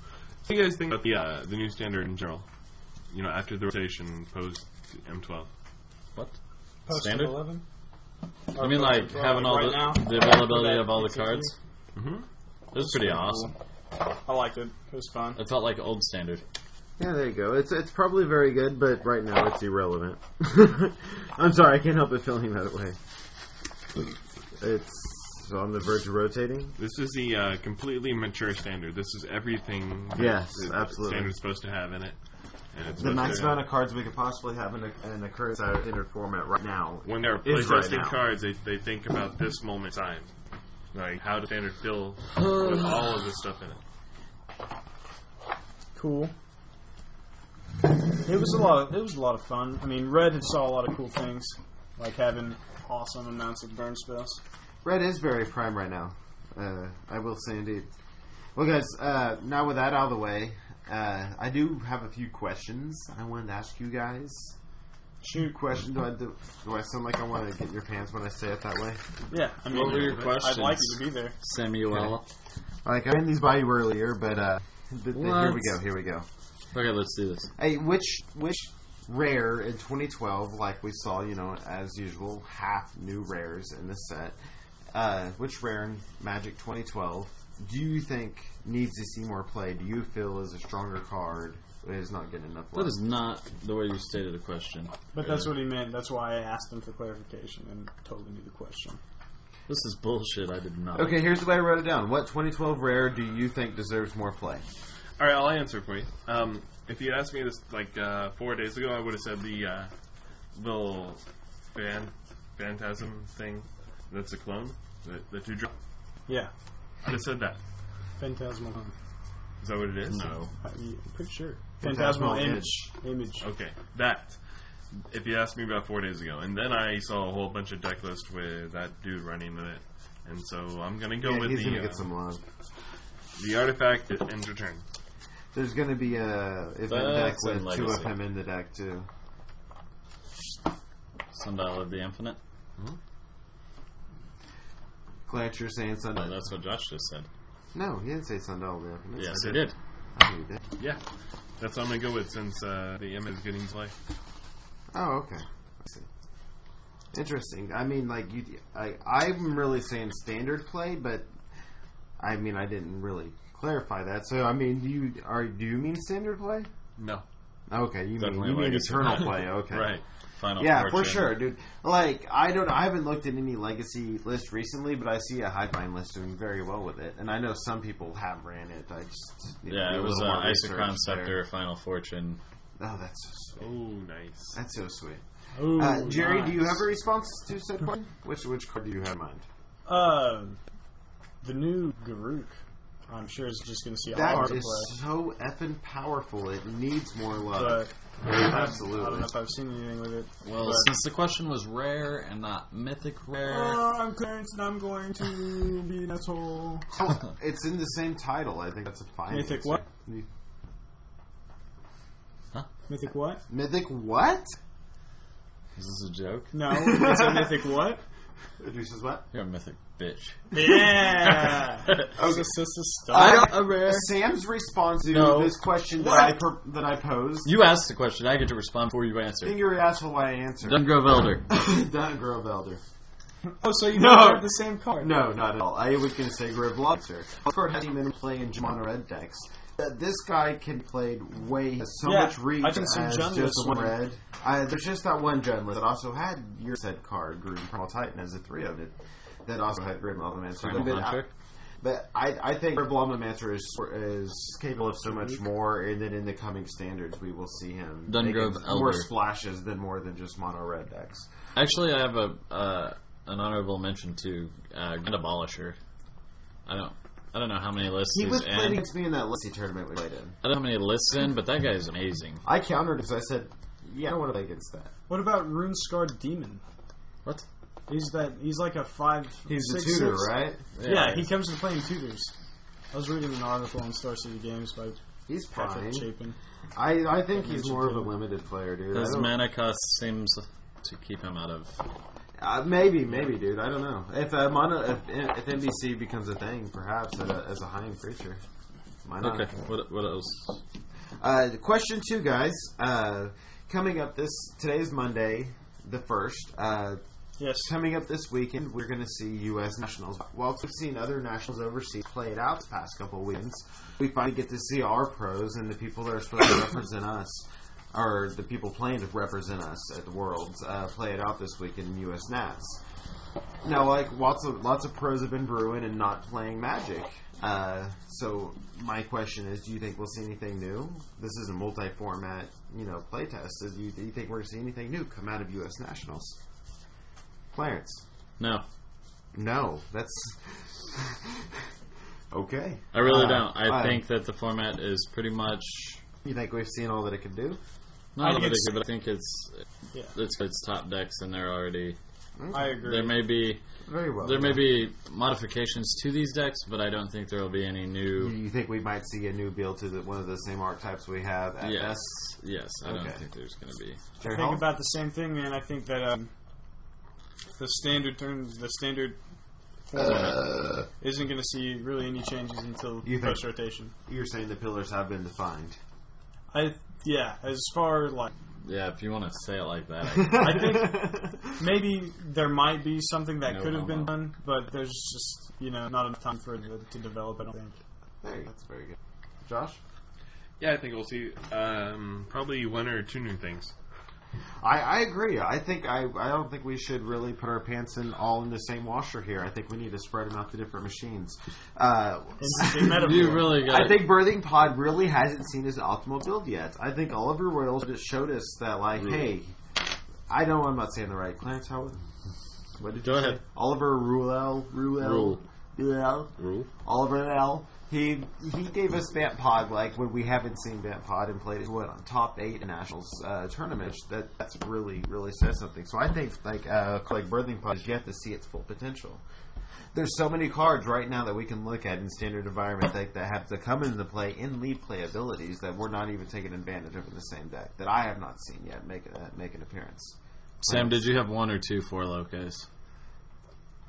Speaker 4: do you guys think about the uh, the new standard in general? You know, after the rotation post M12.
Speaker 8: what?
Speaker 7: Post
Speaker 8: Standard?
Speaker 7: 11.
Speaker 8: I mean, like,
Speaker 7: Well,
Speaker 8: having all
Speaker 7: right
Speaker 8: the,
Speaker 7: now,
Speaker 8: the availability
Speaker 7: that
Speaker 8: of all the
Speaker 7: it's easier.
Speaker 8: cards. Mm-hmm.
Speaker 4: Mhm.
Speaker 8: It was pretty awesome.
Speaker 7: I liked it. It was fun.
Speaker 8: It felt like old standard.
Speaker 6: Yeah, there you go. It's it's probably very good, but right now it's irrelevant. I'm sorry, I can't help but feeling that way. It's on the verge of rotating.
Speaker 4: This is the uh, completely mature standard. This is everything that
Speaker 6: Yes,
Speaker 4: the
Speaker 6: absolutely.
Speaker 4: standard's supposed to have in it. And it's
Speaker 6: The
Speaker 4: supposed
Speaker 6: max
Speaker 4: to-
Speaker 6: amount of cards we could possibly have in a, in a current standard format right now.
Speaker 4: when they're
Speaker 6: is right
Speaker 4: playtesting
Speaker 6: now.
Speaker 4: cards, they, they think about this moment in time. Like, how does standard fill with all of this stuff in it?
Speaker 7: Cool. It was a lot. Of, it was a lot of fun. I mean, Red had saw a lot of cool things, like having awesome amounts of burn spells.
Speaker 6: Red is very prime right now. Uh, I will say indeed. Well, guys, uh, now with that out of the way, uh, I do have a few questions I wanted to ask you guys.
Speaker 7: Shoot.
Speaker 6: Question: Do I do, do I sound like I want to get in your pants when I say it that way?
Speaker 7: Yeah. I mean,
Speaker 8: were your
Speaker 7: I'd
Speaker 8: questions?
Speaker 7: like you to be there.
Speaker 8: Samuel.
Speaker 6: Like I ran these by you earlier, but uh, th- th- here we
Speaker 8: What?
Speaker 6: go. Here we go.
Speaker 8: Okay, let's do this.
Speaker 6: Hey, which which rare in 2012, like we saw, you know, as usual, half new rares in this set. Uh, which rare in Magic 2012 do you think needs to see more play? Do you feel is a stronger card? It is not getting enough.
Speaker 8: That
Speaker 6: love?
Speaker 8: is not the way you stated the question.
Speaker 7: But that's what he meant. That's why I asked him for clarification and totally knew the question.
Speaker 8: This is bullshit. I did not.
Speaker 6: okay. Here's the way I wrote it down. What 2012 rare do you think deserves more play?
Speaker 4: All right, I'll answer for you. Um, if you asked me this like uh, four days ago, I would have said the uh, little fan phantasm thing. That's a clone. The, the two drop.
Speaker 7: Yeah.
Speaker 4: I just said that.
Speaker 7: Phantasmal. Hum.
Speaker 4: Is that what it is?
Speaker 8: No.
Speaker 7: I- I'm pretty sure.
Speaker 6: Phantasmal
Speaker 7: Phantasmal image. Image.
Speaker 4: Okay, that. If you asked me about four days ago, and then I saw a whole bunch of deck lists with that dude running it, and so I'm gonna go
Speaker 6: Yeah,
Speaker 4: with
Speaker 6: he's
Speaker 4: the
Speaker 6: gonna
Speaker 4: uh,
Speaker 6: get some love.
Speaker 4: the artifact that ends your turn.
Speaker 6: There's gonna be a event deck
Speaker 8: That's in
Speaker 6: with two of
Speaker 8: Legacy.
Speaker 6: him in the deck too.
Speaker 8: Sundial of the Infinite.
Speaker 6: Glad you're saying
Speaker 8: No,
Speaker 4: uh,
Speaker 6: Sundial.
Speaker 8: that's what Josh just said.
Speaker 6: No, he didn't say Sundial. of the Infinite.
Speaker 8: Yes, he did.
Speaker 6: I think he did.
Speaker 4: Yeah, that's what I'm gonna go with since uh, the image is getting play.
Speaker 6: Oh, okay. I see. Interesting. I mean, like you, I, I'm really saying standard play, but I mean, I didn't really clarify that. So, I mean, you are do you mean standard play?
Speaker 4: No,
Speaker 6: Okay, you mean
Speaker 8: Definitely
Speaker 6: you mean
Speaker 8: legacy.
Speaker 6: eternal play? Okay,
Speaker 4: right.
Speaker 8: Final
Speaker 6: Yeah, for
Speaker 8: Fortune.
Speaker 6: sure, dude. Like, I don't. I haven't looked at any legacy list recently, but I see a Highbind list doing very well with it, and I know some people have ran it. I just need to do
Speaker 8: Yeah,
Speaker 6: a
Speaker 8: it was
Speaker 6: little
Speaker 8: uh,
Speaker 6: more research
Speaker 8: Isochron
Speaker 6: there.
Speaker 8: Scepter, Final Fortune.
Speaker 6: Oh, that's so sweet.
Speaker 4: Oh, nice.
Speaker 6: That's so sweet.
Speaker 7: Ooh,
Speaker 6: Uh, Jerry, do you
Speaker 7: nice.
Speaker 6: have a response to said question? Which which card do you have in mind?
Speaker 7: Uh, the new Uh, Garuk. I'm sure is just going to see a
Speaker 6: That
Speaker 7: hard
Speaker 6: is
Speaker 7: play.
Speaker 6: so effing powerful. It needs more love.
Speaker 7: But I don't
Speaker 6: Absolutely.
Speaker 7: know if I've seen anything with it.
Speaker 8: Well,
Speaker 7: but-
Speaker 8: since the question was rare and not mythic rare,
Speaker 7: Oh, I'm Clarence and I'm going to be an asshole.
Speaker 6: Oh, it's in the same title. I think that's a fine.
Speaker 7: Mythic
Speaker 6: answer.
Speaker 7: what?
Speaker 6: The-
Speaker 7: Mythic what?
Speaker 6: Mythic what?
Speaker 8: is this a joke?
Speaker 7: No, it's a mythic what?
Speaker 6: Reduces what?
Speaker 8: You're a mythic bitch.
Speaker 7: Yeah.
Speaker 6: Okay.
Speaker 8: I
Speaker 6: don't-
Speaker 8: a rare.
Speaker 6: Sam's response to
Speaker 8: No.
Speaker 6: this question
Speaker 8: What?
Speaker 6: that I per- that I posed.
Speaker 8: You asked the question. I get to respond before you answer.
Speaker 6: think you're an asshole why I answered.
Speaker 8: Dungrove Elder.
Speaker 6: Dun Grove Elder.
Speaker 7: oh, so you
Speaker 6: No.
Speaker 7: both have the same card?
Speaker 6: No, not at all. I was going to say Grove Lobster. Lobster has even been playing Jamon Red decks. That this guy can play way has so
Speaker 7: Yeah,
Speaker 6: much reach
Speaker 7: I think some
Speaker 6: as
Speaker 7: Jun
Speaker 6: just
Speaker 7: lists
Speaker 6: one
Speaker 7: win.
Speaker 6: red. I, there's just that one Jun list that also had your said card, Green Pearl Titan, as a three of it. That also had Grim Elemancer.
Speaker 8: Primal
Speaker 6: But I-
Speaker 8: Hunter.
Speaker 6: But I, I think Grave Elemancer is is capable of so much more, and then in the coming standards we will see him
Speaker 8: Dungrove
Speaker 6: making more
Speaker 8: Elder.
Speaker 6: splashes than more than just mono red decks.
Speaker 8: Actually, I have a uh, an honorable mention to uh, Grand Abolisher. I don't. I don't know how many lists
Speaker 6: He
Speaker 8: he's
Speaker 6: was
Speaker 8: in.
Speaker 6: playing against me in that Lissy tournament we played in.
Speaker 8: I don't know how many lists in, but that guy is amazing.
Speaker 6: I countered because I said, "Yeah, I don't want to play against that."
Speaker 7: What about Rune Scarred Demon?
Speaker 8: What?
Speaker 7: He's that. He's like a five.
Speaker 6: He's a
Speaker 7: six,
Speaker 6: tutor,
Speaker 7: six.
Speaker 6: right?
Speaker 7: Yeah, he comes from playing tutors. I was reading an article on Star City Games by
Speaker 6: He's fine.
Speaker 7: Patrick Chapin.
Speaker 6: I, I think he's more of a limited player, dude. I
Speaker 8: His
Speaker 6: don't-
Speaker 8: mana cost seems to keep him out of.
Speaker 6: uh, maybe, maybe, dude. I don't know. If uh, mono, if, if NBC becomes a thing, perhaps as a, as a high end creature, why not?
Speaker 8: Okay. What? What else?
Speaker 6: Uh, question two, guys. Uh, coming up this today is Monday, the first. Uh,
Speaker 7: Yes.
Speaker 6: Coming up this weekend, we're going to see U.S. Nationals. While we've seen other Nationals overseas play it out the past couple of weekends, we finally get to see our pros and the people that are supposed to represent us, or the people playing to represent us at the Worlds, uh, play it out this weekend in U.S. Nats. Now, like lots of lots of pros have been brewing and not playing Magic. Uh, so my question is, do you think we'll see anything new? This is a multi-format, you know, playtest. So do you, do you think we're going to see anything new come out of U.S. Nationals? Clarence.
Speaker 8: No,
Speaker 6: No, that's okay.
Speaker 8: I really
Speaker 6: Uh,
Speaker 8: don't. I
Speaker 6: uh,
Speaker 8: think that the format is pretty much.
Speaker 6: you think we've seen all that it can do.
Speaker 8: Not
Speaker 7: think
Speaker 8: limited,
Speaker 7: it's-
Speaker 8: but I think it's
Speaker 7: Yeah.
Speaker 8: it's its top decks, and they're already
Speaker 7: I agree.
Speaker 8: there. May be
Speaker 6: Very well.
Speaker 8: there may be modifications to these decks, but I don't think there will be any
Speaker 6: Do
Speaker 8: new.
Speaker 6: you think we might see a new build to the, one of the same archetypes we have? At
Speaker 8: Yes,
Speaker 6: best?
Speaker 8: yes. I don't
Speaker 6: Okay.
Speaker 8: think there's going to be.
Speaker 6: Jerry
Speaker 7: I think
Speaker 6: Hall?
Speaker 7: about the same thing, man. I think that um, the standard term, the standard
Speaker 6: Uh,
Speaker 7: format isn't going to see really any changes until
Speaker 6: You think-
Speaker 7: post rotation.
Speaker 6: You're saying the pillars have been defined.
Speaker 7: I yeah, as far like
Speaker 8: Yeah, if you want to say it like that, I,
Speaker 7: I think maybe there might be something that
Speaker 8: No
Speaker 7: could have been
Speaker 8: homo.
Speaker 7: done, but there's just you know not enough time for it to- to develop. I don't think.
Speaker 6: There you go. That's very good. Josh,
Speaker 4: Yeah, I think we'll see um, probably one or two new things.
Speaker 6: I, I agree. I think I, I don't think we should really put our pants in all in the same washer here. I think we need to spread them out to different machines. Uh,
Speaker 7: It's a metaphor.
Speaker 8: you really got.
Speaker 6: I think Birthing Pod really hasn't seen his optimal build yet. I think Oliver Royals just showed us that, like,
Speaker 8: Mm-hmm.
Speaker 6: hey, I know I'm not saying the right. Clarence Howard. What did
Speaker 8: Go
Speaker 6: you
Speaker 8: ahead.
Speaker 6: Say? Oliver Ruel. Ruel.
Speaker 8: Rule.
Speaker 6: Ruel.
Speaker 8: rule.
Speaker 6: Oliver L. He he gave us Vamp Pod like when we haven't seen Vamp Pod and played it what on top eight in nationals uh, tournaments. That that's really really says something. So I think like uh, like Birthing Pod is yet to see its full potential. There's so many cards right now that we can look at in standard environment that, that have to come into play in lead play abilities that we're not even taking advantage of in the same deck that I have not seen yet make uh, make an appearance.
Speaker 8: Sam, did you have one or two for Locos?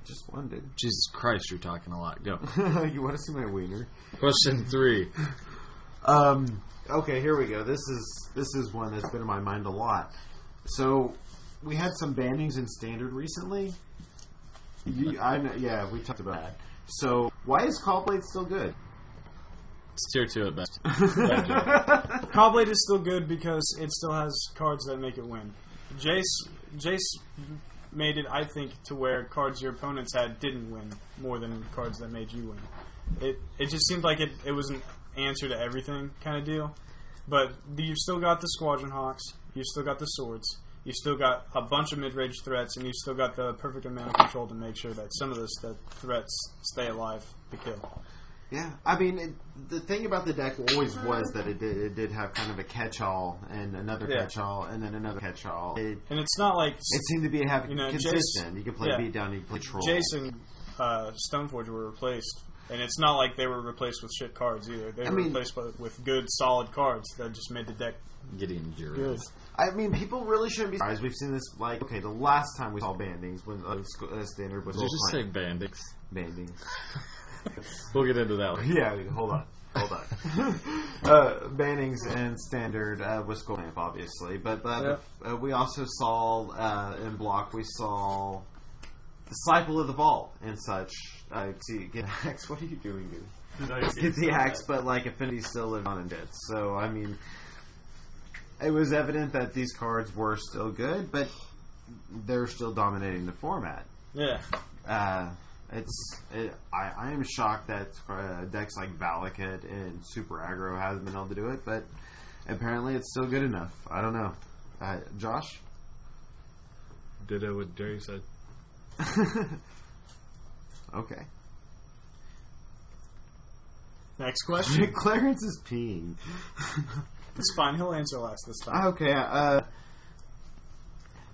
Speaker 6: Just one, dude.
Speaker 8: Jesus Christ, you're talking a lot. Go.
Speaker 6: you want to see my wiener?
Speaker 8: Question three.
Speaker 6: Um, okay, here we go. This is this is one that's been in my mind a lot. So we had some bannings in standard recently. You, I know, yeah, we talked about that. So why is Callblade still good?
Speaker 8: It's tier two at best.
Speaker 7: Cobblade is still good because it still has cards that make it win. Jace Jace made it, I think, to where cards your opponents had didn't win more than cards that made you win. It it just seemed like it, it was an answer to everything kind of deal. But you've still got the Squadron Hawks, you've still got the Swords, you've still got a bunch of mid range threats, and you've still got the perfect amount of control to make sure that some of those th- threats stay alive to kill.
Speaker 6: Yeah, I mean, it, the thing about the deck always was that it did, it did have kind of a catch-all and another
Speaker 7: Yeah.
Speaker 6: catch-all and then another catch-all. It,
Speaker 7: And it's not like
Speaker 6: it seemed to be having
Speaker 7: You know,
Speaker 6: consistent.
Speaker 7: Jason-
Speaker 6: you could play
Speaker 7: yeah.
Speaker 6: beat down, you could play troll.
Speaker 7: Jason uh, Stoneforge were replaced, and it's not like they were replaced with shit cards either. They
Speaker 6: I
Speaker 7: were
Speaker 6: mean-
Speaker 7: replaced with, with good, solid cards that just made the deck
Speaker 8: Gideon Jury.
Speaker 7: good.
Speaker 6: I mean, people really shouldn't be surprised. We've seen this like okay, the last time we saw bandings when uh, sc- uh, standard was
Speaker 8: Did you
Speaker 6: all
Speaker 8: just say
Speaker 6: prime.
Speaker 8: bandits?
Speaker 6: bandings.
Speaker 8: We'll get into that one.
Speaker 6: Yeah, hold on. Hold on. uh, Bannings and Standard uh, was Goldcamp, obviously. But, but uh, we also saw uh, in Block, we saw Disciple of the Vault and such. Uh, see, get hacks. What are you doing, dude? Get the hacks, but like Affinity still lived on and did. So, I mean, it was evident that these cards were still good, but they're still dominating the format
Speaker 7: Yeah,
Speaker 6: uh, it's it, I, I am shocked that uh, decks like Valakut and Super Aggro hasn't been able to do it, but apparently it's still good enough. I don't know, uh, Josh.
Speaker 4: Ditto what Jerry said.
Speaker 6: Okay,
Speaker 7: Next question.
Speaker 6: Clarence is peeing.
Speaker 7: it's fine. He'll answer last this time.
Speaker 6: Okay. Uh,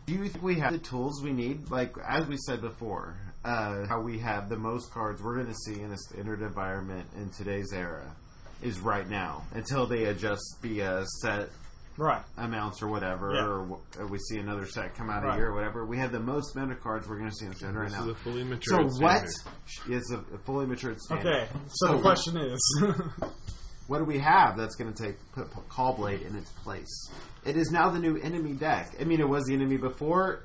Speaker 6: do you think we have the tools we need? Like as we said before, uh, how we have the most cards we're going to see in a standard environment in today's era is right now until they adjust the uh, set
Speaker 7: Right.
Speaker 6: amounts or whatever,
Speaker 7: Yeah.
Speaker 6: or w- or we see another set come out
Speaker 7: Right.
Speaker 6: a year or whatever. We have the most meta cards we're going to see in standard right
Speaker 4: This is
Speaker 6: now.
Speaker 4: a fully
Speaker 6: So
Speaker 4: matured
Speaker 6: what
Speaker 4: standard.
Speaker 6: is a a fully matured standard?
Speaker 7: Okay. So, the question is,
Speaker 8: Uh,
Speaker 6: What do we have that's going to take put P- Call Blade in its place? It is now the new enemy deck. I mean, it was the enemy before.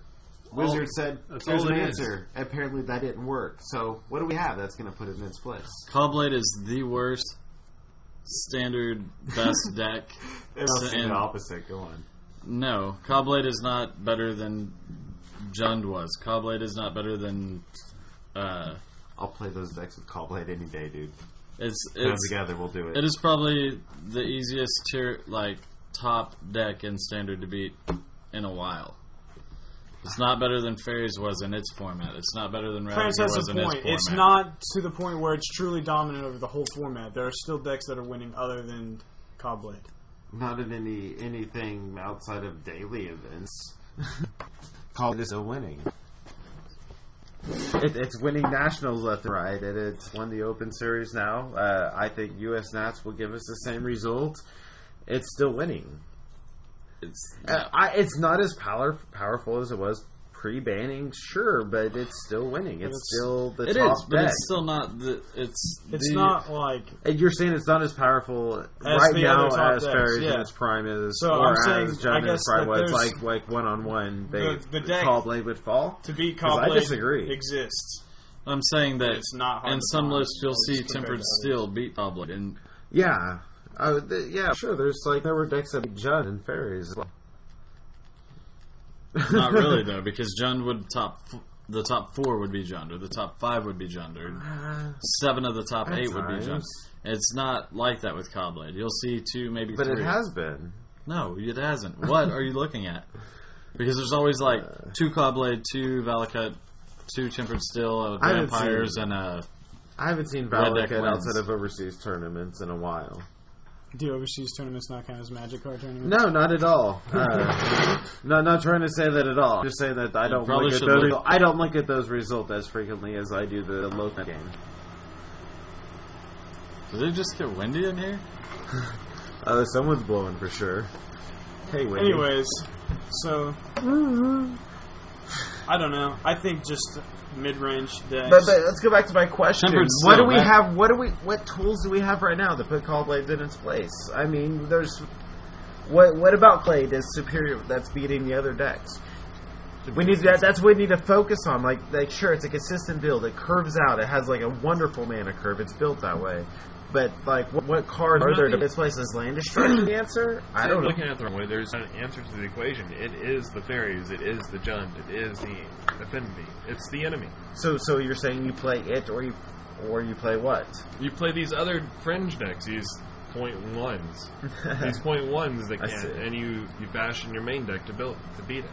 Speaker 6: Wizard said,
Speaker 4: that's
Speaker 6: "Here's
Speaker 4: all
Speaker 6: an
Speaker 4: it is.
Speaker 6: answer." Apparently, that didn't work. So, what do we have that's going to put it in its place?
Speaker 8: Cobblade is the worst standard best deck.
Speaker 6: It's
Speaker 8: and-
Speaker 6: opposite. Go on.
Speaker 8: No, Cobblade is not better than Jund was. Cobblade is not better than. Uh,
Speaker 6: I'll play those decks with Call Blade any day, dude.
Speaker 8: it's
Speaker 6: Come
Speaker 8: it's
Speaker 6: together, we'll do it.
Speaker 8: it is probably the easiest tier like top deck in standard to beat in a while. It's not better than Fairies was in its format. It's not better than
Speaker 7: Clarence
Speaker 8: Ravager
Speaker 7: has
Speaker 8: was
Speaker 7: a
Speaker 8: in its
Speaker 7: point.
Speaker 8: format.
Speaker 7: It's not to the point where it's truly dominant over the whole format. There are still decks that are winning other than Cobblade.
Speaker 6: Not in any anything outside of daily events. Call this a winning. It, it's winning nationals left and right, and it's won the Open Series now. Uh, I think U.S. Nats will give us the same result. It's still winning.
Speaker 8: It's-
Speaker 6: Uh, I, it's not as power, powerful as it was pre-banning, sure, but it's still winning. It's,
Speaker 7: it's-
Speaker 6: still the
Speaker 8: it
Speaker 6: top
Speaker 8: is, but
Speaker 6: deck.
Speaker 8: it's still not the. It's
Speaker 7: It's
Speaker 8: the,
Speaker 7: not like
Speaker 6: And you're saying it's not as powerful right
Speaker 7: the
Speaker 6: now
Speaker 7: other top
Speaker 6: as
Speaker 7: decks,
Speaker 6: Fairies
Speaker 7: yeah.
Speaker 6: in its prime is,
Speaker 7: So
Speaker 6: or
Speaker 7: I'm saying,
Speaker 6: as
Speaker 7: I
Speaker 6: John
Speaker 7: guess
Speaker 6: its prime
Speaker 7: that
Speaker 6: was,
Speaker 7: there's-
Speaker 6: like like one on one. They
Speaker 7: The- the deck-
Speaker 6: Call Blade would fall.
Speaker 7: to beat
Speaker 6: 'Cause I
Speaker 7: Cobblade
Speaker 6: disagree.
Speaker 7: exists.
Speaker 8: I'm saying that
Speaker 7: It's not hard
Speaker 8: in
Speaker 7: to
Speaker 8: some
Speaker 7: find,
Speaker 8: lists you'll
Speaker 7: as
Speaker 8: see
Speaker 7: compared to
Speaker 8: Tempered
Speaker 7: others.
Speaker 8: Steel beat Cobblade, and
Speaker 6: Yeah, I would, th- yeah, sure. There's like there were decks that beat Judd and Fairies. as well.
Speaker 8: not really though, because Jund would top f- the top four would be Jund, or the top five would be Jund, or seven of the top
Speaker 6: At
Speaker 8: eight would be Jund.
Speaker 6: times.
Speaker 8: It's not like that with Cobblade. You'll see two, maybe
Speaker 6: But
Speaker 8: three.
Speaker 6: it has been.
Speaker 8: No, it hasn't. What are you looking at? Because there's always like two Cobblade, two Valakut, two Tempered Steel, uh,
Speaker 6: I haven't
Speaker 8: vampires,
Speaker 6: seen-
Speaker 8: and uh,
Speaker 6: I haven't seen
Speaker 8: Red deck
Speaker 6: Valakut
Speaker 8: wins.
Speaker 6: outside of overseas tournaments in a while.
Speaker 7: Do overseas tournaments not count as Magic card tournaments?
Speaker 6: No, not at all. Uh, no, not trying to say that at all. Just saying that I don't
Speaker 8: probably
Speaker 6: look at
Speaker 8: should
Speaker 6: those.
Speaker 8: look-
Speaker 6: I don't look at those results as frequently as I do the local game.
Speaker 8: did it just get windy in here?
Speaker 6: Uh, someone's blowing for sure. Hey, Wendy.
Speaker 7: Anyways, so I don't know. I think just mid-range decks.
Speaker 6: But, but let's go back to my question.
Speaker 8: Tempered
Speaker 6: What
Speaker 8: steel,
Speaker 6: do we
Speaker 8: that-
Speaker 6: have? What do we? What tools do we have right now that put Callblade in its place? I mean, there's. What What about Blade is superior? That's beating the other decks. We need that. That's what we need to focus on. Like, like sure, it's a consistent build. It curves out. It has like a wonderful mana curve. It's built that way. But like, what, what cards are there to displace? Is Land Destruction the answer? I don't
Speaker 4: You're
Speaker 6: know.
Speaker 4: looking at it the wrong way. There's not an answer to the equation. It is the fairies. It is the jund. It is the affinity. It's the enemy.
Speaker 6: So, so you're saying you play it, or you, or you play what?
Speaker 4: You play these other fringe decks. These point ones. these point ones that
Speaker 6: I
Speaker 4: can't.
Speaker 6: see.
Speaker 4: And you you fashion your main deck to build to beat it.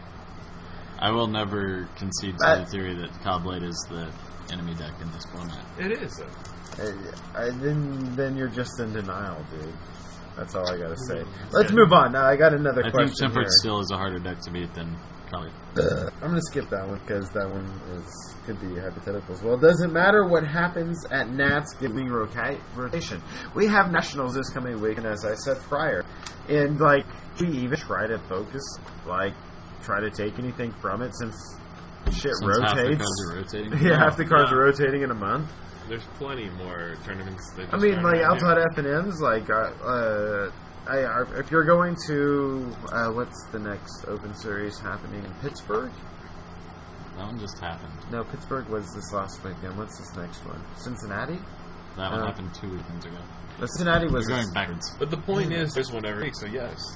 Speaker 8: I will never concede to
Speaker 6: But-
Speaker 8: the theory that Cobblade is the enemy deck in this format.
Speaker 4: It is.
Speaker 6: I, I, then, then you're just in denial, dude. That's all I gotta say. Let's move on. Now I got another
Speaker 8: Mm-hmm. I think
Speaker 6: question.
Speaker 8: Tempered
Speaker 6: here.
Speaker 8: Steel is a harder deck to beat than Cobblade.
Speaker 6: I'm gonna skip that one because that one is could be hypotheticals. Well, it doesn't matter what happens at Nats giving roca- rotation. We have nationals this coming week, and as I said prior, and like do we even try to focus, like try to take anything from it since shit
Speaker 8: Since half the
Speaker 6: rotates.
Speaker 8: cards are rotating.
Speaker 6: yeah, half the cards
Speaker 4: Yeah.
Speaker 6: are rotating in a month.
Speaker 4: There's plenty more tournaments. That
Speaker 6: I
Speaker 4: just
Speaker 6: mean,
Speaker 4: aren't
Speaker 6: like
Speaker 4: happening.
Speaker 6: outside F and M's, like uh, uh, I, I, if you're going to uh, what's the next Open Series happening in Pittsburgh?
Speaker 8: That one just happened.
Speaker 6: No, Pittsburgh was this last weekend. What's this next one? Cincinnati?
Speaker 8: That one
Speaker 6: Uh,
Speaker 8: happened two weekends ago.
Speaker 6: No, Cincinnati was
Speaker 8: We're going backwards.
Speaker 4: But the point
Speaker 6: Hmm.
Speaker 4: is, there's one every week, so yes.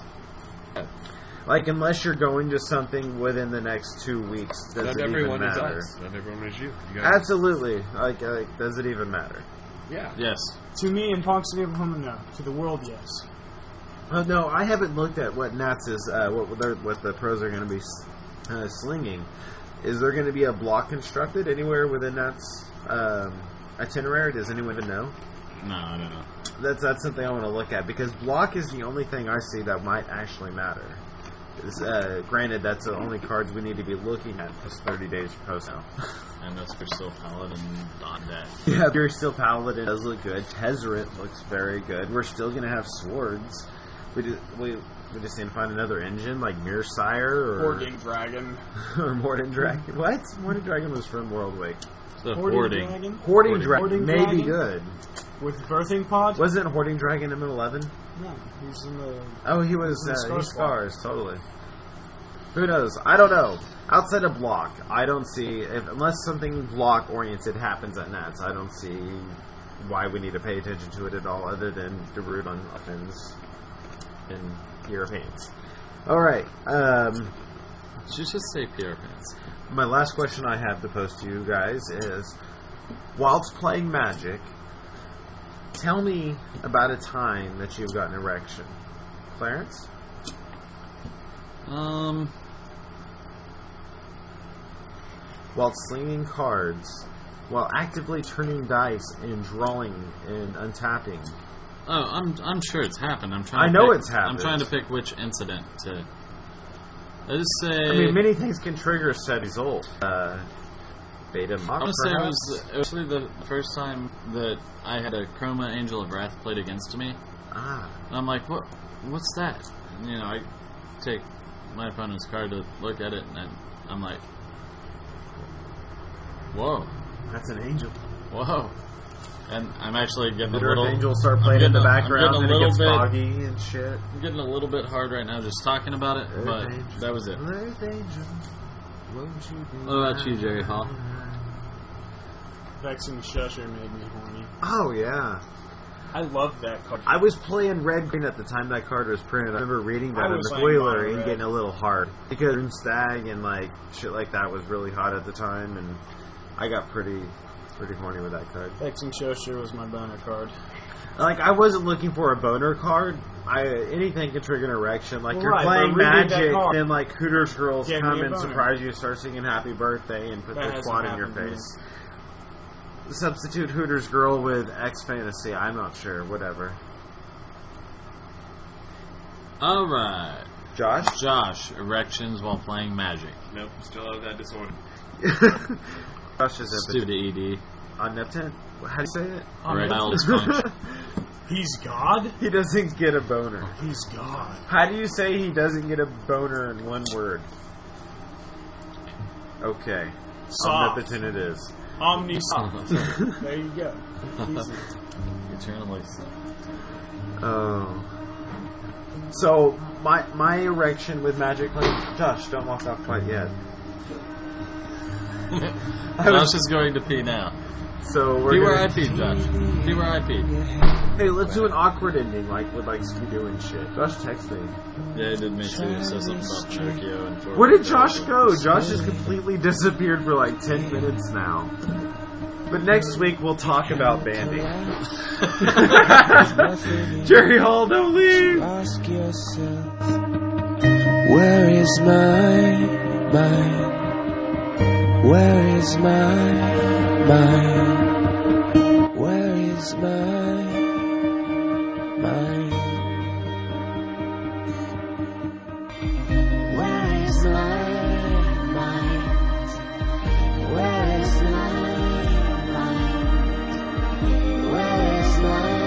Speaker 6: like unless you're going to something within the next two weeks, does
Speaker 4: Not
Speaker 6: it even
Speaker 4: everyone is
Speaker 6: matter?
Speaker 4: us. Not everyone is you. you gotta-
Speaker 6: Absolutely. Like, like, does it even matter?
Speaker 4: yeah.
Speaker 8: Yes.
Speaker 7: To me in Ponca City, Oklahoma, no. To the world, yes.
Speaker 6: Oh, no, I haven't looked at what Nats is. Uh, what they're- what the pros are going to be s- uh, slinging. Is there going to be a block constructed anywhere within Nats um, itinerary? Does anyone even know?
Speaker 8: No, I don't know.
Speaker 6: That's that's something I want to look at because block is the only thing I see that might actually matter. Is, Uh, granted, that's the only cards we need to be looking at just 30 days post now.
Speaker 8: And that's for still Paladin Dot deck.
Speaker 6: Yeah, you're still Paladin does look good. Tezzeret looks very good. We're still gonna have swords. We just we, we just need to find another engine like Mirsire or
Speaker 7: Hoarding Dragon.
Speaker 6: or Morden Dragon. What? Morden Dragon was from World Wake.
Speaker 8: The
Speaker 7: Hoarding
Speaker 8: hoarding.
Speaker 7: Dragon?
Speaker 6: Hoarding, Dragon
Speaker 7: Hoarding
Speaker 6: may be
Speaker 7: Dragon?
Speaker 6: good.
Speaker 7: With Birthing Pod?
Speaker 6: Wasn't Hoarding Dragon M11?
Speaker 7: No, he's in the...
Speaker 6: Oh, he was
Speaker 7: He's
Speaker 6: uh,
Speaker 7: Scar
Speaker 6: he
Speaker 7: Squad.
Speaker 6: scars totally. Who knows? I don't know. Outside of block, I don't see if, unless something block oriented happens at Nats. I don't see why we need to pay attention to it at all, other than to root on Finns and Europeans. All right. Um,
Speaker 8: Should just say Pierre Pants.
Speaker 6: my last question I have to pose to you guys is whilst playing Magic, tell me about a time that you've got an erection. Clarence?
Speaker 8: Um,
Speaker 6: while slinging cards, while actively turning dice and drawing and untapping.
Speaker 8: oh, I'm I'm sure it's happened. I'm trying.
Speaker 6: I
Speaker 8: to
Speaker 6: know
Speaker 8: pick-
Speaker 6: it's
Speaker 8: I'm
Speaker 6: happened.
Speaker 8: trying to pick which incident to. I just say.
Speaker 6: I mean, many things can trigger a set result. Uh, beta mock,
Speaker 8: I want to say it
Speaker 6: perhaps?
Speaker 8: was uh, it was actually the first time that I had a Chroma Angel of Wrath played against me.
Speaker 6: Ah,
Speaker 8: And I'm like, what? What's that? And, you know, I take my opponent's card to look at it, and I, I'm like, whoa,
Speaker 6: that's an angel.
Speaker 8: whoa. And I'm actually getting a
Speaker 6: Did Earth
Speaker 8: little
Speaker 6: angels start
Speaker 8: I'm
Speaker 6: playing in the
Speaker 8: getting a- I'm
Speaker 6: background
Speaker 8: getting
Speaker 6: and
Speaker 8: a
Speaker 6: it gets
Speaker 8: little
Speaker 6: foggy and shit?
Speaker 8: I'm getting a little bit hard right now just talking about it,
Speaker 6: Earth
Speaker 8: but
Speaker 6: angel.
Speaker 8: that was it.
Speaker 6: Earth angel, won't you be
Speaker 8: What about you,
Speaker 6: mine?
Speaker 8: Jerry Hall?
Speaker 7: Vexing Shusher made me horny.
Speaker 6: Oh, yeah.
Speaker 7: I love that card.
Speaker 6: I was playing red green at the time that card was printed. I remember reading that
Speaker 7: I
Speaker 6: in the
Speaker 7: was playing
Speaker 6: spoiler
Speaker 7: mono
Speaker 6: and
Speaker 7: red.
Speaker 6: getting a little hard because Rune Stag and like shit like that was really hot at the time, and I got pretty pretty horny with that card.
Speaker 7: Vexing Shusher was my boner card.
Speaker 6: Like I wasn't looking for a boner card. I anything can trigger an erection. Like you're
Speaker 7: Right, but
Speaker 6: playing
Speaker 7: we need that
Speaker 6: magic,
Speaker 7: card.
Speaker 6: and like Hooters girls
Speaker 7: Give me
Speaker 6: come
Speaker 7: a
Speaker 6: and
Speaker 7: boner.
Speaker 6: surprise you, start singing "Happy Birthday" and put
Speaker 7: That
Speaker 6: their
Speaker 7: hasn't
Speaker 6: quad in your
Speaker 7: happened to me.
Speaker 6: face. Substitute Hooters girl with X fantasy. I'm not sure. Whatever.
Speaker 8: All right,
Speaker 6: Josh.
Speaker 8: Josh, erections while playing Magic.
Speaker 4: Nope. Still have that disorder.
Speaker 6: Josh is impotent.
Speaker 8: Stupid ED.
Speaker 6: Omnipotent? How do you say it?
Speaker 8: Erectile dysfunction.
Speaker 7: He's God?
Speaker 6: he doesn't get a boner.
Speaker 7: He's God.
Speaker 6: How do you say he doesn't get a boner in one word? Okay.
Speaker 7: Soft.
Speaker 6: Omnipotent it is.
Speaker 7: Omniscient. there you go. Easy.
Speaker 8: Eternally so.
Speaker 6: Oh. So, my my erection with magic like Josh, don't walk off quite yet. I
Speaker 8: Josh
Speaker 6: was-
Speaker 8: is going to pee now.
Speaker 6: so we're
Speaker 8: Pee where I
Speaker 6: gonna,
Speaker 8: peed, Josh. Pee where I peed.
Speaker 6: hey, let's do an awkward ending, like with like Scooby-Doo and shit. Josh, text me.
Speaker 8: Yeah, I did make sure you said something about Pinocchio and Ford.
Speaker 6: Where did Josh go? Josh has completely disappeared for like 10 minutes now. But next week we'll talk about Bandy. Jerry Hall, don't leave!
Speaker 9: Ask yourself, where is my mind? Where is my mind? Where is my mind? Where is my mind? Where is my mind? Where is my mind?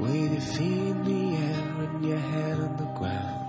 Speaker 9: Wait, you feel in the air and your head on the ground.